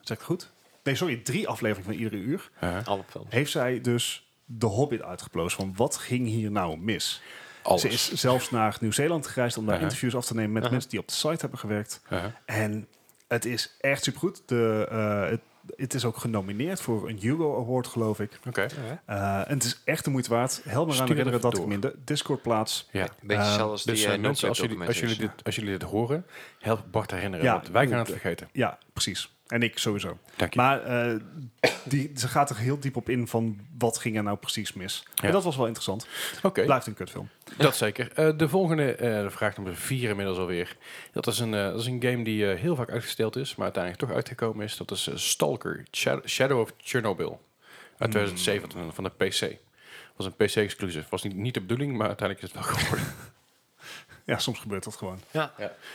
S2: ik het goed? Nee, sorry, drie afleveringen van iedere uur...
S1: Aha.
S3: Alle films.
S2: heeft zij dus de Hobbit uitgeplozen. Van wat ging hier nou mis?
S1: Alles.
S2: Ze is zelfs naar Nieuw-Zeeland gereisd om daar
S1: Ja.
S2: interviews af te nemen met
S3: Ja.
S2: mensen die op de site hebben gewerkt.
S1: Aha.
S2: En het is echt supergoed. De, eh, het, het is ook genomineerd voor een Hugo Award, geloof ik.
S1: Oké.
S2: Eh, en het is echt de moeite waard. Helemaal
S1: Stuur het
S2: aan herinneren
S1: even
S2: dat ik hem in de Discord plaats.
S1: Ja.
S3: Een beetje
S2: Eh,
S3: zelfs die
S1: Dus eh,
S3: eh,
S1: mensen, als jullie, als, jullie
S3: Notebook-documentaires.
S1: dit, als jullie dit horen, help Bart te herinneren.
S2: Ja.
S1: want wij gaan het vergeten.
S2: Ja, precies. En ik sowieso.
S1: Dank je.
S2: Maar eh, die, ze gaat er heel diep op in van wat ging er nou precies mis.
S1: Ja.
S2: En dat was wel interessant.
S1: Oké,
S2: Blijft een kutfilm.
S1: dat zeker. Eh, de volgende, eh, de vraag nummer vier inmiddels alweer. Dat is een, eh, dat is een game die eh, heel vaak uitgesteld is, maar uiteindelijk toch uitgekomen is. Dat is eh, Stalker, Cha- Shadow of Chernobyl.
S3: Hmm.
S1: Uit 2007 van- van de PC. Was een PC-exclusive. Was niet, niet de bedoeling, maar uiteindelijk is het wel geworden.
S2: Ja, soms gebeurt dat gewoon.
S3: Ja,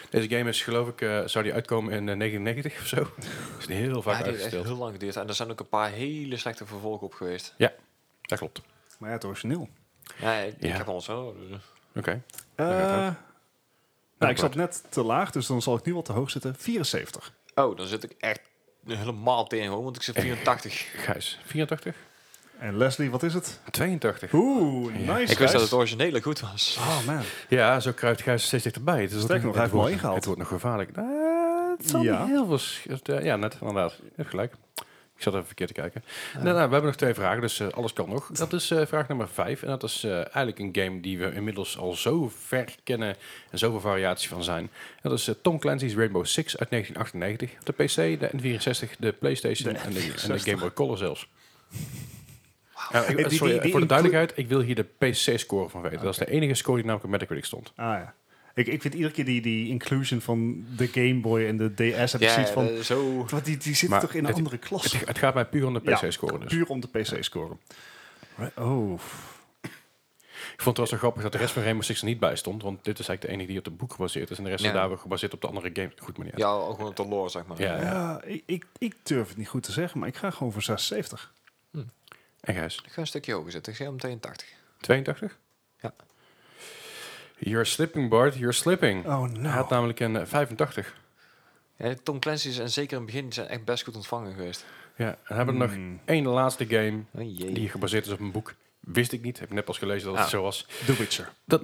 S1: Deze game is geloof ik, eh, zou die uitkomen in eh, 1990 of zo. Is heel vaak
S3: Ja, die heeft echt
S1: uitgesteld.
S3: heel lang geduurd. En er zijn ook een paar hele slechte vervolgen op geweest.
S1: Dat klopt.
S2: Maar ja, het origineel.
S3: Ja, ik, ik
S1: Ja.
S3: heb al zo. dus, eh.
S1: Oké.
S2: Eh,
S1: gaat
S2: nou, ik zat net te laag, dus dan zal ik nu wat te hoog zitten. 74.
S3: Oh, dan zit ik echt helemaal tegen, hoor, want ik zit 84.
S1: Gijs, 84?
S2: En Leslie, wat is het?
S1: 82.
S2: Oeh,
S1: Ja.
S2: nice.
S3: ik wist dat
S2: guys.
S3: het originele goed was.
S2: Oh man.
S1: Ja, zo kruipt Gijs steeds dichterbij. Het is
S2: Sterker nog, hij heeft
S1: het wordt-
S2: mooi ingehaald.
S1: Het wordt nog gevaarlijk. Ah, het zal
S2: Ja.
S1: niet heel veel... sch- het, eh, ja, net, inderdaad. Je hebt gelijk. Ik zat even verkeerd te kijken. Nou, nou, we hebben nog twee vragen, dus eh, alles kan nog. Dat is eh, vraag nummer vijf. En dat is eh, eigenlijk een game die we inmiddels al zo ver kennen en zoveel variaties van zijn. Dat is eh, Tom Clancy's Rainbow Six uit 1998. Op de PC, de N64, de PlayStation
S2: De
S1: en, de, en de
S2: N64.
S1: Game Boy Color zelfs. Ja, ik-
S2: die- die-
S1: sorry, voor
S2: die
S1: de
S2: inclu-
S1: duidelijkheid, ik wil hier de PC-score van weten. Dat is de enige score die namelijk op Metacritic stond.
S2: Ah ja. Ik, ik vind iedere keer die, die inclusion van de Game Boy en de DS heb ik
S3: Ja,
S2: zoiets van...
S3: eh, zo.
S2: Wat, die, die zitten
S1: Maar
S2: toch in een
S1: het-
S2: andere klas?
S1: Het, het gaat mij puur om de
S2: Ja,
S1: PC-score. Dus.
S2: Puur om de PC-scoren. Oh.
S1: Ik vond het wel zo grappig dat de rest van Rainbow Six er niet bij stond. Want dit is eigenlijk de enige die op het boek gebaseerd is. En de rest
S3: Ja.
S1: is daar weer gebaseerd op de andere games. Goed, meneer.
S3: Ja, ook gewoon op de lore, zeg maar.
S1: Ja.
S2: Ja, ik, ik, ik durf het niet goed te zeggen, maar ik ga gewoon voor 76.
S1: En Gijs,
S3: Ik ga een stukje hoger zitten. Ik zeg meteen 80.
S1: 82?
S3: Ja.
S1: You're slipping, Bart. You're slipping.
S2: Oh,
S1: Hij had
S2: nou.
S1: namelijk een eh, 85.
S3: Ja, Tom Clancy's en zeker in het begin die zijn echt best goed ontvangen geweest.
S1: Ja, en hebben we nog
S2: Hmm.
S1: één laatste game
S3: Oh, jee.
S1: die gebaseerd is op een boek. Wist ik niet. Heb ik net pas gelezen dat het
S3: Ah.
S1: zo was.
S2: The Witcher.
S1: Dat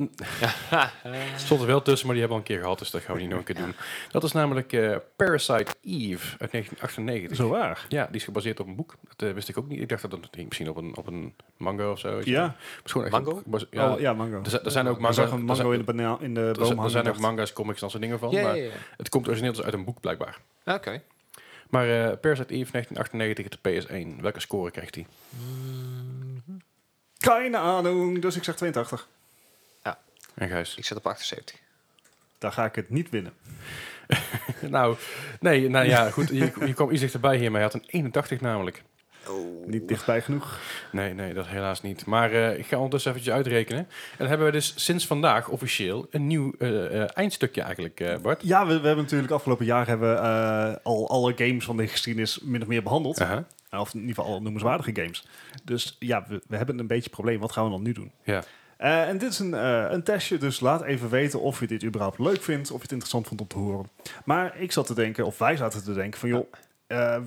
S1: stond er wel tussen, maar die hebben we al een keer gehad. Dus dat gaan we niet nog een keer doen. Dat is namelijk eh, Parasite Eve uit 1998.
S2: Zo waar.
S1: Ja, die is gebaseerd op een boek. Dat eh, wist ik ook niet. Ik dacht dat het misschien op een, op een mango of zo. weet je wel.
S2: Ja.
S1: Het is gewoon echt
S3: Mango?
S1: een- gebase-
S2: Ja,
S1: Ja,
S2: oh, ja mango.
S1: Er, zijn- er zijn ook
S2: Er
S1: manga's.
S2: zag een mango in de, bana- in de
S1: er,
S2: boom
S1: zijn- er
S2: hangen.
S1: zijn ook
S2: dacht,
S1: manga's, comics en zo'n dingen van.
S3: Ja, ja,
S1: maar
S3: ja.
S1: het komt origineel dus uit een boek blijkbaar.
S3: Oké.
S1: Maar eh Parasite Eve 1998 de PS1. Welke score krijgt hij?
S2: Keine Ahnung, dus ik zeg 82.
S1: En Gijs?
S3: Ik zit op 78.
S2: Daar ga ik het niet winnen.
S1: nou, nee, nou ja, goed. Je, je kwam iets dichterbij hier, maar je had een 81 namelijk.
S2: Niet dichtbij genoeg.
S1: Nee, nee, dat helaas niet. Maar eh, ik ga ondertussen eventjes uitrekenen. En dan hebben we dus sinds vandaag officieel een nieuw eh, eh, eindstukje eigenlijk, eh, Bart.
S2: Ja, we, we hebben natuurlijk afgelopen jaar hebben, we, eh, al alle games van de geschiedenis min of meer behandeld.
S1: Aha.
S2: Of in ieder geval alle noemenswaardige games. Dus ja, we, we hebben een beetje een probleem. Wat gaan we dan nu doen?
S1: Ja.
S2: Eh, en dit is een, eh, een testje, dus laat even weten of je dit überhaupt leuk vindt. Of je het interessant vond om te horen. Maar ik zat te denken, of wij zaten te denken van joh... eh,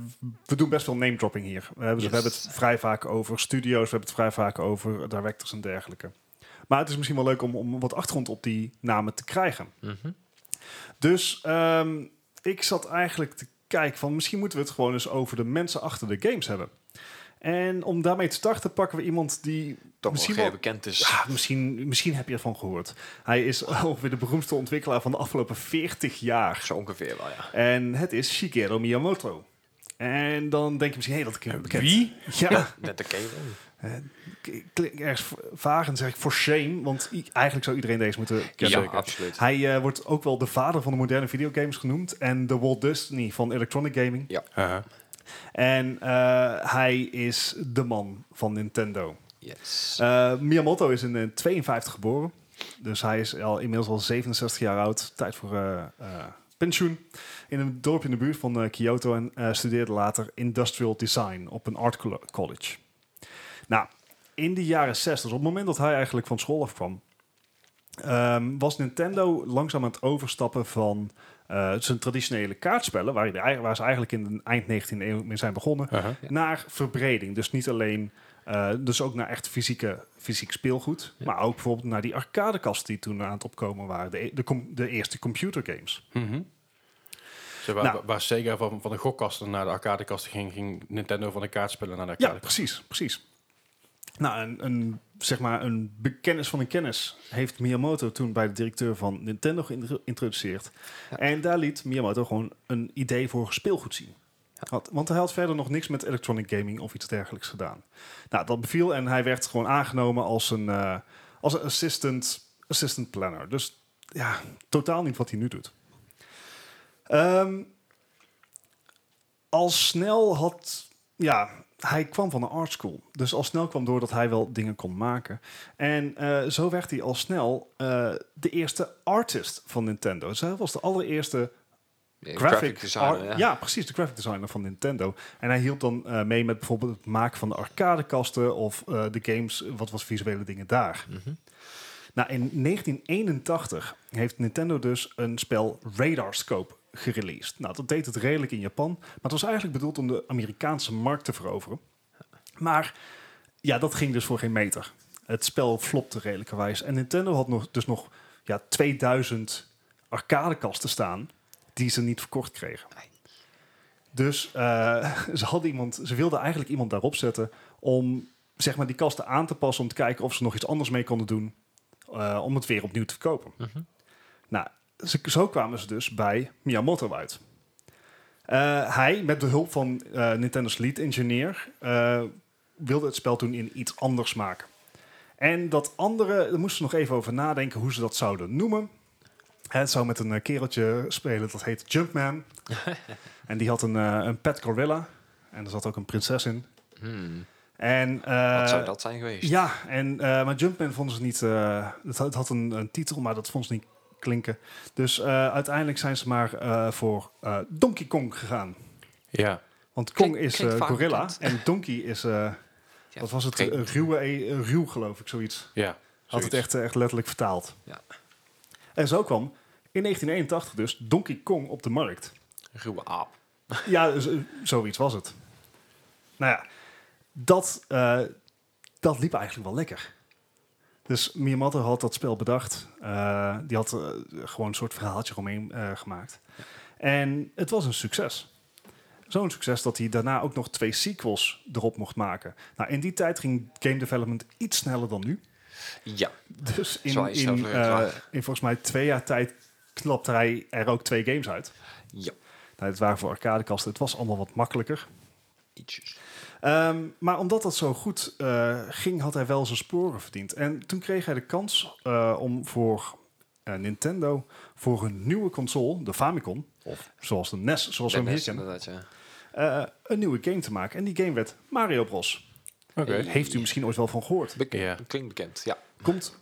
S2: we doen best veel name dropping hier. We hebben,
S3: Yes.
S2: we hebben het vrij vaak over studio's, we hebben het vrij vaak over directors en dergelijke. Maar het is misschien wel leuk om, om wat achtergrond op die namen te krijgen.
S3: Mhm.
S2: Dus ehm, ik zat eigenlijk te kijken van misschien moeten we het gewoon eens over de mensen achter de games hebben. En om daarmee te starten pakken we iemand die
S3: Toch
S2: misschien,
S3: wel
S2: wel,
S3: geen bekend is.
S2: ja, Ah, misschien, misschien heb je ervan gehoord. Hij is ongeveer de beroemdste ontwikkelaar van de afgelopen 40 jaar.
S3: Zo ongeveer wel, ja.
S2: En het is Shigeru Miyamoto. En dan denk je misschien, hé, hey, dat klinkt bekend.
S1: Wie?
S2: Ja,
S3: Net de cable.
S2: eh, k- klinkt ergens v- vaag en zeg ik for shame, want i- eigenlijk zou iedereen deze moeten
S3: Ja,
S2: kennen.
S3: absoluut.
S2: Hij eh, wordt ook wel de vader van de moderne videogames genoemd en de Walt Disney van electronic gaming.
S1: Aha.
S2: En eh, hij is de man van Nintendo.
S3: Yes.
S2: Eh, Miyamoto is in eh, 52 geboren. Dus hij is al, inmiddels al 67 jaar oud. Tijd voor eh, eh, pensioen. In een dorpje in de buurt van eh, Kyoto. En eh, studeerde later industrial design op een art collo- college. Nou, in de jaren 60, op het moment dat hij eigenlijk van school afkwam... ehm, was Nintendo langzaam aan het overstappen van eh, zijn traditionele kaartspellen... Waar, hij, waar ze eigenlijk in de eind 19e eeuw mee zijn begonnen...
S1: Aha.
S3: Ja.
S2: Naar verbreding. Dus niet alleen, eh, dus ook naar echt fysieke, fysiek speelgoed.
S3: Ja.
S2: Maar ook bijvoorbeeld naar die arcadekasten die toen aan het opkomen waren. De, e- de, com- de eerste computergames.
S1: Mhm. Zo, waar,
S2: Nou.
S1: waar Sega van, van de gokkasten naar de arcadekasten ging, ging Nintendo van de kaartspellen naar de
S2: Ja,
S1: arcade.
S2: precies, precies. Nou, een, een, zeg maar een bekennis van een kennis heeft Miyamoto toen bij de directeur van Nintendo geïntroduceerd.
S3: Ja.
S2: En daar liet Miyamoto gewoon een idee voor speelgoed zien. Had- want hij had verder nog niks met electronic gaming of iets dergelijks gedaan. Nou, dat beviel en hij werd gewoon aangenomen als een, eh, als een assistant, assistant planner. Dus ja, totaal niet wat hij nu doet. Ehm, al snel had... Ja, hij kwam van een art school. Dus al snel kwam door dat hij wel dingen kon maken. En eh, zo werd hij al snel eh, de eerste artist van Nintendo. Dus hij was de allereerste
S3: Ja,
S2: graphic,
S3: eh, designer,
S2: art-
S3: ja.
S2: ja, precies, de graphic designer van Nintendo. En hij hielp dan eh, mee met bijvoorbeeld het maken van de arcadekasten of eh, de games, wat was visuele dingen daar.
S3: Mhm.
S2: Nou, in 1981 heeft Nintendo dus een spel Radar Scope gereleased. Nou, dat deed het redelijk in Japan, maar het was eigenlijk bedoeld om de Amerikaanse markt te veroveren. Maar ja, dat ging dus voor geen meter. Het spel flopte redelijkerwijs. En Nintendo had nog, dus nog ja, 2000 arcadekasten staan die ze niet verkocht kregen.
S3: Nee.
S2: Dus eh, ze, hadden iemand, ze wilden eigenlijk iemand daarop zetten om zeg maar, die kasten aan te passen... om te kijken of ze nog iets anders mee konden doen eh, om het weer opnieuw te verkopen.
S3: Mhm.
S2: Nou, ze- zo kwamen ze dus bij Miyamoto uit. Eh, hij, met behulp van eh, Nintendo's lead engineer, eh, wilde het spel toen in iets anders maken. En dat andere, daar moesten ze nog even over nadenken hoe ze dat zouden noemen. Het zou met een eh, kereltje spelen, dat heet Jumpman. en die had een, eh, een pet gorilla. En er zat ook een prinses in.
S3: Hmm.
S2: En,
S3: Wat zou
S2: eh,
S3: dat zijn geweest?
S2: ja, en, eh, maar Jumpman vonden ze niet... eh, het, had- het had een, een titel, maar dat vonden ze niet klinken. Dus eh, uiteindelijk zijn ze maar eh, voor eh, Donkey Kong gegaan.
S1: Ja.
S2: Want Kong
S3: Klink-
S2: is
S3: klinkt
S2: eh,
S3: vaak
S2: gorilla
S3: bekend.
S2: en Donkey is... eh,
S3: Ja,
S2: wat was het?
S3: vreemd.
S2: Een ruwe, e- een ruw geloof ik, zoiets.
S1: ja.
S2: Had het
S1: zoiets.
S2: echt, eh, echt letterlijk vertaald.
S3: Ja.
S2: En zo kwam in 1981 dus Donkey Kong op de markt.
S3: Ruwe aap.
S2: Ja, z- zoiets was het. Nou ja, dat, eh, dat liep eigenlijk wel lekker. Dus Miyamoto had dat spel bedacht. Eh, die had eh, gewoon een soort verhaaltje omheen eh, gemaakt. En het was een succes. Zo'n succes dat hij daarna ook nog twee sequels erop mocht maken. Nou, in die tijd ging game development iets sneller dan nu.
S3: Ja.
S2: Dus in,
S3: Zo is dat
S2: in,
S3: weer
S2: eh,
S3: waar.
S2: in volgens mij twee jaar tijd knapte hij er ook twee games uit.
S3: Ja.
S2: Nou, het waren voor arcadekasten. Het was allemaal wat makkelijker.
S3: Ietsjes.
S2: Ehm, maar omdat dat zo goed eh, ging, had hij wel zijn sporen verdiend. En toen kreeg hij de kans eh, om voor eh, Nintendo voor een nieuwe console, de Famicom, of zoals de NES, zoals we hem
S3: Dat
S1: E
S2: hier
S3: is
S2: kennen,
S3: inderdaad, ja.
S2: eh, een nieuwe game te maken. En die game werd Mario Bros.
S1: Oké.
S3: Hey.
S2: Heeft u misschien ooit wel van gehoord?
S1: Ja.
S3: Bekend. Klinkt bekend, ja.
S2: Komt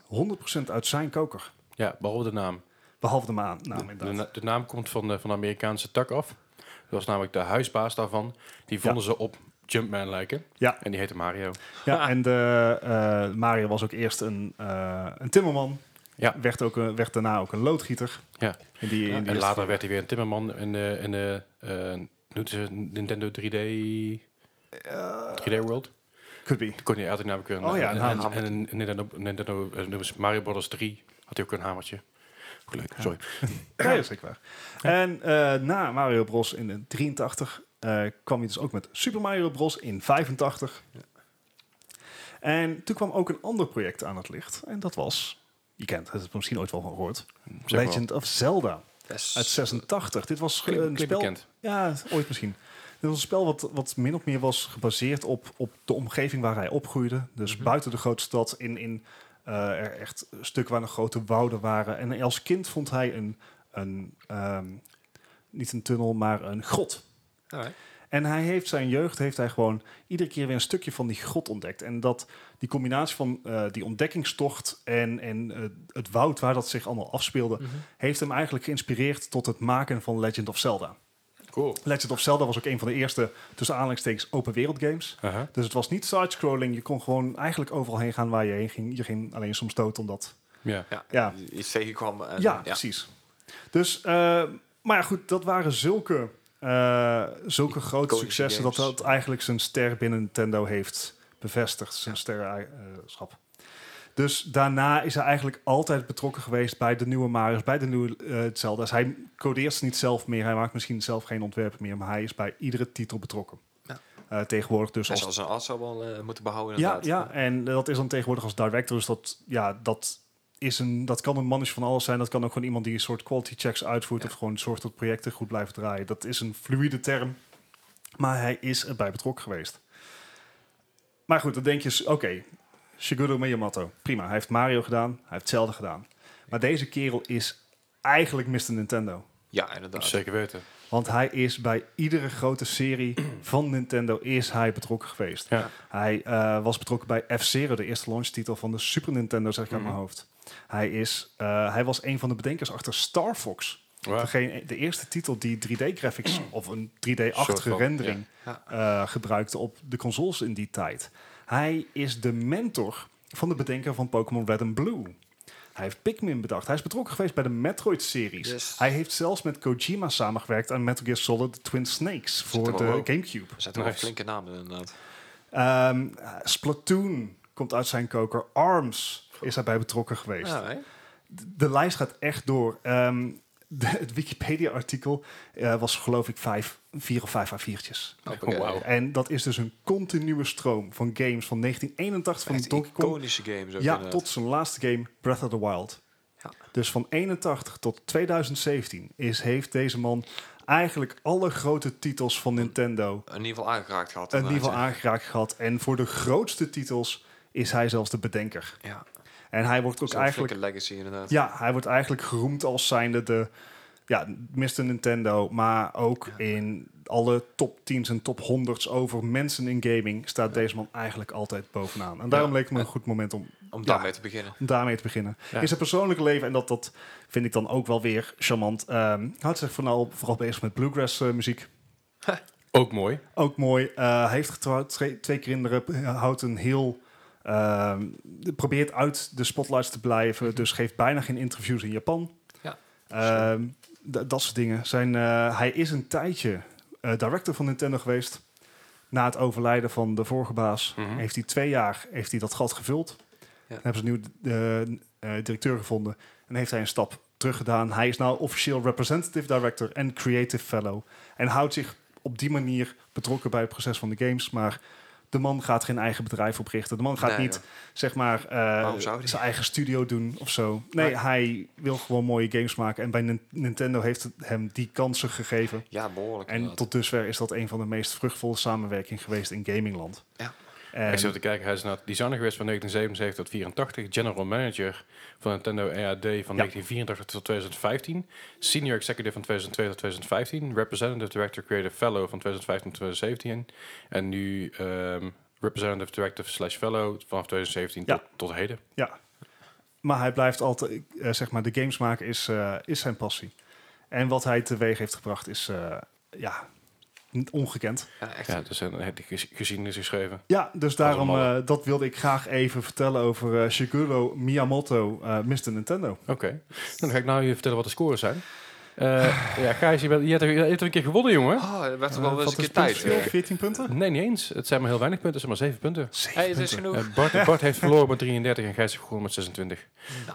S2: 100% uit zijn koker.
S1: Ja, behalve de naam.
S2: Behalve de maan. Nou,
S1: De,
S2: inderdaad.
S1: na- de naam komt van de, van de Amerikaanse tak af. Dat was namelijk de huisbaas daarvan. Die vonden ze op Jumpman lijken.
S2: Ja.
S1: En die heette Mario.
S2: Ja, en de, eh, Mario was ook eerst een, eh, een timmerman.
S1: Ja.
S2: Werd, ook, een- werd daarna ook een loodgieter.
S1: Ja.
S2: En die, in die
S1: En later werd hij weer een timmerman in de, in de eh, noemt ze Nintendo 3D... 3D World?
S2: Could be.
S1: Ik kon niet uit, namelijk weer een,
S2: Oh ja, een
S1: en-
S3: hamer.
S1: en, en Nintendo, Nintendo eh, noemen ze Mario Bros. 3 had hij ook een hamertje. Goed leuk, sorry.
S2: Ja, dat is zeker waar. En eh, na Mario Bros. in de 83 eh, kwam hij dus ook met Super Mario Bros. in 85. En toen kwam ook een ander project aan het licht. En dat was, je kent het, misschien ooit wel van gehoord,
S1: Zeg maar.
S2: Legend of Zelda
S3: Best-
S2: uit 86. Dit was eh,
S1: Klinkt-
S2: een
S1: klinkt
S2: spel...
S1: bekend.
S2: Ja, ooit misschien. Dit was een spel wat, wat min of meer was gebaseerd op, op de omgeving waar hij opgroeide. Dus
S3: Mhm.
S2: buiten de grote stad, in, in eh, er echt stukken waar nog grote wouden waren. En als kind vond hij een, een ehm, niet een tunnel, maar een grot.
S3: Alright.
S2: En hij heeft zijn jeugd, heeft hij gewoon iedere keer weer een stukje van die grot ontdekt. En dat die combinatie van eh, die ontdekkingstocht en, en eh, het woud waar dat zich allemaal afspeelde,
S3: Mhm.
S2: heeft hem eigenlijk geïnspireerd tot het maken van Legend of Zelda.
S1: Cool.
S2: Legend of Zelda was ook een van de eerste tussen aanhalingstekens open wereld games.
S1: Aha.
S2: Dus het was niet side-scrolling. Je kon gewoon eigenlijk overal heen gaan waar je heen ging. Je ging alleen soms dood omdat...
S1: Ja.
S3: Ja,
S2: Ja.
S3: iets tegenkwam. En, eh,
S2: ja, precies. Dus, eh, maar ja, goed, dat waren zulke, eh, zulke grote
S3: Iconische
S2: successen... dat
S3: games.
S2: dat eigenlijk zijn ster binnen Nintendo heeft bevestigd. Zijn sterrenschap. Dus daarna is hij eigenlijk altijd betrokken geweest bij de nieuwe Mario's, bij de nieuwe eh, Zelda's. Hij codeert ze niet zelf meer, hij maakt misschien zelf geen ontwerpen meer, maar hij is bij iedere titel betrokken.
S3: Ja.
S2: Eh, tegenwoordig dus
S3: Hij
S2: als
S3: zal zijn arts al wel eh, moeten behouden
S2: ja,
S3: inderdaad.
S2: ja, en dat is dan tegenwoordig als director. Dus dat, ja, dat, is een, dat kan een mannetje van alles zijn. Dat kan ook gewoon iemand die een soort quality checks uitvoert.
S3: Ja.
S2: Of gewoon zorgt dat projecten goed blijven draaien. Dat is een fluïde term. Maar hij is erbij betrokken geweest. Maar goed, dan denk je, s- oké, Shigeru Miyamoto. Prima, hij heeft Mario gedaan. Hij heeft Zelda gedaan. Maar deze kerel is eigenlijk Mr. Nintendo.
S3: Ja, inderdaad.
S1: Zeker weten.
S2: Want hij is bij iedere grote serie van Nintendo is hij betrokken geweest.
S1: Ja.
S2: Hij eh, was betrokken bij F-Zero, de eerste launchtitel van de Super Nintendo, zeg ik uit
S1: Mhm.
S2: mijn hoofd. Hij, is, eh, hij was een van de bedenkers achter Star Fox.
S1: Waar?
S2: Degene, de eerste titel die 3D-graphics of een 3D-achtige
S1: Soort van,
S2: rendering
S3: ja.
S2: eh, gebruikte op de consoles in die tijd. Hij is de mentor van de bedenker van Pokémon Red en Blue. Hij heeft Pikmin bedacht. Hij is betrokken geweest bij de Metroid-series.
S3: Yes.
S2: Hij heeft zelfs met Kojima samengewerkt aan Metal Gear Solid The Twin Snakes voor
S3: wel
S2: de
S3: ook.
S2: Gamecube.
S3: Er zijn toch wel
S1: Nice.
S3: flinke namen inderdaad.
S2: Ehm, Splatoon komt uit zijn koker. Arms is daarbij betrokken geweest.
S3: Ja, hè?
S2: D- De lijst gaat echt door. Ehm, de- het Wikipedia-artikel eh, was geloof ik vijf, vier of vijf A4'tjes.
S3: Hoppakee.
S1: wauw.
S2: En dat is dus een continue stroom van games van 1981 van
S3: Echt
S2: Donkey Kong
S3: iconische games ook
S2: ja,
S3: inderdaad.
S2: tot zijn laatste game Breath of the Wild.
S3: Ja.
S2: Dus van 81 tot 2017 is, heeft deze man eigenlijk alle grote titels van Nintendo
S3: In ieder geval aangeraakt gehad.
S2: een niveau
S3: inderdaad,
S2: aangeraakt gehad. En voor de grootste titels is hij zelfs de bedenker.
S3: Ja, ja.
S2: En hij wordt ook
S3: Zo'n eigenlijk...
S2: eigenlijk,
S3: flinke legacy inderdaad.
S2: ja, hij wordt eigenlijk geroemd als zijnde de ja, Mr. Nintendo, maar ook
S3: Ja.
S2: in alle top 10's en top 100's over mensen in gaming staat deze man eigenlijk altijd bovenaan. En daarom
S3: Ja.
S2: leek het me een goed moment om
S3: Om
S2: Ja.
S3: daarmee te beginnen.
S2: om daarmee te beginnen.
S1: Ja.
S2: In zijn persoonlijke leven, en dat, dat vind ik dan ook wel weer charmant, ehm, houdt zich vooral, vooral bezig met bluegrass eh, muziek.
S1: Ook mooi.
S2: Ook mooi. Eh, hij heeft getrouwd, twee, twee kinderen, p- houdt een heel... ehm, probeert uit de spotlights te blijven, dus geeft bijna geen interviews in Japan.
S3: Ja.
S2: Ehm, d- dat soort dingen. Zijn, eh, hij is een tijdje eh, director van Nintendo geweest. Na het overlijden van de vorige baas
S1: Mhm.
S2: heeft hij twee jaar heeft hij dat gat gevuld. Dan hebben ze een nieuwe eh, eh, directeur gevonden. En heeft hij een stap terug gedaan. Hij is nu officieel representative director en creative fellow. En houdt zich op die manier betrokken bij het proces van de games. Maar de man gaat geen eigen bedrijf oprichten. De man gaat
S3: Nee,
S2: niet,
S3: joh.
S2: zeg maar, eh,
S3: Waarom zou die?
S2: zijn eigen studio doen of zo. Nee,
S3: Nee.
S2: hij wil gewoon mooie games maken. En bij Nin- Nintendo heeft het hem die kansen gegeven.
S3: Ja, behoorlijk
S2: En
S3: inderdaad.
S2: tot dusver is dat een van de meest vruchtvolle samenwerkingen geweest in gamingland.
S3: Ja.
S2: En-
S1: Ik zit te kijken, hij is nou designer geweest van 1977 tot 84, general manager van Nintendo EAD van
S2: Ja.
S1: 1984 tot 2015, senior executive van 2002 tot 2015, representative director creative fellow van 2015 tot 2017 en nu ehm, representative director slash fellow vanaf 2017
S2: Ja.
S1: tot, tot heden.
S2: Ja. Maar hij blijft altijd, eh, zeg maar, de games maken is, eh, is zijn passie. En wat hij teweeg heeft gebracht is, eh, ja, niet ongekend.
S3: Ja, echt.
S1: Ja, dus een hele ges- geschiedenis geschreven.
S2: Ja, dus daarom,
S1: een malle.
S2: eh, dat wilde ik graag even vertellen over eh, Shigeru Miyamoto, eh Mr. Nintendo.
S1: Oké, dan ga ik nou je vertellen wat de scores zijn. Eh, ja, Gijs, je, bent, je, hebt, er- je hebt er een keer gewonnen, jongen.
S3: Oh, er werd er wel
S2: Eh,
S3: eens
S2: wat
S3: een
S2: is
S3: keer
S2: het
S3: tijd.
S2: puntenverschil? 14 punten?
S1: Nee, niet eens. Het zijn maar heel weinig punten, het zijn maar zeven punten.
S2: Zeven
S3: Hey, het is
S2: punten.
S3: genoeg.
S1: Eh, Bart, Bart heeft verloren met 33 en Gijs heeft gewonnen met 26.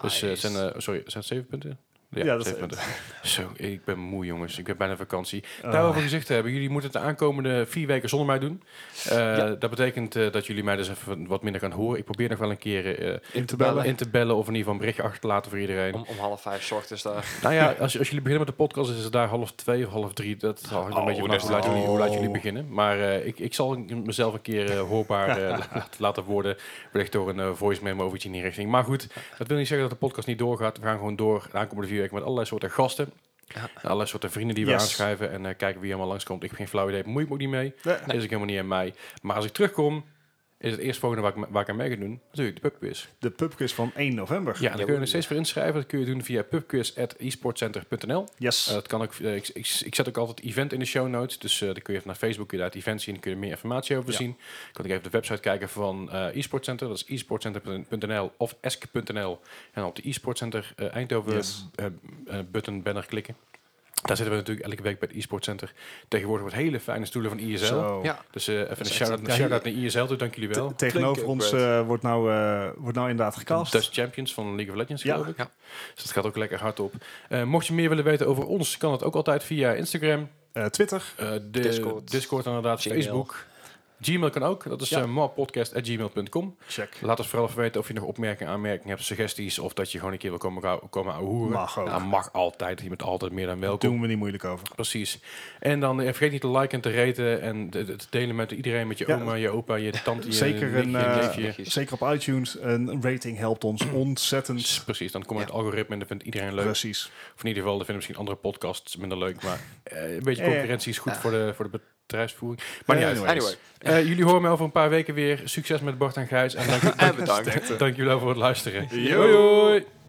S1: Dus eh,
S3: Nice.
S1: het zijn, eh, sorry, zijn het 7 punten? Ja,
S2: Ja, dat
S1: zeven
S2: is-
S1: punten. Zo, ik ben moe jongens. Ik ben bijna vakantie.
S2: Ah.
S1: Daarover gezegd te hebben, jullie moeten het de aankomende vier weken zonder mij doen. Eh, Dat betekent eh, dat jullie mij dus even wat minder gaan horen. Ik probeer nog wel een keer eh,
S2: in te
S3: bellen.
S2: bellen.
S1: in te bellen of in ieder geval een berichtje achter te laten voor iedereen.
S3: Om, om half vijf 's ochtends daar.
S1: Nou ja, als, als jullie beginnen met de podcast, is het daar half twee of half drie. Dat hangt een
S3: Oh,
S1: beetje
S3: dat
S1: vanaf
S3: is
S1: hoe, laat jullie- hoe laat
S2: oh.
S1: jullie beginnen. Maar eh, ik, ik zal mezelf een keer eh, hoorbaar eh, laten- laten worden. Wellicht door een eh, voice memo of iets in die richting. Maar goed, dat wil niet zeggen dat de podcast niet doorgaat. We gaan gewoon door de aankomende vier weken met allerlei soorten gasten.
S3: Ja.
S1: Allerlei soorten vrienden die we
S2: Yes.
S1: aanschrijven. En eh, kijken wie allemaal langskomt. Ik heb geen flauw idee. Moeit me ook niet mee.
S2: Nee.
S1: Is ook helemaal niet aan mij. Maar als ik terugkom, is het eerst volgende waar ik, waar ik aan mee ga doen. Natuurlijk de pubquiz.
S2: De pubquiz van 1 november.
S1: Ja, daar kun je nog steeds voor inschrijven. Dat kun je doen via e pubquiz.esportcenter.nl.
S2: Yes.
S1: Eh, dat kan ook, eh, ik, ik, ik zet ook altijd event in de show notes. Dus eh dan kun je even naar Facebook kun je daar het event zien. Dan kun je er meer informatie over
S2: Ja.
S1: zien. Kan ik even de website kijken van eh eSportcenter. Dat is esportcenter.nl of esk.nl. En op de eSportcenter eh, Eindhoven
S2: Yes.
S1: eh, eh, button banner klikken. Daar zitten we natuurlijk elke week bij het eSportcenter. Tegenwoordig wat hele fijne stoelen van ISL.
S2: Zo.
S3: Ja.
S1: Dus eh, even een
S3: echt
S1: shout-out
S3: een-
S1: naar- shout-out naar ISL toe. dus Dank jullie
S2: Te-
S1: wel.
S2: Tegenover
S3: Klinkt
S2: ons
S3: ook Dus-
S2: eh, wordt, nou, eh, wordt nou inderdaad
S1: De
S2: gecast.
S1: Dutch Champions van League of Legends,
S2: Ja.
S1: geloof ik.
S3: Ja.
S1: Dus dat gaat ook lekker hard op. Eh, mocht je meer willen weten over ons, kan dat ook altijd via Instagram.
S2: Eh, Twitter.
S1: Eh, de, Discord.
S3: Discord.
S1: inderdaad,
S3: Gmail.
S1: Facebook. Gmail kan ook. Dat is eh,
S2: Ja.
S1: ja. mapodcast.gmail.com.
S2: Check.
S1: Laat ons vooral even weten of je nog opmerkingen, aanmerkingen hebt, suggesties. Of dat je gewoon een keer wil komen, gauw- komen ouwehoeren.
S2: Mag ook.
S1: Nou, mag altijd. Je bent altijd meer dan welkom.
S2: Doen we niet moeilijk over.
S1: Precies. En dan eh, vergeet niet te liken en te raten. En te, te- te delen met iedereen. Met je
S2: Ja.
S1: oma, je opa, je tante, je
S2: Zeker
S1: nichtje,
S2: een,
S1: je
S2: eh,
S1: neefje.
S3: Nichtje. Precies.
S2: Zeker op iTunes. Een rating helpt ons ontzettend.
S1: Precies, dan kom je
S3: Ja.
S1: het algoritme en dat vindt iedereen leuk.
S2: Precies.
S1: Of in ieder geval, dat vinden misschien andere podcasts minder leuk. Maar eh, een beetje
S2: Eh.
S1: concurrentie is goed voor, de, voor de bedrijfsvoering. Maar niet uit.
S2: Anyways.
S3: Anyway.
S1: Eh, jullie horen mij over een paar weken weer. Succes met Bart en Gijs. En dank,
S3: En bedankt.
S1: dank jullie wel voor het luisteren.
S2: Yo.
S1: Hoi hoi.